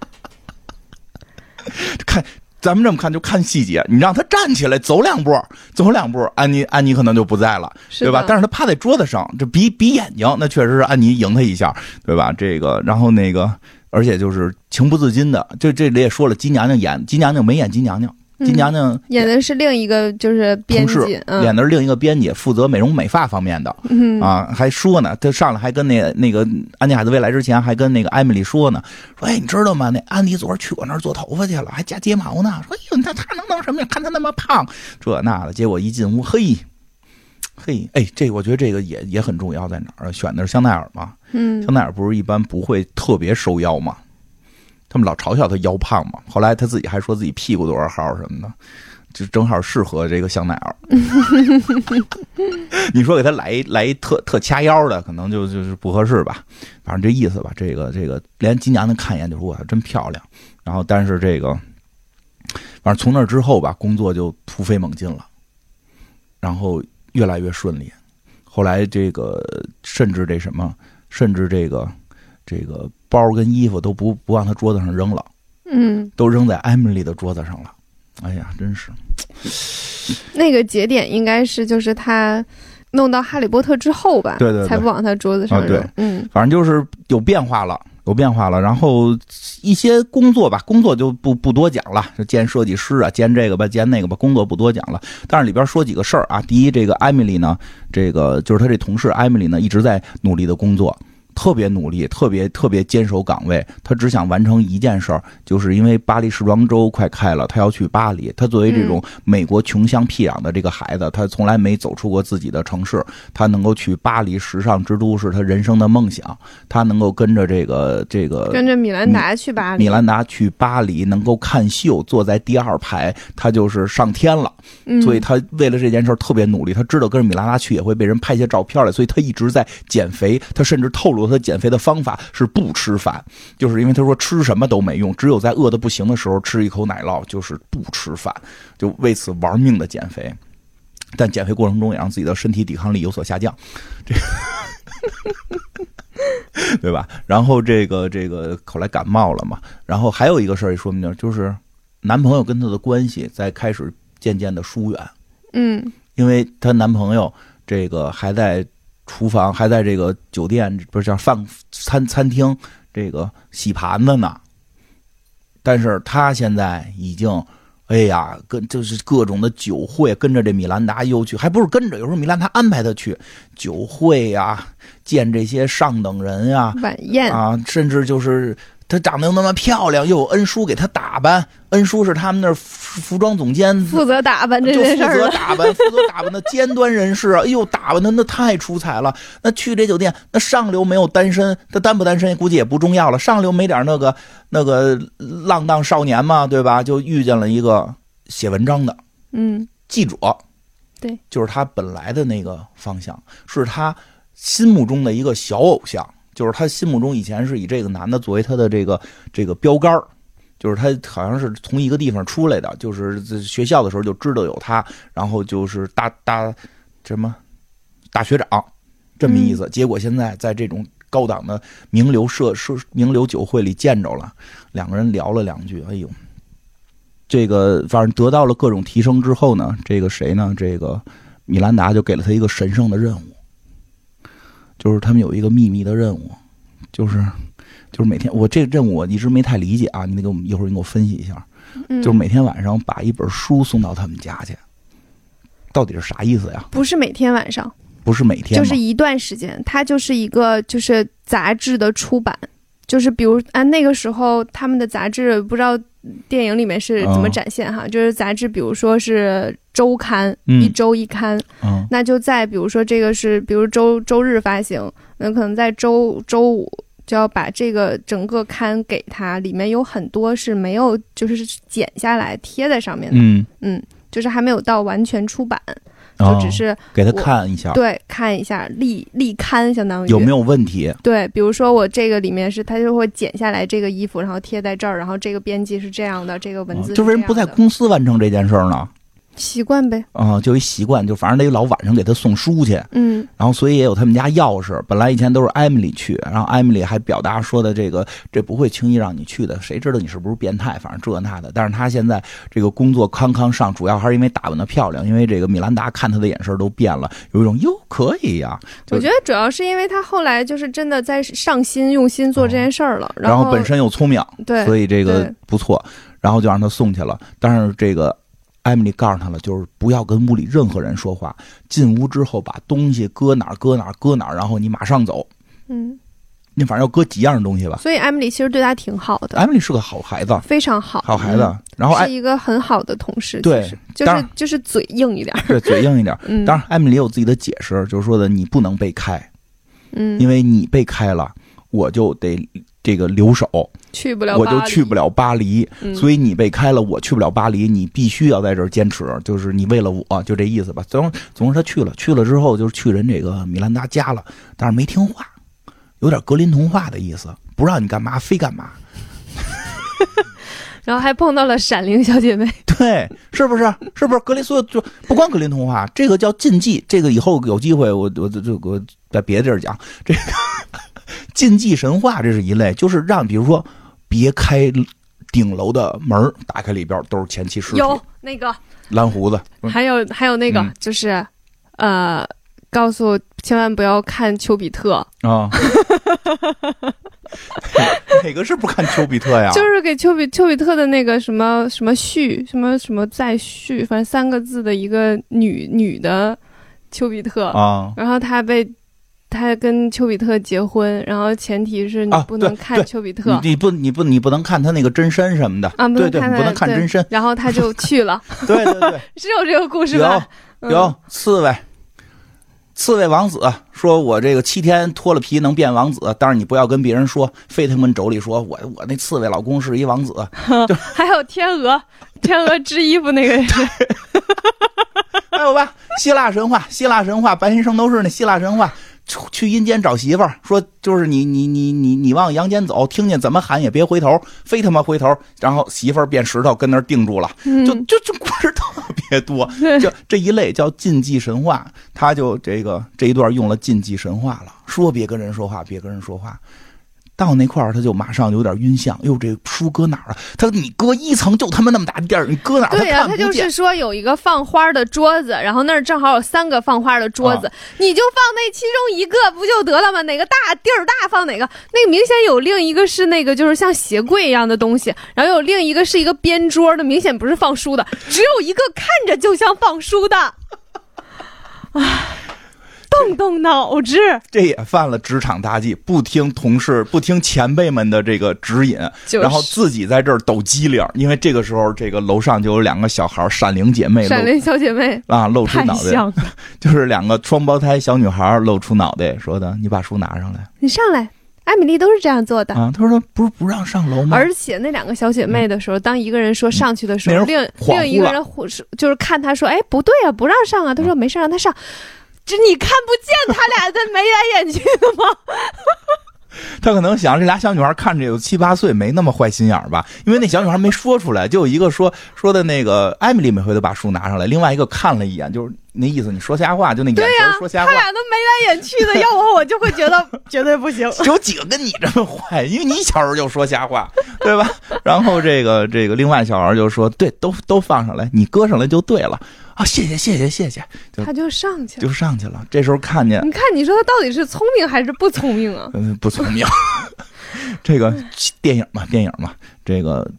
Speaker 2: 咱们这么看就看细节，你让她站起来走两步，走两步，安妮安妮可能就不在了，
Speaker 1: 是
Speaker 2: 对吧？
Speaker 1: 的
Speaker 2: 但是她趴在桌子上，这比比眼睛，那确实是安妮赢她一下，对吧？这个，然后那个，而且就是情不自禁的，这这里也说了，金娘娘演金娘娘没演金娘娘，金
Speaker 1: 嗯
Speaker 2: 娘娘
Speaker 1: 演的是另一个就是编
Speaker 2: 同事
Speaker 1: 辑，嗯
Speaker 2: 演的是另一个编辑，负责美容美发方面的
Speaker 1: 嗯
Speaker 2: 啊，还说呢，他上来还跟那个那个安妮海瑟薇来之前还跟那个艾米丽说呢，说哎，你知道吗？那安妮昨儿去我那儿做头发去了，还夹睫毛呢，说哎呦，那她能弄什么呀？看她那么胖，这那的，结果一进屋，嘿。嘿，哎，这我觉得这个也也很重要，在哪儿啊？选的是香奈儿嘛，
Speaker 1: 嗯
Speaker 2: 香奈儿不是一般不会特别收腰吗？他们老嘲笑他腰胖嘛，后来他自己还说自己屁股多少号什么的，就正好适合这个香奈儿。你说给他来一来一特特掐腰的，可能就就是不合适吧，反正这意思吧。这个这个，连金娘娘看一眼就说哇真漂亮。然后但是这个，反正从那之后吧，工作就突飞猛进了，然后越来越顺利。后来这个甚至这什么，甚至这个这个包跟衣服都不不往他桌子上扔了，
Speaker 1: 嗯，
Speaker 2: 都扔在艾米丽的桌子上了。哎呀，真是
Speaker 1: 那个节点应该是就是他弄到《哈利波特》之后吧，
Speaker 2: 对对对
Speaker 1: 才不往他桌子上
Speaker 2: 啊对
Speaker 1: 扔，嗯
Speaker 2: 反正就是有变化了。有变化了。然后一些工作吧，工作就不不多讲了，就兼设计师啊，兼这个吧，兼那个吧，工作不多讲了。但是里边说几个事儿啊，第一，这个艾米丽呢，这个就是她这同事艾米丽呢，一直在努力的工作。特别努力，特别特别坚守岗位，她只想完成一件事儿，就是因为巴黎时装周快开了，她要去巴黎。她作为这种美国穷乡僻壤的这个孩子，她从来没走出过自己的城市，她能够去巴黎时尚之都是她人生的梦想。她能够跟着这个这个
Speaker 1: 跟着米兰达去巴黎，
Speaker 2: 米兰达去巴黎能够看秀，坐在第二排，他就是上天了。
Speaker 1: 嗯
Speaker 2: 所以他为了这件事儿特别努力，他知道跟着米拉拉去也会被人拍些照片来，所以他一直在减肥。他甚至透露他减肥的方法是不吃饭，就是因为他说吃什么都没用，只有在饿得不行的时候吃一口奶酪，就是不吃饭，就为此玩命的减肥。但减肥过程中也让自己的身体抵抗力有所下降，这个，对吧？然后这个这个后来感冒了嘛，然后还有一个事儿也说明了，就是男朋友跟她的关系在开始渐渐的疏远，
Speaker 1: 嗯
Speaker 2: 因为她男朋友这个还在厨房，还在这个酒店，不是叫饭餐餐厅这个洗盘子呢。但是她现在已经，哎呀，跟就是各种的酒会，跟着这米兰达又去，还不是跟着，有时候米兰达安排她去酒会呀、见这些上等人呀、
Speaker 1: 晚宴，
Speaker 2: 啊，甚至就是她长得又那么漂亮，又有恩叔给她打扮，恩叔是他们那儿服服装总监，
Speaker 1: 负责打扮这
Speaker 2: 就
Speaker 1: 件事
Speaker 2: 负
Speaker 1: 儿
Speaker 2: 责
Speaker 1: 了。
Speaker 2: 打扮，负责打扮的尖端人士啊，哎呦，打扮的那太出彩了。那去这酒店，那上流没有单身，他单不单身估计也不重要了。上流没点那个那个浪荡少年嘛，对吧？就遇见了一个写文章的
Speaker 1: 嗯，
Speaker 2: 记者，
Speaker 1: 对，
Speaker 2: 就是他本来的那个方向，是他心目中的一个小偶像，就是他心目中以前是以这个男的作为他的这个这个标杆儿。就是他好像是从一个地方出来的，就是在学校的时候就知道有他，然后就是大大什么大学长这么意思。结果现在在这种高档的名流社社名流酒会里见着了，两个人聊了两句，哎呦，这个反正得到了各种提升之后呢，这个谁呢？这个米兰达就给了他一个神圣的任务，就是他们有一个秘密的任务，就是就是每天我这个任务我一直没太理解啊，你得给我们一会儿你给我分析一下，
Speaker 1: 嗯
Speaker 2: 就是每天晚上把一本书送到他们家去，到底是啥意思呀？
Speaker 1: 不是每天晚上，
Speaker 2: 不是每天
Speaker 1: 就
Speaker 2: 吗
Speaker 1: 是一段时间，它就是一个就是杂志的出版，就是比如啊那个时候他们的杂志不知道电影里面是怎么
Speaker 2: 嗯
Speaker 1: 展现哈，就是杂志比如说是周刊，
Speaker 2: 嗯
Speaker 1: 一周一刊，
Speaker 2: 嗯
Speaker 1: 那就在比如说这个是比如周周日发行，那可能在周周五就要把这个整个刊给他，里面有很多是没有就是剪下来贴在上面的，
Speaker 2: 嗯，
Speaker 1: 嗯就是还没有到完全出版，
Speaker 2: 哦
Speaker 1: 就只是、
Speaker 2: 给他
Speaker 1: 我
Speaker 2: 看一下
Speaker 1: 对看一下立立刊，相当于
Speaker 2: 有没有问题。
Speaker 1: 对，比如说我这个里面是，他就会剪下来这个衣服，然后贴在这儿，然后这个编辑是这样的，这个文字
Speaker 2: 哦就为
Speaker 1: 是
Speaker 2: 什么
Speaker 1: 这
Speaker 2: 不在
Speaker 1: 样的
Speaker 2: 公司完成这件事儿呢？
Speaker 1: 习惯呗，
Speaker 2: 啊、就一习惯，就反正得老晚上给他送书去，
Speaker 1: 嗯
Speaker 2: 然后所以也有他们家钥匙。本来以前都是艾米丽去，然后艾米丽还表达说的这个这不会轻易让你去的，谁知道你是不是变态，反正这那的。但是她现在这个工作康康上，主要还是因为打扮的漂亮，因为这个米兰达看她的眼神都变了，有一种哟可以啊呀、就
Speaker 1: 我觉得主要是因为他后来就是真的在上心用心做这件事儿了，
Speaker 2: 哦然
Speaker 1: 后
Speaker 2: 后本身又聪明，
Speaker 1: 对，
Speaker 2: 所以这个
Speaker 1: 对
Speaker 2: 不错，然后就让他送去了。但是这个艾米丽告诉他了，就是不要跟屋里任何人说话，进屋之后把东西搁哪儿搁哪儿搁哪儿，然后你马上走。
Speaker 1: 嗯，
Speaker 2: 你反正要搁几样东西吧。
Speaker 1: 所以艾米丽其实对他挺好的，
Speaker 2: 艾米丽是个好孩子，
Speaker 1: 非常好，
Speaker 2: 哎好孩子。
Speaker 1: 嗯
Speaker 2: 然后艾哎
Speaker 1: 是一个很好的同事，
Speaker 2: 对
Speaker 1: 其实就
Speaker 2: 当
Speaker 1: 是
Speaker 2: 然
Speaker 1: 就是嘴硬一点儿，
Speaker 2: 对嘴硬一点。
Speaker 1: 嗯，
Speaker 2: 当然，艾米丽有自己的解释，就是说的你不能被开，因
Speaker 1: 嗯，
Speaker 2: 为你被开了，我就得这个留守，
Speaker 1: 去不了，
Speaker 2: 我就去不，了巴黎。
Speaker 1: 嗯、
Speaker 2: 所以你被开了，我去不了巴黎，你必须要在这儿坚持，就是你为了我，就这意思吧。总总之他去了，去了之后就是去人这个米兰达家了，但是没听话，有点格林童话的意思，不让你干嘛非干嘛。
Speaker 1: 然后还碰到了闪灵小姐妹，
Speaker 2: 对，是不是？是不是？格林所有就不光格林童话，这个叫禁忌，这个以后有机会我我就我在别的地儿讲这个 禁忌神话，这是一类，就是让比如说别开顶楼的门儿打开里边都是前妻尸体、
Speaker 1: 有那个
Speaker 2: 蓝胡子，
Speaker 1: 还有还有那个、
Speaker 2: 嗯
Speaker 1: 就是，呃，告诉千万不要看丘比特，
Speaker 2: 啊，哪个是不看丘比特呀？
Speaker 1: 就是给丘比丘比特的那个什么什么续什么什么再续，反正三个字的一个女女的丘比特，
Speaker 2: 啊
Speaker 1: 然后她被她跟丘比特结婚，然后前提是你
Speaker 2: 啊
Speaker 1: 不能
Speaker 2: 对
Speaker 1: 看
Speaker 2: 对
Speaker 1: 丘比特
Speaker 2: 你你不你不你不能看他那个真身什么的，
Speaker 1: 啊，不
Speaker 2: 对
Speaker 1: 能
Speaker 2: 对，
Speaker 1: 看
Speaker 2: 你
Speaker 1: 她
Speaker 2: 不能看
Speaker 1: 对。
Speaker 2: 真身
Speaker 1: 然后他就去了，
Speaker 2: 对对对，
Speaker 1: 是有这个故事吧？
Speaker 2: 有有刺猬，刺猬王子说：“我这个七天脱了皮能变王子，但是你不要跟别人说，非他们妯娌说我我那刺猬老公是一王子。
Speaker 1: 嗯， 还有天鹅，天鹅织衣服那个人，”
Speaker 2: 还有吧，哎 希腊神话，希腊神话，白先生都是那希腊神话。去去阴间找媳妇儿，说就是你你你你你往阳间走，听见怎么喊也别回头，非他妈回头，然后媳妇儿变石头跟那儿定住了，就
Speaker 1: 嗯，
Speaker 2: 就就故事特别多，
Speaker 1: 对
Speaker 2: 就这一类叫禁忌神话，他就这个这一段用了禁忌神话了，说别跟人说话，别跟人说话。到那块儿他就马上有点晕像，哟，这书搁哪儿啊？他说你搁一层就他妈那么大地儿，你搁哪儿？
Speaker 1: 对呀、
Speaker 2: 看
Speaker 1: 他
Speaker 2: 不
Speaker 1: 就
Speaker 2: 见
Speaker 1: 是说有一个放花的桌子，然后那儿正好有三个放花的桌
Speaker 2: 啊
Speaker 1: 子，你就放那其中一个不就得了吗？哪个大地儿大放哪个，那个明显有另一个是那个就是像鞋柜一样的东西，然后有另一个是一个边桌的，明显不是放书的，只有一个看着就像放书的，唉，动动脑子。
Speaker 2: 这也犯了职场大忌，不听同事、不听前辈们的这个指引，
Speaker 1: 就是
Speaker 2: 然后自己在这儿抖机灵儿，因为这个时候这个楼上就有两个小孩儿闪灵姐妹
Speaker 1: 闪
Speaker 2: 露
Speaker 1: 灵小姐妹
Speaker 2: 啊露出
Speaker 1: 太
Speaker 2: 脑袋，
Speaker 1: 像了，
Speaker 2: 就是两个双胞胎小女孩露出脑袋说的：“你把书拿上来
Speaker 1: 你上来，艾米丽都是这样做的。
Speaker 2: 啊！”他说：“不是不让上楼吗
Speaker 1: 而且那两个小姐妹的时候，当一个人说上去的时候，
Speaker 2: 嗯那
Speaker 1: 另
Speaker 2: 人恍惚了
Speaker 1: 另一个人忽视就是看他说：“哎，不对啊，不让上啊。”他说：“没事，让他上。”这你看不见他俩在眉来眼去的吗？？”
Speaker 2: 他可能想这俩小女孩看着有七八岁，没那么坏心眼儿吧？因为那小女孩没说出来，就有一个说说的那个艾米丽每回都把书拿上来，另外一个看了一眼，就是那意思，你说瞎话，就那 眼
Speaker 1: 对呀、
Speaker 2: 神说瞎
Speaker 1: 他
Speaker 2: 话。
Speaker 1: 俩都眉来眼去的，要我我就会觉得绝对不行。
Speaker 2: 有几个跟你这么坏？因为你小时候就说瞎话， 对吧？然后这个这个另外小孩就说：“对，都都放上来，你搁上来就对了啊！”谢谢谢谢谢谢， 就
Speaker 1: 他就上去了。
Speaker 2: 就上去了。这时候看见
Speaker 1: 你看，你说他到底是聪明还是不聪明啊？
Speaker 2: 嗯，不聪明。 这个电影嘛，电影嘛，这个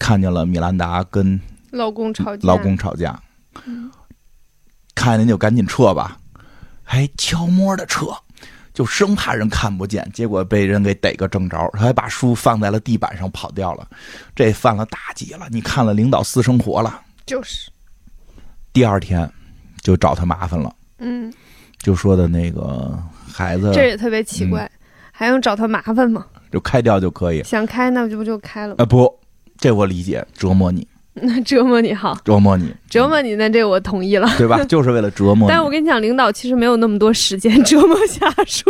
Speaker 2: 看见了米兰达跟
Speaker 1: 老公吵架，嗯
Speaker 2: 老公吵架，看见就赶紧撤吧，还悄摸的撤，就生怕人看不见，结果被人给逮个正着，他还把书放在了地板上跑掉了，这犯了大忌了。你看了领导私生活了，
Speaker 1: 就是，
Speaker 2: 第二天就找他麻烦了，
Speaker 1: 嗯，
Speaker 2: 就说的那个孩子
Speaker 1: 这也特别奇
Speaker 2: 嗯哎
Speaker 1: 怪，还用找他麻烦吗？
Speaker 2: 就开掉就可以。
Speaker 1: 想开那不就不就开了吗？
Speaker 2: 啊不，这我理解，折磨你，
Speaker 1: 那折磨你好，
Speaker 2: 折磨你，
Speaker 1: 折磨你那这我同意了。
Speaker 2: 对 吧？就是为了折磨你。
Speaker 1: 但是我跟你讲，领导其实没有那么多时间折磨下属，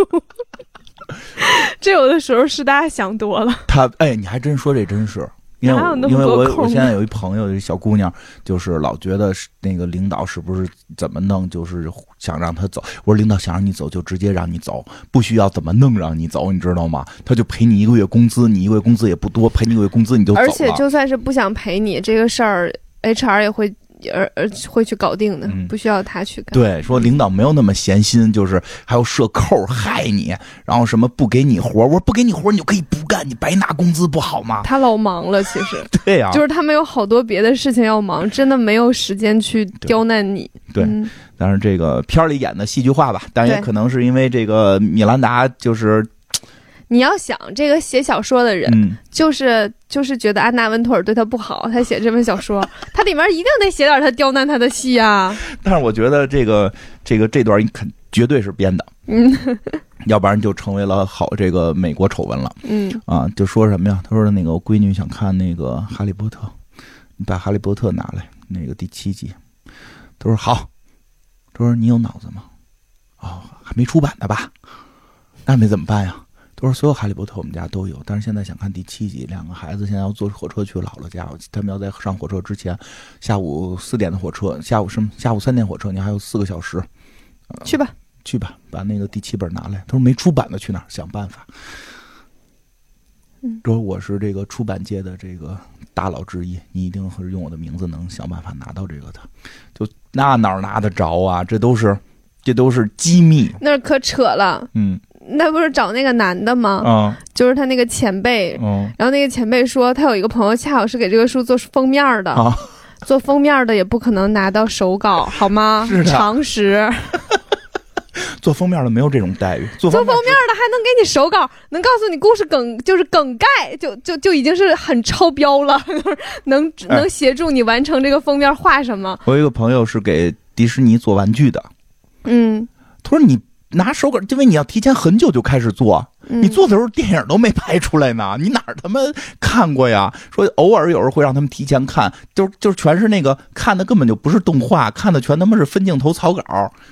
Speaker 1: 这有的时候是大家想多了。
Speaker 2: 他，哎，你还真说这真是，因为
Speaker 1: 哪有
Speaker 2: 我
Speaker 1: 那么
Speaker 2: 因为
Speaker 1: 多
Speaker 2: 我
Speaker 1: 空
Speaker 2: 我
Speaker 1: 啊
Speaker 2: 现在有一朋友，有一小姑娘，就是老觉得是那个领导是不是怎么弄，就是想让她走。我说领导想让你走就直接让你走，不需要怎么弄让你走，你知道吗？他就赔你一个月工资，你一个月工资也不多，赔你一个月工资你就走了。
Speaker 1: 而且就算是不想陪你这个事儿，HR 也会而而会去搞定的，
Speaker 2: 嗯
Speaker 1: 不需要他去干。
Speaker 2: 对，说领导没有那么闲心，就是还有设扣害你，然后什么不给你活儿，我说不给你活儿你就可以不干，你白拿工资不好吗？
Speaker 1: 他老忙了，其实
Speaker 2: 对呀、
Speaker 1: 就是他们有好多别的事情要忙，真的没有时间去刁难你。
Speaker 2: 对
Speaker 1: 嗯
Speaker 2: 但是这个片儿里演的戏剧化吧，但也
Speaker 1: 对
Speaker 2: 可能是因为这个米兰达就是
Speaker 1: 你要想这个写小说的人，
Speaker 2: 嗯，
Speaker 1: 就是就是觉得安娜温托尔对他不好，他写这本小说，他里面一定得写点他刁难他的戏啊。
Speaker 2: 但是我觉得这个这个这段肯绝对是编的，
Speaker 1: 嗯
Speaker 2: 要不然就成为了好这个美国丑闻了
Speaker 1: 嗯，
Speaker 2: 啊！就说什么呀？他说那个我闺女想看那个《哈利波特》，你把《哈利波特》拿来，那个第七集。他说好，他说你有脑子吗？哦，还没出版呢吧？那没怎么办呀？他说所有《哈利波特》我们家都有，但是现在想看第七集。两个孩子现在要坐火车去姥姥家，他们要在上火车之前，下午四点的火车，下午什么？下午三点火车，你还有四个小时，
Speaker 1: 去吧，
Speaker 2: 去吧，把那个第七本拿来。他说没出版的去哪儿？想办法。
Speaker 1: 嗯
Speaker 2: 说我是这个出版界的这个大佬之一，你一定会用我的名字能想办法拿到这个的。就那哪儿拿得着啊？这都是这都是机密。
Speaker 1: 那可扯了。
Speaker 2: 嗯
Speaker 1: 那不是找那个男的吗？
Speaker 2: 啊
Speaker 1: 就是他那个前辈，
Speaker 2: 嗯
Speaker 1: 然后那个前辈说，他有一个朋友恰好是给这个书做封面儿的，
Speaker 2: 啊，
Speaker 1: 做封面儿的也不可能拿到手稿，好吗？
Speaker 2: 是的
Speaker 1: 常识。
Speaker 2: 做封面的没有这种待遇，做
Speaker 1: 做
Speaker 2: 封
Speaker 1: 封面儿的还能给你手稿，能告诉你故事梗，就是梗概，就就就已经是很超标了， 能
Speaker 2: 哎
Speaker 1: 能协助你完成这个封面画什么。
Speaker 2: 我有一个朋友是给迪士尼做玩具的，
Speaker 1: 嗯，
Speaker 2: 他说你拿手稿，因为你要提前很久就开始做，
Speaker 1: 嗯
Speaker 2: 你做的时候电影都没拍出来呢，你 哪儿他妈看过呀？说偶尔有时候会让他们提前看，就就全是那个看的根本就不是动画，看的全他妈是分镜头草稿，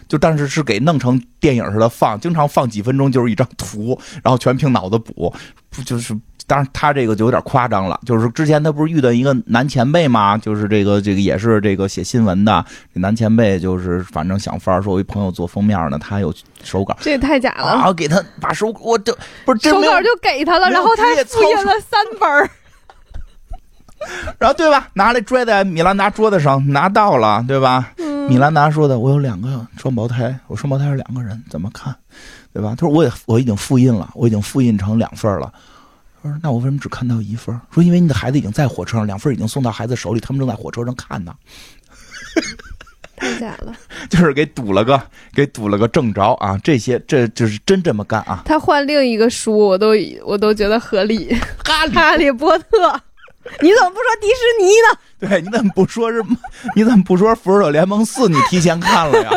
Speaker 2: 就但是是给弄成电影似的放，经常放几分钟就是一张图，然后全凭脑子补，不就是。当然，他这个就有点夸张了。就是之前他不是遇到一个男前辈嘛，就是这个这个也是这个写新闻的这男前辈，就是反正想法儿说，我一朋友做封面呢，他有手稿，
Speaker 1: 这也太假了。
Speaker 2: 啊，给他把手，我这不是真
Speaker 1: 手
Speaker 2: 没有
Speaker 1: 稿就给他了，
Speaker 2: 没有
Speaker 1: 然后他还
Speaker 2: 职业
Speaker 1: 复印
Speaker 2: 操
Speaker 1: 了三本 儿，
Speaker 2: 然后对吧？拿来拽在米兰达桌子上，拿到了，对吧？
Speaker 1: 嗯
Speaker 2: 米兰达说的，我有两个双胞胎，我双胞胎是两个人，怎么看？对吧？他说我也我已经复印了，我已经复印成两份了。他说那我为什么只看到一份儿？说因为你的孩子已经在火车上，两份儿已经送到孩子手里，他们正在火车上看呢。
Speaker 1: 太假了。
Speaker 2: 就是给堵了个给堵了个正着啊！这些这就是真这么干啊！
Speaker 1: 他换另一个书，我都我都觉得合理。
Speaker 2: 哈利，
Speaker 1: 哈利 波特，你怎么不说迪士尼呢？
Speaker 2: 对你怎么不说是？你怎么不说《复仇者联盟四》？你提前看 了呀？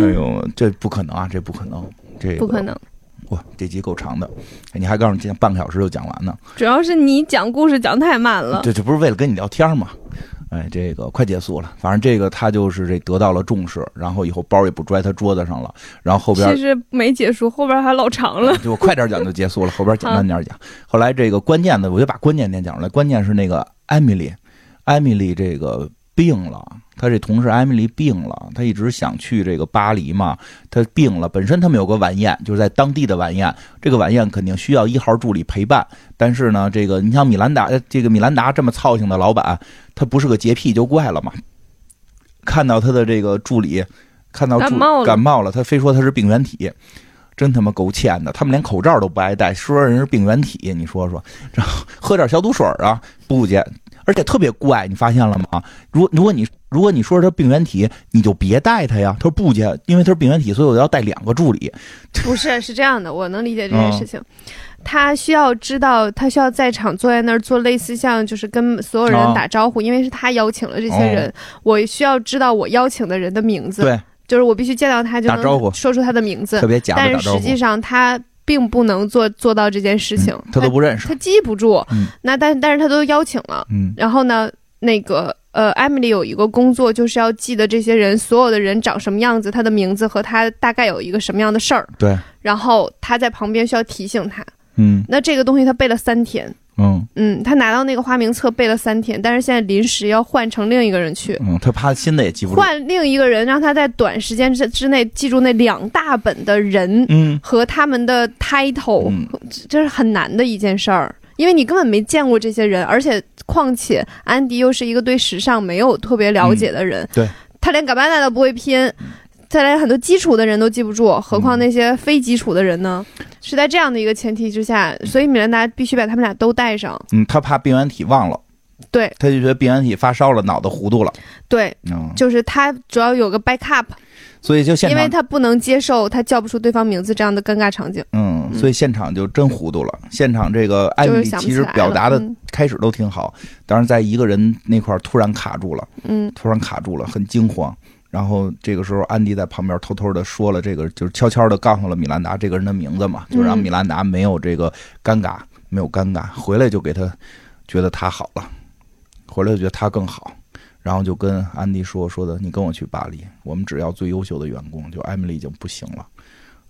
Speaker 2: 哎呦，这不可能啊！这不可能，这个
Speaker 1: 不可！能，
Speaker 2: 哇，这集够长的，哎你还告诉你今天半个小时就讲完呢，
Speaker 1: 主要是你讲故事讲太慢了。
Speaker 2: 这这不是为了跟你聊天吗？哎，这个快结束了，反正这个他就是这得到了重视，然后以后包也不拽他桌子上了，然后后边
Speaker 1: 其实没结束，后边还老长了。
Speaker 2: 就我快点讲就结束了，后边简单点讲。后来这个关键的，我就把关键点讲出来。关键是那个艾米丽，艾米丽这个病了，她这同事艾米丽病了，她一直想去这个巴黎嘛，她病了。本身他们有个晚宴，就是在当地的晚宴，这个晚宴肯定需要一号助理陪伴。但是呢，这个你像米兰达，呃这个米兰达这么操性的老板，他不是个洁癖就怪了嘛。看到他的这个助理，看到助
Speaker 1: 感冒了
Speaker 2: 感冒了，他非说他是病原体，真他妈够欠的。他们连口罩都不爱戴，说人是病原体，你说说，然后喝点消毒水啊，不去。而且特别怪，你发现了吗？如果如果你如果你说是他病原体，你就别带他呀。他说不接，因为他是病原体，所以我要带两个助理。
Speaker 1: 不是，是这样的，我能理解这件
Speaker 2: 嗯
Speaker 1: 事情。他需要知道，他需要在场坐在那儿做类似像就是跟所有人
Speaker 2: 啊
Speaker 1: 打招呼，因为是他邀请了这些人，我需要知道我邀请的人的名字，
Speaker 2: 哦对，
Speaker 1: 就是我必须见到他就
Speaker 2: 打招呼
Speaker 1: 能说出他的名字
Speaker 2: 特，别假
Speaker 1: 但
Speaker 2: 的打
Speaker 1: 是
Speaker 2: 招
Speaker 1: 实
Speaker 2: 呼，
Speaker 1: 际上他并不能做做到这件事情，
Speaker 2: 嗯他都不认识
Speaker 1: 他。记不住，
Speaker 2: 嗯
Speaker 1: 那但但是他都邀请了，
Speaker 2: 嗯，
Speaker 1: 然后呢，那个呃，艾米丽有一个工作，就是要记得这些人所有的人长什么样子，他的名字和他大概有一个什么样的事儿，
Speaker 2: 对，
Speaker 1: 然后他在旁边需要提醒他。
Speaker 2: 嗯
Speaker 1: 那这个东西他背了三天，
Speaker 2: 嗯
Speaker 1: 嗯，他拿到那个花名册背了三天，但是现在临时要换成另一个人去。
Speaker 2: 嗯，他怕新的也记不住。
Speaker 1: 换另一个人，让他在短时间之之内记住那两大本的人
Speaker 2: 嗯
Speaker 1: 和他们的 title，、
Speaker 2: 嗯
Speaker 1: 这是很难的一件事儿，因为你根本没见过这些人，而且况且安迪又是一个对时尚没有特别了解
Speaker 2: 嗯
Speaker 1: 的人，
Speaker 2: 对
Speaker 1: 他连嘎巴纳都不会拼，他连很多基础的人都记不
Speaker 2: 嗯
Speaker 1: 住，何况那些非基础的人呢？是在这样的一个前提之下，所以米兰达必须把他们俩都带上。
Speaker 2: 嗯，他怕病原体忘了，
Speaker 1: 对
Speaker 2: 他就觉得病原体发烧了，脑袋糊涂了。
Speaker 1: 对，
Speaker 2: 嗯，
Speaker 1: 就是他主要有个 backup，
Speaker 2: 所以就现
Speaker 1: 因为
Speaker 2: 场，
Speaker 1: 他不能接受他叫不出对方名字这样的尴尬场景，
Speaker 2: 嗯，所以现场就真糊涂了。现场这个艾
Speaker 1: 就
Speaker 2: 米
Speaker 1: 是
Speaker 2: 丽
Speaker 1: 想不
Speaker 2: 其
Speaker 1: 起
Speaker 2: 实
Speaker 1: 来
Speaker 2: 表
Speaker 1: 了
Speaker 2: 达的
Speaker 1: 嗯
Speaker 2: 开始都挺好，但是在一个人那块儿突然卡住了，
Speaker 1: 嗯
Speaker 2: 突然卡住了，很惊慌。然后这个时候，安迪在旁边偷偷的说了这个，就是悄悄的告诉了米兰达这个人的名字嘛，就让米兰达没有这个尴尬，没有尴尬，回来就给他觉得他好了，回来就觉得他更好，然后就跟安迪说说的，你跟我去巴黎，我们只要最优秀的员工，就艾米丽已经不行了。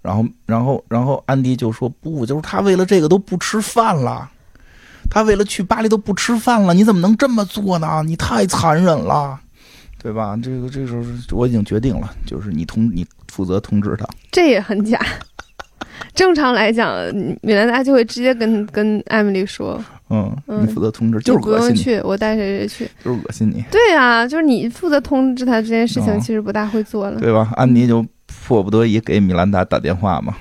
Speaker 2: 然后，然后，然后，安迪就说不，就是他为了这个都不吃饭了，他为了去巴黎都不吃饭了，你怎么能这么做呢？你太残忍了。对吧？这个这时候我已经决定了，就是你通你负责通知他。
Speaker 1: 这也很假。正常来讲，米兰达就会直接跟跟艾米丽说，
Speaker 2: 嗯，
Speaker 1: 嗯
Speaker 2: 你负责通知，
Speaker 1: 你
Speaker 2: 就是
Speaker 1: 不
Speaker 2: 恶
Speaker 1: 用
Speaker 2: 心你，
Speaker 1: 去，我带谁谁去。
Speaker 2: 就是恶心你，
Speaker 1: 对啊，就是你负责通知他这件事情，
Speaker 2: 哦
Speaker 1: 其实不大会做了。
Speaker 2: 对吧？安妮就迫不得已给米兰达打电话嘛，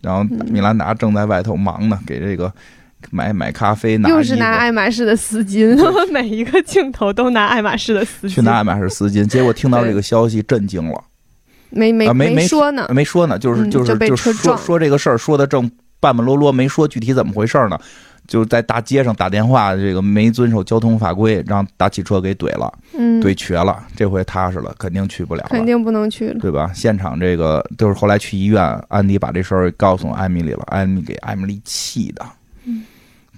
Speaker 2: 然后
Speaker 1: 嗯
Speaker 2: 米兰达正在外头忙呢，给这个买买咖啡，拿
Speaker 1: 又是
Speaker 2: 衣服
Speaker 1: 拿爱马仕的丝巾， 每一个镜头都拿爱马仕的丝巾。
Speaker 2: 去拿爱马仕丝巾，结果听到
Speaker 1: 对
Speaker 2: 这个消息震惊了，
Speaker 1: 没没
Speaker 2: 啊没没
Speaker 1: 说呢，
Speaker 2: 没说呢，就是
Speaker 1: 嗯
Speaker 2: 就是
Speaker 1: 就被
Speaker 2: 就是
Speaker 1: 车撞
Speaker 2: 说
Speaker 1: 了
Speaker 2: 说这个事儿说的正半半啰啰，没说具体怎么回事儿呢，就在大街上打电话，这个没遵守交通法规，让大汽车给怼了，
Speaker 1: 嗯，
Speaker 2: 怼瘸了，这回踏实了，肯定去不了
Speaker 1: 肯
Speaker 2: 了。
Speaker 1: 定不能去了。
Speaker 2: 对吧？现场这个就是后来去医院，安迪把这事儿告诉艾米丽了，艾米给艾米丽气的。
Speaker 1: 嗯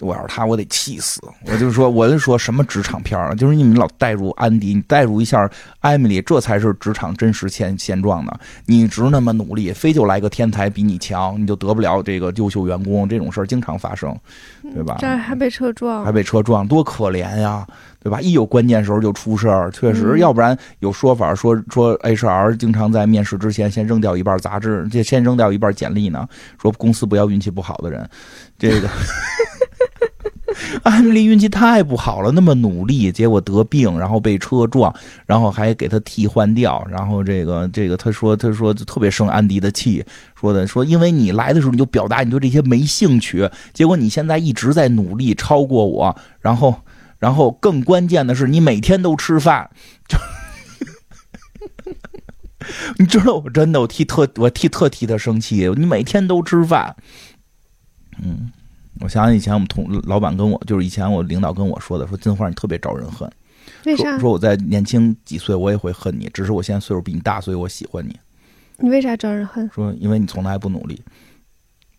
Speaker 2: 我要是他，我得气死！我就说，我就说什么职场片儿啊，就是你们老带入安迪，你带入一下艾米丽，这才是职场真实现现状呢。你一直那么努力，非就来个天才比你强，你就得不了这个优秀员工，这种事儿经常发生，对吧？
Speaker 1: 嗯这儿还被车撞
Speaker 2: 还
Speaker 1: 了，
Speaker 2: 被车撞，多可怜呀，对吧？一有关键时候就出事儿，确实，
Speaker 1: 嗯
Speaker 2: 要不然有说法说说 HR 经常在面试之前先扔掉一半杂志，这先扔掉一半简历呢，说公司不要运气不好的人，这个。艾米丽运气太不好了，那么努力，结果得病，然后被车撞，然后还给他替换掉，然后这个这个，他说他说特别生安迪的气，说的说因为你来的时候你就表达你对这些没兴趣，结果你现在一直在努力超过我，然后然后更关键的是你每天都吃饭， 就你知道我真的我替特我替特替他生气，你每天都吃饭，嗯。我想想以前我们同老板跟我，就是以前我领导跟我说的，说金花你特别招人恨，
Speaker 1: 为啥
Speaker 2: 说？说我在年轻几岁我也会恨你，只是我现在岁数比你大，所以我喜欢你。
Speaker 1: 你为啥招人恨？
Speaker 2: 说因为你从来不努力，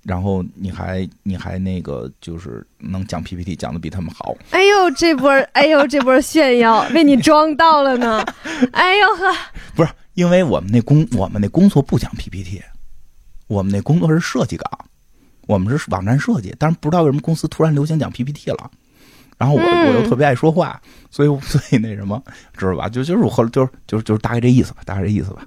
Speaker 2: 然后你还你还那个就是能讲 PPT 讲的比他们好，
Speaker 1: 哎呦，这波，哎呦，这波炫耀，被你装到了 呢！哎呦呵，
Speaker 2: 不是因为我们那工我们那工作不讲 PPT，我们那工作是设计岗，我们是网站设计，但是不知道为什么公司突然流行讲 PPT 了。然后我
Speaker 1: 嗯
Speaker 2: 我又特别爱说话，所以 所以那什么，知道吧？就就是我后来就是就是就是大概这意思吧，大概这意思吧。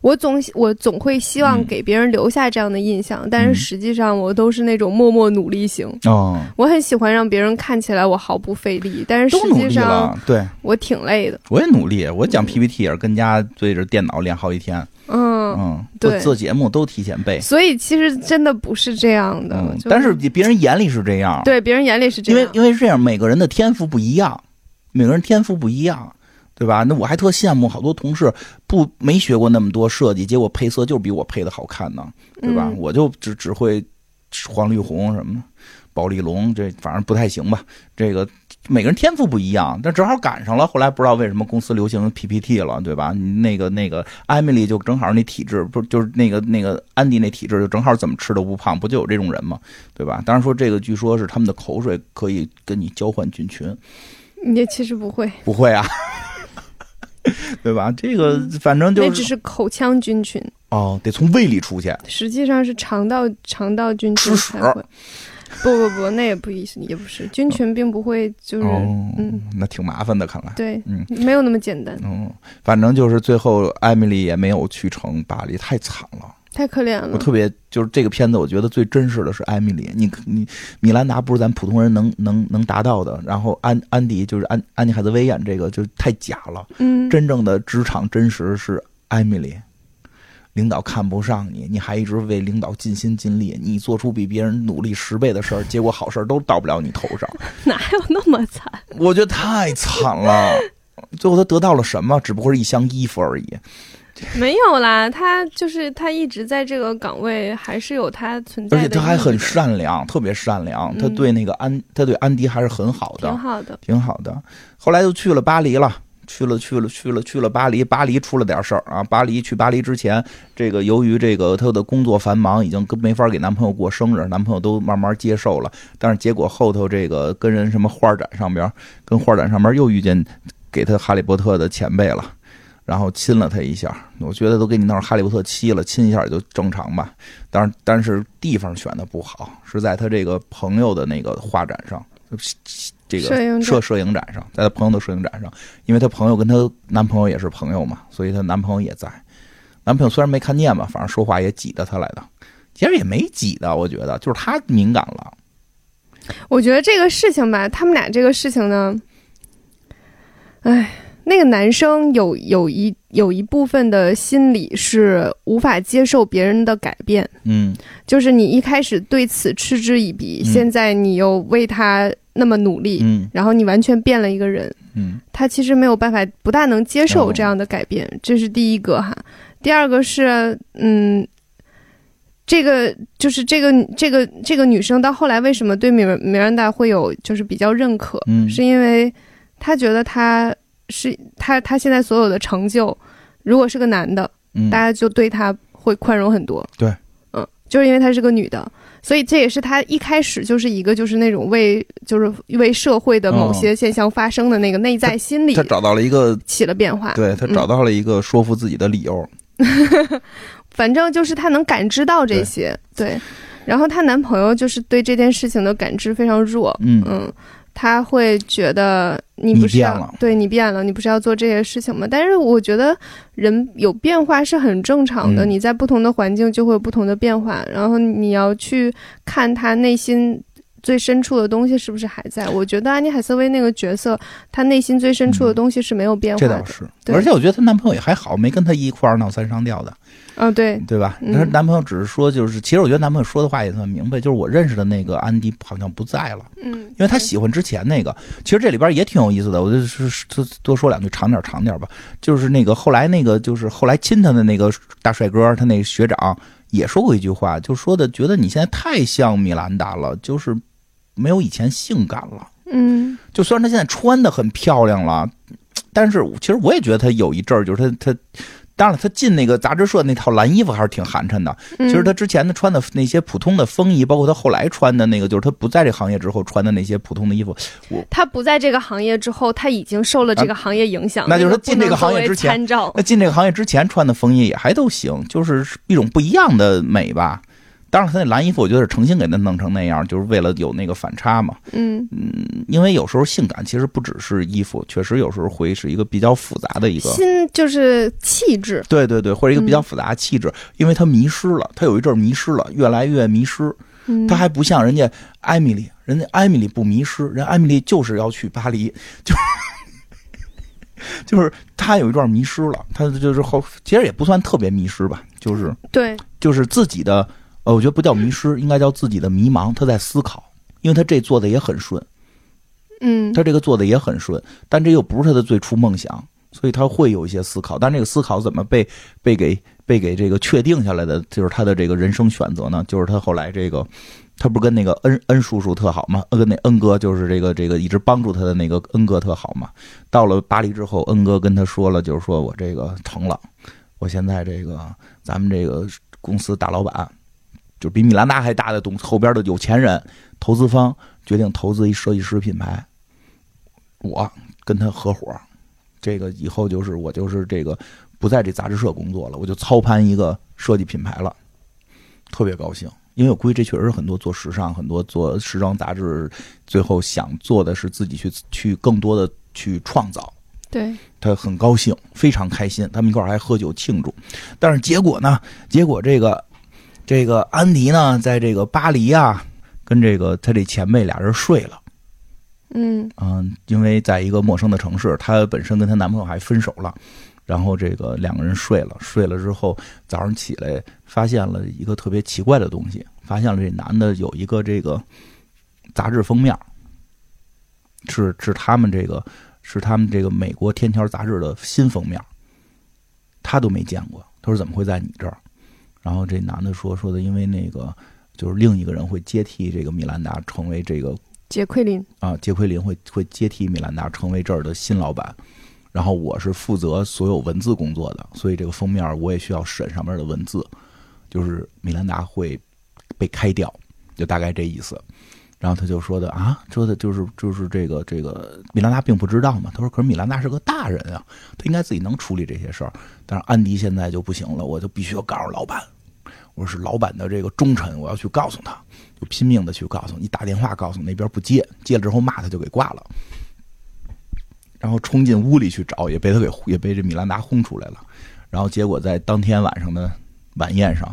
Speaker 1: 我总我总会希望
Speaker 2: 嗯
Speaker 1: 给别人留下这样的印象，但是实际上我都是那种默默努力型。
Speaker 2: 哦，
Speaker 1: 我很喜欢让别人看起来我毫不费力，但是
Speaker 2: 都
Speaker 1: 实
Speaker 2: 努
Speaker 1: 际
Speaker 2: 力
Speaker 1: 上
Speaker 2: 了，对
Speaker 1: 我挺累的。嗯
Speaker 2: 我也努力，我讲 PPT 也是跟家对着电脑练好几天，
Speaker 1: 嗯，
Speaker 2: 嗯，
Speaker 1: 对
Speaker 2: 做做节目都提前背，
Speaker 1: 所以其实真的不是这样的，
Speaker 2: 嗯
Speaker 1: 就，
Speaker 2: 但是别人眼里是这样，，
Speaker 1: 对别人眼里是这
Speaker 2: 因
Speaker 1: 样，
Speaker 2: 为因为是这样，每个人的天赋不一样，每个人天赋不一样，对吧？那我还特羡慕好多同事不没学过那么多设计，结果配色就比我配的好看呢，对吧？
Speaker 1: 嗯
Speaker 2: 我就只只会黄绿红什么的，宝丽龙这反正不太行吧，这个。每个人天赋不一样，但正好赶上了。后来不知道为什么公司流行 PPT 了，对吧？那个那个艾米丽就正好那体质，不就是那个那个安迪那体质，就正好怎么吃都不胖，不就有这种人吗？对吧？当然说这个，据说是他们的口水可以跟你交换菌群，
Speaker 1: 你其实不会，
Speaker 2: 不会啊， 对吧？这个反正
Speaker 1: 嗯那
Speaker 2: 就
Speaker 1: 只
Speaker 2: 是
Speaker 1: 是口腔菌群，
Speaker 2: 哦，得从胃里出去，
Speaker 1: 实际上是肠道肠道菌群
Speaker 2: 吃屎
Speaker 1: 才会。不不不，那也不一也不是，菌群并不会就是、
Speaker 2: 哦，
Speaker 1: 嗯
Speaker 2: 那挺麻烦的，看来。
Speaker 1: 对，
Speaker 2: 嗯
Speaker 1: 没有那么简单，
Speaker 2: 嗯，反正就是最后艾米丽也没有去成巴黎，太惨了。
Speaker 1: 太可怜
Speaker 2: 我
Speaker 1: 了。
Speaker 2: 特别就是这个片子，我觉得最真实的是艾米丽。你你米兰达不是咱普通人能能能达到的，然后安安迪就是安安妮海瑟薇演这个就太假了。
Speaker 1: 嗯，
Speaker 2: 真正的职场真实是艾米丽，领导看不上你，你还一直为领导尽心尽力，你做出比别人努力十倍的事儿，结果好事儿都到不了你头 上，
Speaker 1: 哪有那么惨？
Speaker 2: 我觉得太惨了。最后他得到了什么？只不过是一箱衣服而已。
Speaker 1: 没有啦，他就是他一直在这个岗位，还是有他存在
Speaker 2: 而
Speaker 1: 的意
Speaker 2: 且
Speaker 1: 义的，
Speaker 2: 他还很善良，特别善良。
Speaker 1: 嗯
Speaker 2: 他对那个安，他对安迪还是很好的
Speaker 1: 挺，好的。
Speaker 2: 挺好的。后来就去了巴黎了。去了去了去了去了巴黎，巴黎出了点事儿啊！巴黎去巴黎之前，这个由于这个她的工作繁忙，已经跟没法给男朋友过生日，男朋友都慢慢接受了。但是结果后头这个跟人什么画展上边，跟画展上边又遇见给她哈利波特的前辈了，然后亲了她一下。我觉得都给你弄成哈利波特七了，亲一下也就正常吧。但是但是地方选的不好，是在她这个朋友的那个画展上，这个
Speaker 1: 摄影展
Speaker 2: 摄摄影展上，在她朋友的摄影展上，因为她朋友跟她男朋友也是朋友嘛，所以她男朋友也在。男朋友虽然没看见嘛，反正说话也挤得她来的，其实也没挤的，我觉得就是他敏感了。
Speaker 1: 我觉得这个事情吧，他们俩这个事情呢，哎，那个男生有有一有一部分的心理是无法接受别人的改变，
Speaker 2: 嗯
Speaker 1: 就是你一开始对此嗤之以鼻，
Speaker 2: 嗯
Speaker 1: 现在你又为他那么努力，
Speaker 2: 嗯
Speaker 1: 然后你完全变了一个人，
Speaker 2: 嗯
Speaker 1: 他其实没有办法，不大能接受
Speaker 2: 哦
Speaker 1: 这样的改变，这是第一个哈。第二个是，嗯，这个就是这个这个这个女生到后来为什么对米米兰达会有就是比较认可，
Speaker 2: 嗯，
Speaker 1: 是因为她觉得她是她她现在所有的成就，如果是个男的，
Speaker 2: 嗯
Speaker 1: 大家就对她会宽容很多。
Speaker 2: 对，
Speaker 1: 嗯，就是因为她是个女的，所以这也是她一开始就是一个就是那种为就是为社会的某些现象发生的那个内在心理
Speaker 2: 他找到了一个，
Speaker 1: 起了变化。
Speaker 2: 对他找到了一个说服自己的理由。
Speaker 1: 反正就是她能感知到这些，对。然后她男朋友就是对这件事情的感知非常弱，
Speaker 2: 嗯
Speaker 1: 嗯，他会觉得你
Speaker 2: 你
Speaker 1: 不是
Speaker 2: 变
Speaker 1: 要
Speaker 2: 了
Speaker 1: 对你变了，你不是要做这些事情吗？但是我觉得人有变化是很正常的，
Speaker 2: 嗯
Speaker 1: 你在不同的环境就会有不同的变化，然后你要去看他内心。最深处的东西是不是还在？我觉得安妮海瑟薇那个角色，她内心最深处的东西是没有变化
Speaker 2: 嗯这
Speaker 1: 的
Speaker 2: 倒。是，
Speaker 1: 对
Speaker 2: 而且我觉得她男朋友也还好，没跟她一块儿闹三上吊的，
Speaker 1: 嗯、对，
Speaker 2: 对吧？
Speaker 1: 嗯
Speaker 2: 她男朋友只是说，就是其实我觉得男朋友说的话也算明白，就是我认识的那个安迪好像不在了，
Speaker 1: 嗯，
Speaker 2: 因为他喜欢之前那个。其实这里边也挺有意思的，我就是多多说两句，长点儿长点儿吧。就是那个后来那个就是后来亲他的那个大帅哥，他那个学长也说过一句话，就说的觉得你现在太像米兰达了，就是没有以前性感了。
Speaker 1: 嗯
Speaker 2: 就虽然她现在穿的很漂亮了，但是其实我也觉得她有一阵儿，就是她她，当然了，她进那个杂志社那套蓝衣服还是挺寒碜的。
Speaker 1: 嗯，
Speaker 2: 其实她之前的穿的那些普通的风衣，包括她后来穿的那个，就是她不在这行业之后穿的那些普通的衣服，
Speaker 1: 他不在这个行业之后，他已经受了这个行业影响，
Speaker 2: 啊那就是
Speaker 1: 个
Speaker 2: 说进这个行业之前
Speaker 1: 不能作为参照。
Speaker 2: 那进这个行业之前穿的风衣也还都行，就是一种不一样的美吧。当然，她那蓝衣服我觉得是诚心给她弄成那样，就是为了有那个反差嘛。
Speaker 1: 嗯，
Speaker 2: 因为有时候性感其实不只是衣服，确实有时候会是一个比较复杂的一个。
Speaker 1: 心就是气质，
Speaker 2: 对对对，或者一个比较复杂的气质，因为他迷失了，他有一阵儿迷失了，越来越迷失。
Speaker 1: 嗯
Speaker 2: 他还不像人家艾米丽，人家艾米丽不迷失，人艾米丽就是要去巴黎， 就就是他有一段迷失了，他就是后其实也不算特别迷失吧，就是
Speaker 1: 对，
Speaker 2: 就是自己的，呃，我觉得不叫迷失，应该叫自己的迷茫，他在思考。因为他这做的也很顺，
Speaker 1: 嗯，
Speaker 2: 他这个做的也很顺，但这又不是他的最初梦想，所以他会有一些思考。但这个思考怎么被被给被给这个确定下来的，就是他的这个人生选择呢？就是他后来这个，他不是跟那个恩恩叔叔特好吗？呃跟那恩哥就是这个这个一直帮助他的那个恩哥特好嘛。到了巴黎之后，恩哥跟他说了，就是说我这个成了，我现在这个咱们这个公司大老板，就比米兰达还大的董后边的有钱人投资方决定投资一设计师品牌，我跟他合伙，这个以后就是我就是这个不在这杂志社工作了，我就操盘一个设计品牌了，特别高兴。因为我估计这确实是很多做时尚、很多做时装杂志，最后想做的是自己去去更多的去创造。
Speaker 1: 对，
Speaker 2: 他很高兴，非常开心，他们一块儿还喝酒庆祝。但是结果呢？结果这个这个安迪呢，在这个巴黎啊，跟这个他这前辈俩人睡了。
Speaker 1: 嗯
Speaker 2: 嗯，因为在一个陌生的城市，她本身跟她男朋友还分手了，然后这个两个人睡了，睡了之后早上起来发现了一个特别奇怪的东西，发现了这男的有一个这个杂志封面，是 是他们这个是他们这个美国天桥杂志的新封面，他都没见过，他说怎么会在你这儿？然后这男的说说的，因为那个就是另一个人会接替这个米兰达成为这个
Speaker 1: 杰奎琳，
Speaker 2: 啊，杰奎琳会会接替米兰达成为这儿的新老板，然后我是负责所有文字工作的，所以这个封面我也需要审上面的文字，就是米兰达会被开掉，就大概这意思。然后他就说的啊，说的就是就是这个这个米兰达并不知道嘛。他说，可是米兰达是个大人啊，他应该自己能处理这些事儿。但是安迪现在就不行了，我就必须要告诉老板，我是老板的这个忠臣，我要去告诉他。就拼命的去告诉你，打电话告诉那边不接，接了之后骂他就给挂了，然后冲进屋里去找，也被他给也被这米兰达轰出来了，然后结果在当天晚上的晚宴上，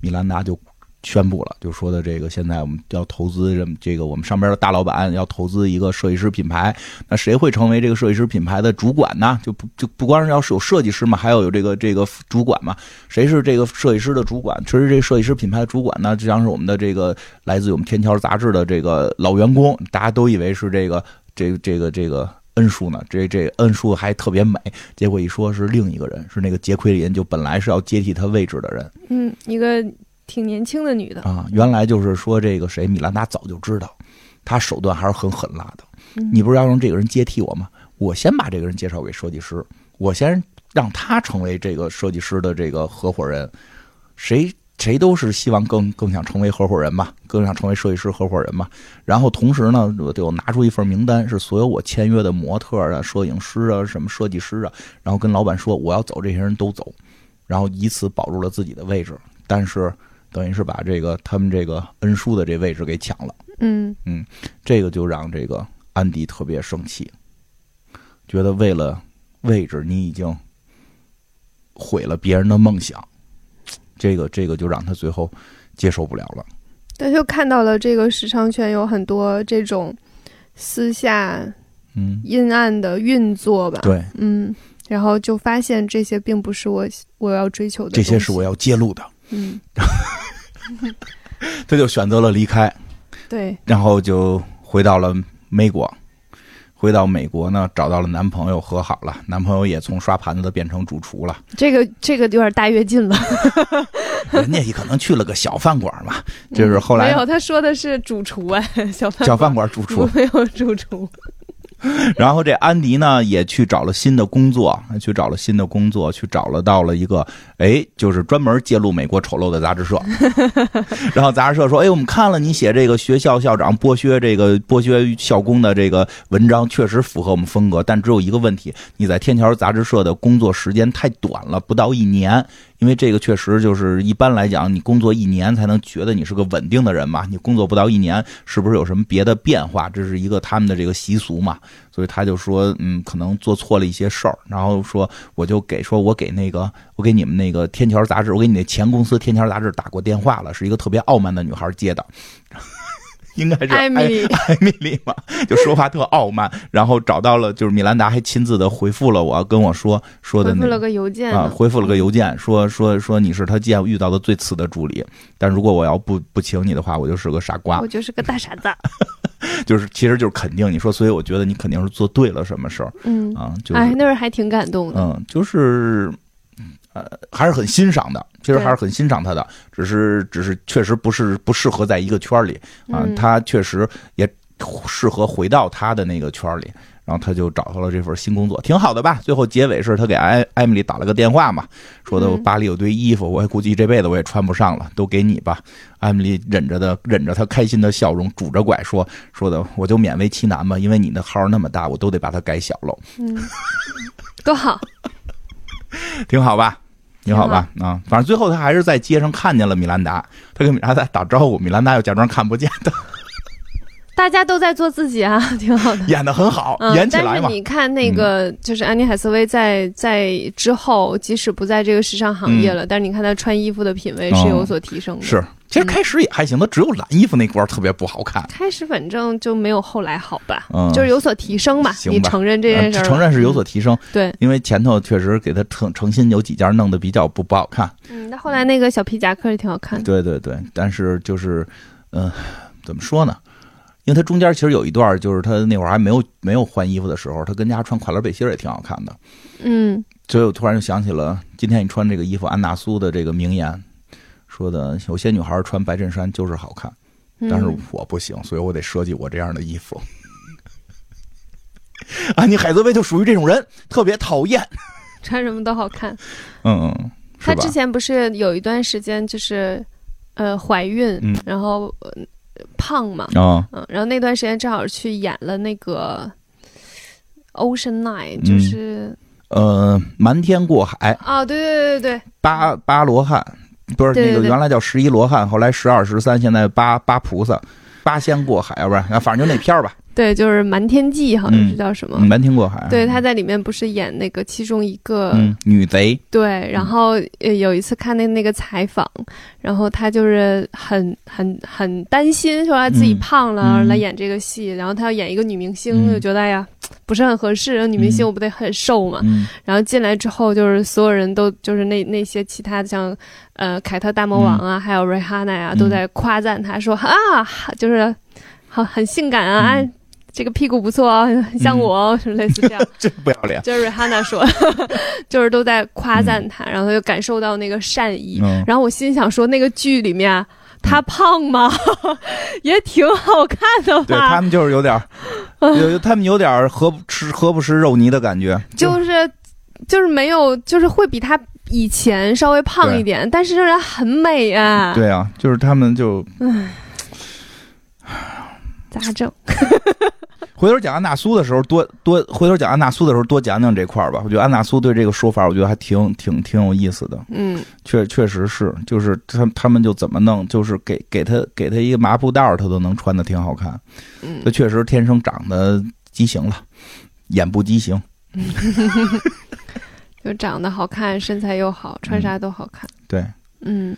Speaker 2: 米兰达就宣布了，就说的这个现在我们要投资这么这个我们上边的大老板要投资一个设计师品牌，那谁会成为这个设计师品牌的主管呢？就不就不光是要是有设计师嘛，还要有这个这个主管嘛，谁是这个设计师的主管？其实这设计师品牌的主管呢，就像是我们的这个来自于我们天桥杂志的这个老员工，大家都以为是这个这个这个这个恩叔呢，这这恩叔还特别美，结果一说是另一个人，是那个杰奎琳，就本来是要接替他位置的人
Speaker 1: 嗯，一个挺年轻的女的，
Speaker 2: 啊。原来就是说这个谁，米兰达早就知道，他手段还是很狠辣的。你不是要让这个人接替我吗？我先把这个人介绍给设计师，我先让他成为这个设计师的这个合伙人。谁谁都是希望更更想成为合伙人嘛，更想成为设计师合伙人嘛。然后同时呢，我就拿出一份名单，是所有我签约的模特啊、摄影师啊、什么设计师啊，然后跟老板说我要走，这些人都走，然后以此保住了自己的位置。但是等于是把这个他们这个恩叔的这位置给抢了。
Speaker 1: 嗯
Speaker 2: 这个就让这个安迪特别生气，觉得为了位置你已经毁了别人的梦想，这个这个就让他最后接受不了了。
Speaker 1: 但就看到了这个时尚圈有很多这种私下
Speaker 2: 嗯，
Speaker 1: 阴暗的运作吧。
Speaker 2: 对，
Speaker 1: 嗯，然后就发现这些并不是我我要追求的
Speaker 2: 这
Speaker 1: 东西，
Speaker 2: 些是我要揭露的，
Speaker 1: 嗯，
Speaker 2: 他就选择了离开，
Speaker 1: 对，
Speaker 2: 然后就回到了美国。回到美国呢，找到了男朋友，和好了。男朋友也从刷盘子的变成主厨了。
Speaker 1: 这个这个有点大跃进了。
Speaker 2: 人家也可能去了个小饭馆嘛，就是后
Speaker 1: 嗯
Speaker 2: 来
Speaker 1: 没有，嗯他说的是主厨啊， 小饭
Speaker 2: 小饭馆主 厨
Speaker 1: 馆。没有主厨，
Speaker 2: 然后这安迪呢，也去找了新的工作，去找了新的工作，去找了到了一个，哎，就是专门揭露美国丑陋的杂 志社。然后杂志社说，哎，我们看了你写这个学校校长剥削这个剥削校工的这个文章，确实符合我们风格，但只有一个问题，你在天桥杂志社的工作时间太短了，不到一年。因为这个确实就是一般来讲，你工作一年才能觉得你是个稳定的人嘛。你工作不到一年，是不是有什么别的变化？这是一个他们的这个习俗嘛。所以他就说，嗯，可能做错了一些事儿，然后说我就给说我给那个我给你们那个天桥杂志，我给你那前公司天桥杂志打过电话了，是一个特别傲慢的女孩接的， 应该是
Speaker 1: 艾米丽，
Speaker 2: 艾米丽嘛，就说话特傲慢，然后找到了，就是米兰达还亲自的回复了我，跟我说说的
Speaker 1: 回
Speaker 2: 那
Speaker 1: 复
Speaker 2: 个
Speaker 1: 了个邮件
Speaker 2: 啊，回复了个邮件，说说说你是他见遇到的最次的助理，但如果我要不不请你的话，我就是个傻瓜
Speaker 1: 我，就是个大傻子。
Speaker 2: 就是其实就是肯定你说，所以我觉得你肯定是做对了什么事儿
Speaker 1: 嗯，
Speaker 2: 啊，就是、
Speaker 1: 哎，那会儿还挺感动的。
Speaker 2: 嗯，就是呃还是很欣赏的，其实还是很欣赏他的，只是只是确实不是不适合在一个圈儿里啊，
Speaker 1: 嗯
Speaker 2: 他确实也适合回到他的那个圈儿里。然后他就找到了这份新工作，挺好的吧？最后结尾是他给艾艾米丽打了个电话嘛，说的
Speaker 1: 嗯
Speaker 2: 巴黎有堆衣服，我估计这辈子我也穿不上了，都给你吧。艾米丽忍着的忍着她开心的笑容，拄着拐说说的，我就勉为其难吧，因为你的号儿那么大，我都得把它改小喽。
Speaker 1: 嗯，多好。
Speaker 2: 挺好吧，挺好吧啊！反正最后他还是在街上看见了米兰达，他跟米兰达打招呼，米兰达又假装看不见他，
Speaker 1: 大家都在做自己啊， 挺好的。
Speaker 2: 演的很好，
Speaker 1: 嗯，
Speaker 2: 演起来嘛嗯
Speaker 1: 但是。你看那个，就是安妮海瑟薇在在之后，即使不在这个时尚行业了，但是你看她穿衣服的品味是有所提升的。
Speaker 2: 嗯哦是，
Speaker 1: 嗯
Speaker 2: 其实开始也还行，他只有蓝衣服那块儿特别不好看。
Speaker 1: 开始反正就没有后来好吧，
Speaker 2: 嗯，
Speaker 1: 就是有所提升吧。
Speaker 2: 行吧
Speaker 1: 你承认这嗯件事儿
Speaker 2: 呃
Speaker 1: 吧，
Speaker 2: 承认是有所提升，
Speaker 1: 对。
Speaker 2: 因为前头确实给他诚诚心有几件弄得比较不不好看。
Speaker 1: 嗯，那后来那个小皮夹克也挺好看的。
Speaker 2: 对对对，但是就是，嗯、怎么说呢？因为他中间其实有一段，就是他那会儿还没有没有换衣服的时候，他跟家穿垮栏背心儿也挺好看的。
Speaker 1: 嗯，
Speaker 2: 所以我突然就想起了今天你穿这个衣服，安娜苏的这个名言，说的有些女孩穿白衬衫就是好看，
Speaker 1: 嗯
Speaker 2: 但是我不行，所以我得设计我这样的衣服。 安妮海瑟薇就属于这种人，特别讨厌。
Speaker 1: 穿什么都好看。
Speaker 2: 嗯嗯，是
Speaker 1: 她
Speaker 2: 吧
Speaker 1: 之？前不是有一段时间就是，呃，怀孕，
Speaker 2: 嗯
Speaker 1: 然后、呃胖嘛，
Speaker 2: 啊，
Speaker 1: 嗯，然后那段时间正好去演了那个《Ocean Nine
Speaker 2: 嗯》，
Speaker 1: 就是、
Speaker 2: 呃，瞒天过海，
Speaker 1: 啊，对对对对
Speaker 2: 八八罗汉，不是
Speaker 1: 对对
Speaker 2: 那个
Speaker 1: 对
Speaker 2: 原来叫十一罗汉，后来十二十三，现在八八菩萨，八仙过海，要不然反正就那片儿吧。
Speaker 1: 对对，就是《瞒天记》，好像是叫什么
Speaker 2: 嗯，？瞒天过海。
Speaker 1: 对，他在里面不是演那个其中一个，
Speaker 2: 嗯，女贼，
Speaker 1: 对，然后呃有一次看那那个采访，然后他就是很很很担心，说他自己
Speaker 2: 嗯
Speaker 1: 胖了、
Speaker 2: 嗯
Speaker 1: 来演这个戏，然后他要演一个女明星，
Speaker 2: 嗯
Speaker 1: 就觉得哎呀不是很合适，女明星
Speaker 2: 嗯
Speaker 1: 我不得很瘦嘛。
Speaker 2: 嗯，
Speaker 1: 然后进来之后，就是所有人都就是那那些其他的像呃凯特大魔王啊，还有瑞哈娜呀，
Speaker 2: 嗯
Speaker 1: 都在夸赞他说啊，就是好很性感啊。
Speaker 2: 嗯
Speaker 1: 哎这个屁股不错啊，很像我哦，是类似这 样。
Speaker 2: 真不要脸。
Speaker 1: 就是 Rihanna 说， 就是都在夸赞她，然后她就感受到那个善意。
Speaker 2: 嗯，
Speaker 1: 然后我心想说，那个剧里面她胖吗？ 也挺好看的
Speaker 2: 对他
Speaker 1: 吧？
Speaker 2: 们就是有 点儿，有他们有点儿合不吃合不吃肉泥的感觉，
Speaker 1: 就是就是没有，就是会比她以前稍微胖一点，但是仍然很美啊。
Speaker 2: 对啊，就是他们就
Speaker 1: 咋整？
Speaker 2: 回头讲安娜苏的时候多多，回头讲安娜苏的时候多讲讲这块儿吧。我觉得安娜苏对这个说法，我觉得还挺挺挺有意思的。
Speaker 1: 嗯，
Speaker 2: 确确实是，就是他他们就怎么弄，就是给给他给他一个麻布袋儿，他都能穿的挺好看。
Speaker 1: 嗯
Speaker 2: 他确实天生长得畸形了，眼部畸形。
Speaker 1: 就长得好看，身材又好，
Speaker 2: 嗯
Speaker 1: 穿啥都好看。
Speaker 2: 对，
Speaker 1: 嗯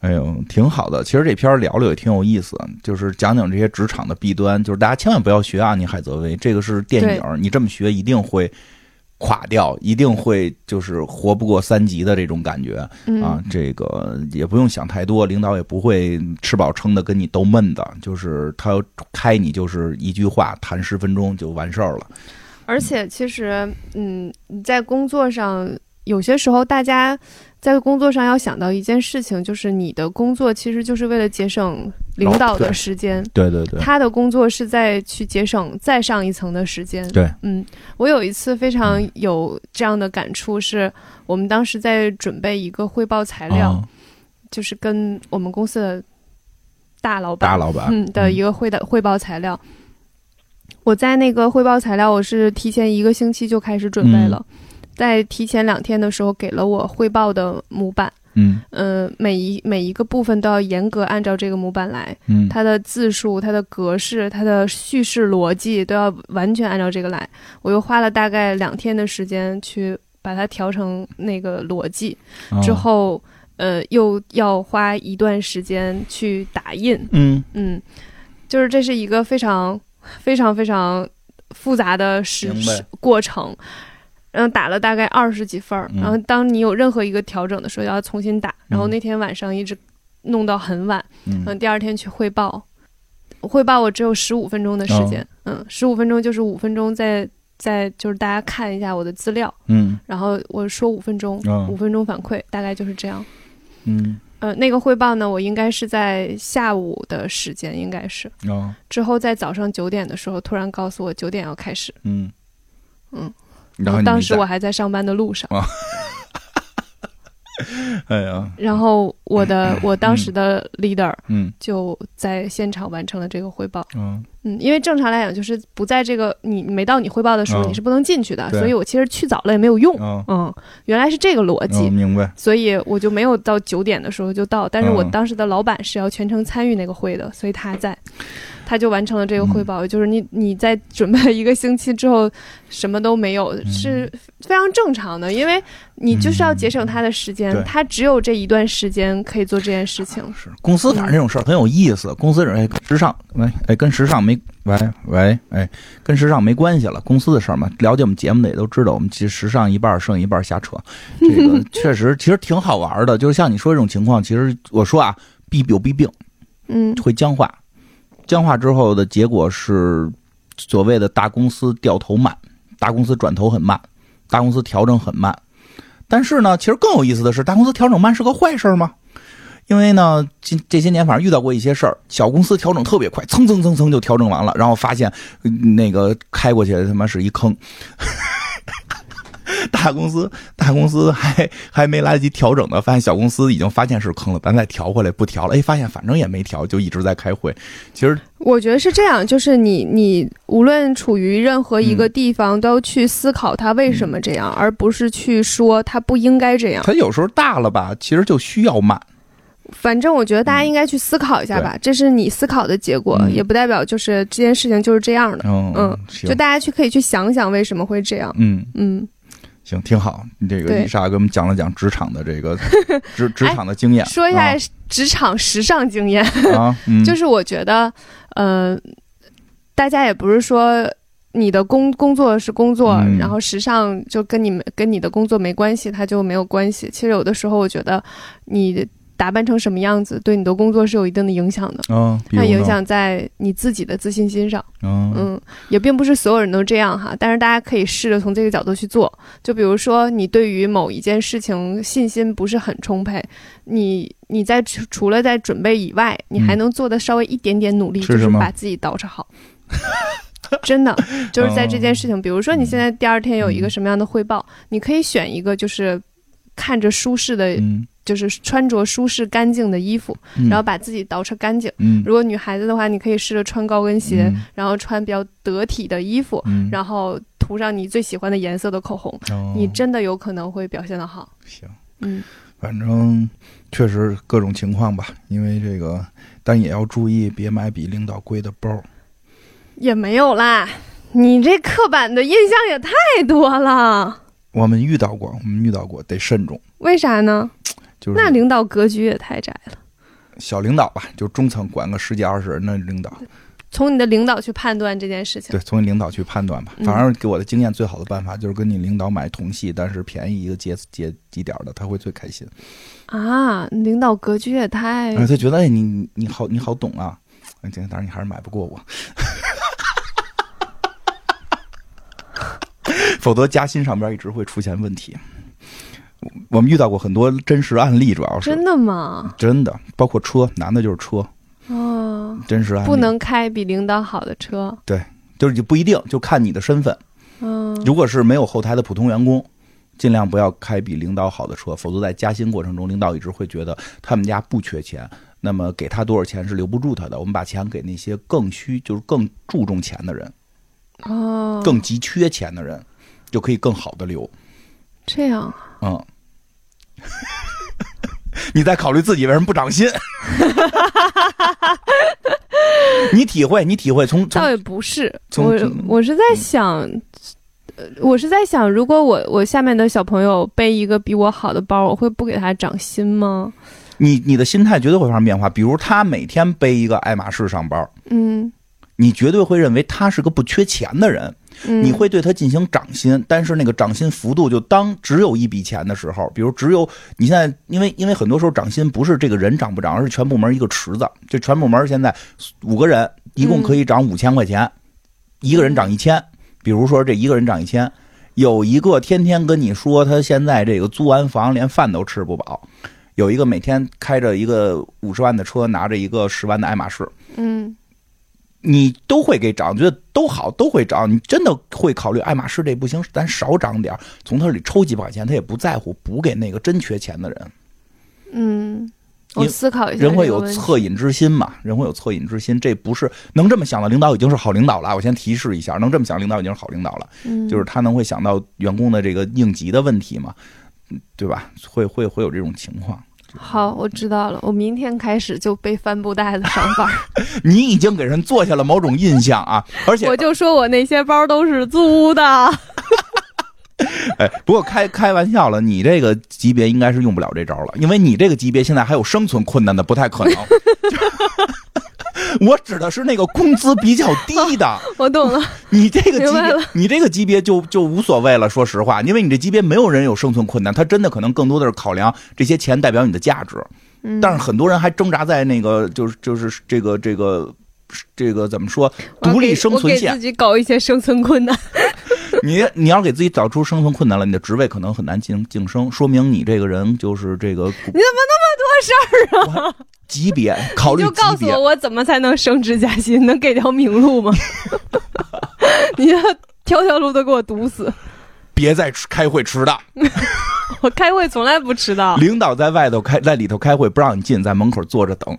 Speaker 2: 哎呦，挺好的。其实这片儿聊聊也挺有意思，就是讲讲这些职场的弊端，就是大家千万不要学安妮海瑟薇，这个是电影儿，你这么学一定会垮掉，一定会就是活不过三级的这种感觉。
Speaker 1: 嗯
Speaker 2: 啊，这个也不用想太多，领导也不会吃饱撑的跟你逗闷的，就是他要开你就是一句话，谈十分钟就完事儿了。
Speaker 1: 而且其实，嗯，在工作上，有些时候大家在工作上要想到一件事情，就是你的工作其实就是为了节省领导的时间。
Speaker 2: 对对对，
Speaker 1: 他的工作是在去节省再上一层的时间。
Speaker 2: 对，
Speaker 1: 嗯，我有一次非常有这样的感触是，我们当时在准备一个汇报材料，
Speaker 2: 啊，
Speaker 1: 就是跟我们公司的大老板
Speaker 2: 大老板，
Speaker 1: 嗯的一个汇的汇报材料。我在那个汇报材料，我是提前一个星期就开始准备了，在提前两天的时候给了我汇报的模板，
Speaker 2: 嗯
Speaker 1: 呃，每一每一个部分都要严格按照这个模板来，
Speaker 2: 嗯，
Speaker 1: 它的字数、它的格式、它的叙事逻辑都要完全按照这个来。我又花了大概两天的时间去把它调成那个逻辑，
Speaker 2: 啊
Speaker 1: 之，后呃又要花一段时间去打印，
Speaker 2: 嗯
Speaker 1: 嗯，就是这是一个非常非常非常复杂的时
Speaker 2: 明白
Speaker 1: 时过程，然后打了大概二十几份儿，
Speaker 2: 嗯
Speaker 1: 然后当你有任何一个调整的时候，要重新打，然后
Speaker 2: 嗯
Speaker 1: 那天晚上一直弄到很晚，
Speaker 2: 嗯
Speaker 1: 嗯，第二天去汇报，汇报我只有十五分钟的时
Speaker 2: 哦
Speaker 1: 间，嗯，十五分钟就是五分钟在在就是大家看一下我的资料，
Speaker 2: 嗯
Speaker 1: 然后我说五分钟，
Speaker 2: 嗯
Speaker 1: 五分钟反馈，大概就是这样。
Speaker 2: 嗯
Speaker 1: 呃，那个汇报呢，我应该是在下午的时间，应该是，
Speaker 2: 啊
Speaker 1: 之后在早上九点的时候，突然告诉我九点要开始。
Speaker 2: 嗯
Speaker 1: 嗯，
Speaker 2: 然后你
Speaker 1: 当
Speaker 2: 没
Speaker 1: 时
Speaker 2: 在
Speaker 1: 我，还在上班的路上，
Speaker 2: 哎呀，
Speaker 1: 然后我 的我当时的 leader
Speaker 2: 嗯
Speaker 1: 就在现场完成了这个汇报。
Speaker 2: 嗯
Speaker 1: 嗯，因为正常来讲就是不在这个你你没到你汇报的时候
Speaker 2: 嗯
Speaker 1: 你是不能进去的，
Speaker 2: 对
Speaker 1: 所以我其实去早了也没有用。
Speaker 2: 嗯，
Speaker 1: 嗯，原来是这个逻辑
Speaker 2: 嗯，明白，
Speaker 1: 所以我就没有到九点的时候就到，但是我
Speaker 2: 嗯
Speaker 1: 当时的老板是要全程参与那个会的，所以他在，他就完成了这个汇
Speaker 2: 嗯
Speaker 1: 报。就是你你在准备一个星期之后，什么都没
Speaker 2: 嗯
Speaker 1: 有是非常正常的，因为你就是要节省他的时间，
Speaker 2: 嗯对
Speaker 1: 他只有这一段时间可以做这件事情。
Speaker 2: 是公司反正这种事儿很有意思，公司这哎时尚，喂哎跟时尚没喂喂哎跟时尚没关系了，公司的事儿嘛。了解我们节目的也都知道，我们其实时尚一半儿剩一半儿 瞎扯，这个确实其实挺好玩儿的。就是像你说这种情况，其实我说啊，弊有弊病，
Speaker 1: 嗯
Speaker 2: 会僵化，僵化之后的结果是所谓的大公司掉头慢，大公司转头很慢，大公司调整很慢。但是呢，其实更有意思的是，大公司调整慢是个坏事儿吗？因为呢，这这些年反正遇到过一些事儿，小公司调整特别快，蹭蹭蹭蹭就调整完了，然后发现呃那个开过去他妈是一坑。 大公司，大公司还还没来得及调整呢，发现小公司已经发现是坑了，咱再调回来不调了，哎，发现反正也没调，就一直在开会。其实
Speaker 1: 我觉得是这样，就是你你无论处于任何一
Speaker 2: 嗯
Speaker 1: 个地方，都要去思考他为什么这样，而不是去说他不应该这样。
Speaker 2: 他有时候大了吧，其实就需要慢，
Speaker 1: 反正我觉得大家应该去思考一下吧，这是你思考的结果，
Speaker 2: 嗯
Speaker 1: 也不代表就是这件事情就是这样的。
Speaker 2: 嗯
Speaker 1: 嗯，
Speaker 2: 行
Speaker 1: 就大家去可以去想想为什么会这样。
Speaker 2: 嗯
Speaker 1: 嗯，
Speaker 2: 行挺好。你这个
Speaker 1: 对
Speaker 2: 伊莎给我们讲了讲职场的这个职职场的经验，
Speaker 1: 说一下职场时尚经验，
Speaker 2: 啊， 啊嗯
Speaker 1: 就是我觉得，呃，大家也不是说。你的工工作是工作，
Speaker 2: 嗯
Speaker 1: 然后时尚就跟你们跟你的工作没关系，它就没有关系。其实有的时候，我觉得你打扮成什么样子，对你的工作是有一定的影响的。
Speaker 2: 嗯，比
Speaker 1: 它
Speaker 2: 如
Speaker 1: 影
Speaker 2: 呢
Speaker 1: 响在你自己的自信心上。
Speaker 2: 嗯
Speaker 1: 嗯，也并不是所有人都这样哈，但是大家可以试着从这个角度去做。就比如说，你对于某一件事情信心不是很充沛，你你在除除了在准备以外，你还能做的稍微一点点努力，
Speaker 2: 嗯是
Speaker 1: 就
Speaker 2: 什
Speaker 1: 是
Speaker 2: 么
Speaker 1: 把自己捯饬好。真的，就是在这件事
Speaker 2: 哦
Speaker 1: 情，比如说你现在第二天有
Speaker 2: 嗯
Speaker 1: 一个什么样的汇报，你可以选一个就是看着舒适的，
Speaker 2: 嗯，
Speaker 1: 就是穿着舒适干净的衣服，
Speaker 2: 嗯
Speaker 1: 然后把自己捯饬干净。
Speaker 2: 嗯
Speaker 1: 如果女孩子的话，你可以试着穿高跟鞋，
Speaker 2: 嗯
Speaker 1: 然后穿比较得体的衣服，
Speaker 2: 嗯，
Speaker 1: 然后涂上你最喜欢的颜色的口红，
Speaker 2: 哦
Speaker 1: 你真的有可能会表现得好。
Speaker 2: 行。
Speaker 1: 嗯，
Speaker 2: 反正确实各种情况吧，因为这个，但也要注意别买比领导贵的包。
Speaker 1: 也没有啦，你这刻板的印象也太多了，
Speaker 2: 我们遇到过，我们遇到过，得慎重。
Speaker 1: 为啥呢？
Speaker 2: 就是
Speaker 1: 那领导格局也太窄了。
Speaker 2: 小领导吧，就中层管个十几二十人的领导，
Speaker 1: 从你的领导去判断这件事情，
Speaker 2: 对，从你领导去判断吧。
Speaker 1: 嗯
Speaker 2: 反正给我的经验，最好的办法就是跟你领导买同系，但是便宜一个节节几点儿的，他会最开心。
Speaker 1: 啊，领导格局也太……
Speaker 2: 哎，他觉得哎，你你你好，你好懂啊。哎当然你还是买不过我， 否则加薪上边一直会出现问题。我们遇到过很多真实案例，主要是
Speaker 1: 真的吗？
Speaker 2: 真的，包括车，男的就是车，
Speaker 1: 啊，
Speaker 2: 真实案例
Speaker 1: 不能开比领导好的车。
Speaker 2: 就是不一定，就看你的身份。
Speaker 1: 嗯、
Speaker 2: 如果是没有后台的普通员工，尽量不要开比领导好的车，否则在加薪过程中，领导一直会觉得他们家不缺钱，那么给他多少钱是留不住他的。我们把钱给那些更需就是更注重钱的人，
Speaker 1: 哦，
Speaker 2: 更急缺钱的人，就可以更好的留。
Speaker 1: 这样啊。
Speaker 2: 嗯， 你在考虑自己为什么不涨薪？ 你体会，你体会，从从
Speaker 1: 倒也不是，
Speaker 2: 从
Speaker 1: 我
Speaker 2: 从
Speaker 1: 我是在想，呃我是在想，如果我我下面的小朋友背一个比我好的包，我会不给他涨薪吗？
Speaker 2: 你你的心态绝对会发生变化。比如他每天背一个爱马仕上班，
Speaker 1: 嗯，
Speaker 2: 你绝对会认为他是个不缺钱的人，
Speaker 1: 嗯
Speaker 2: 你会对他进行涨薪，但是那个涨薪幅度就当只有一笔钱的时候，比如只有你现在，因为因为很多时候涨薪不是这个人涨不涨，而是全部门一个池子，就全部门现在五个人一共可以涨五千块钱，一个人涨一千，比如说这一个人涨一千。有一个天天跟你说他现在这个租完房连饭都吃不饱，有一个每天开着一个五十万的车，拿着一个十万的爱马仕，
Speaker 1: 嗯
Speaker 2: 你都会给涨，觉得都好，都会涨。你真的会考虑爱马仕这不行，咱少涨点儿从他这里抽几百块钱，他也不在乎，补给那个真缺钱的人。
Speaker 1: 嗯，我
Speaker 2: 因
Speaker 1: 思考一下这
Speaker 2: 哎人
Speaker 1: 个
Speaker 2: 会
Speaker 1: 问题，
Speaker 2: 有恻隐之心嘛？人会有恻隐之心，这不是能这么想的领导已经是好领导了。我先提示一下，能这么想领导已经是好领导了，
Speaker 1: 嗯，
Speaker 2: 就是他能会想到员工的这个应急的问题嘛，嗯对吧？会会会有这种情况。
Speaker 1: 好，我知道了，我明天开始就背帆布袋子上 班儿，
Speaker 2: 你已经给人做下了某种印象啊，而 且
Speaker 1: 我就说我那些包都是租的，
Speaker 2: 哎，不过开开玩笑了，你这个级别应该是用不了这招了，因为你这个级别现在还有生存困难的，不太可能。 我指的是那个工资比较低的，
Speaker 1: 我懂了，
Speaker 2: 你这个级
Speaker 1: 明白
Speaker 2: 别
Speaker 1: 了，
Speaker 2: 你这个级别就就无所谓了。说实话，因为你这级别没有人有生存困难，他真的可能更多的是考量这些钱代表你的价值。
Speaker 1: 嗯，
Speaker 2: 但是很多人还挣扎在那个就是就是这个这个这个怎么说
Speaker 1: 我要
Speaker 2: 独立
Speaker 1: 给
Speaker 2: 生
Speaker 1: 我
Speaker 2: 存
Speaker 1: 给
Speaker 2: 线
Speaker 1: 自。己搞一些生存困难，
Speaker 2: 你你要给自己找出生存困难了，你的职位可能很难进晋升，说明你这个人就是这个
Speaker 1: 你怎么那么多事儿啊？
Speaker 2: 级别，考
Speaker 1: 你
Speaker 2: 虑
Speaker 1: 就告
Speaker 2: 级
Speaker 1: 诉
Speaker 2: 别
Speaker 1: 我，。我怎么才能升职加薪？能给条明路 吗？你要条条路都给我堵死！
Speaker 2: 别再迟开会迟到，
Speaker 1: 我开会从来不迟到，
Speaker 2: 领导在外头开，在里头开会不让你进，在门口坐着等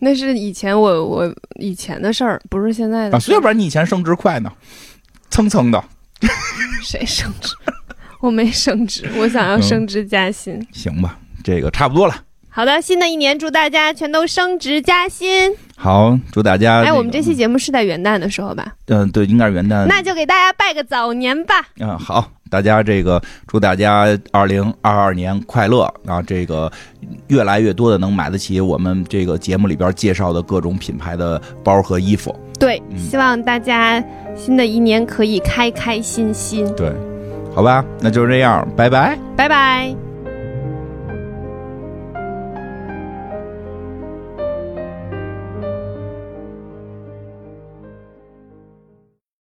Speaker 1: 那是以前我我以前的事儿，不是现在的
Speaker 2: 啊！
Speaker 1: 事儿。
Speaker 2: 要不然你以前升职快呢，蹭蹭的，
Speaker 1: 谁升 职？我没升职，我想要升职加薪。
Speaker 2: 嗯行吧？这个差不多了，
Speaker 1: 好的，新的一年祝大家全都升职加薪。
Speaker 2: 好，祝大家、那个。
Speaker 1: 哎，我们这期节目是在元旦的时候吧？
Speaker 2: 嗯、对，应该是元旦。
Speaker 1: 那就给大家拜个早年吧。
Speaker 2: 嗯，好，大家这个祝大家二零二二年快乐啊！这个越来越多的能买得起我们这个节目里边介绍的各种品牌的包和衣服。
Speaker 1: 对，
Speaker 2: 嗯
Speaker 1: 希望大家新的一年可以开开心心。
Speaker 2: 对，好吧，那就是这样，拜拜。
Speaker 1: 拜拜。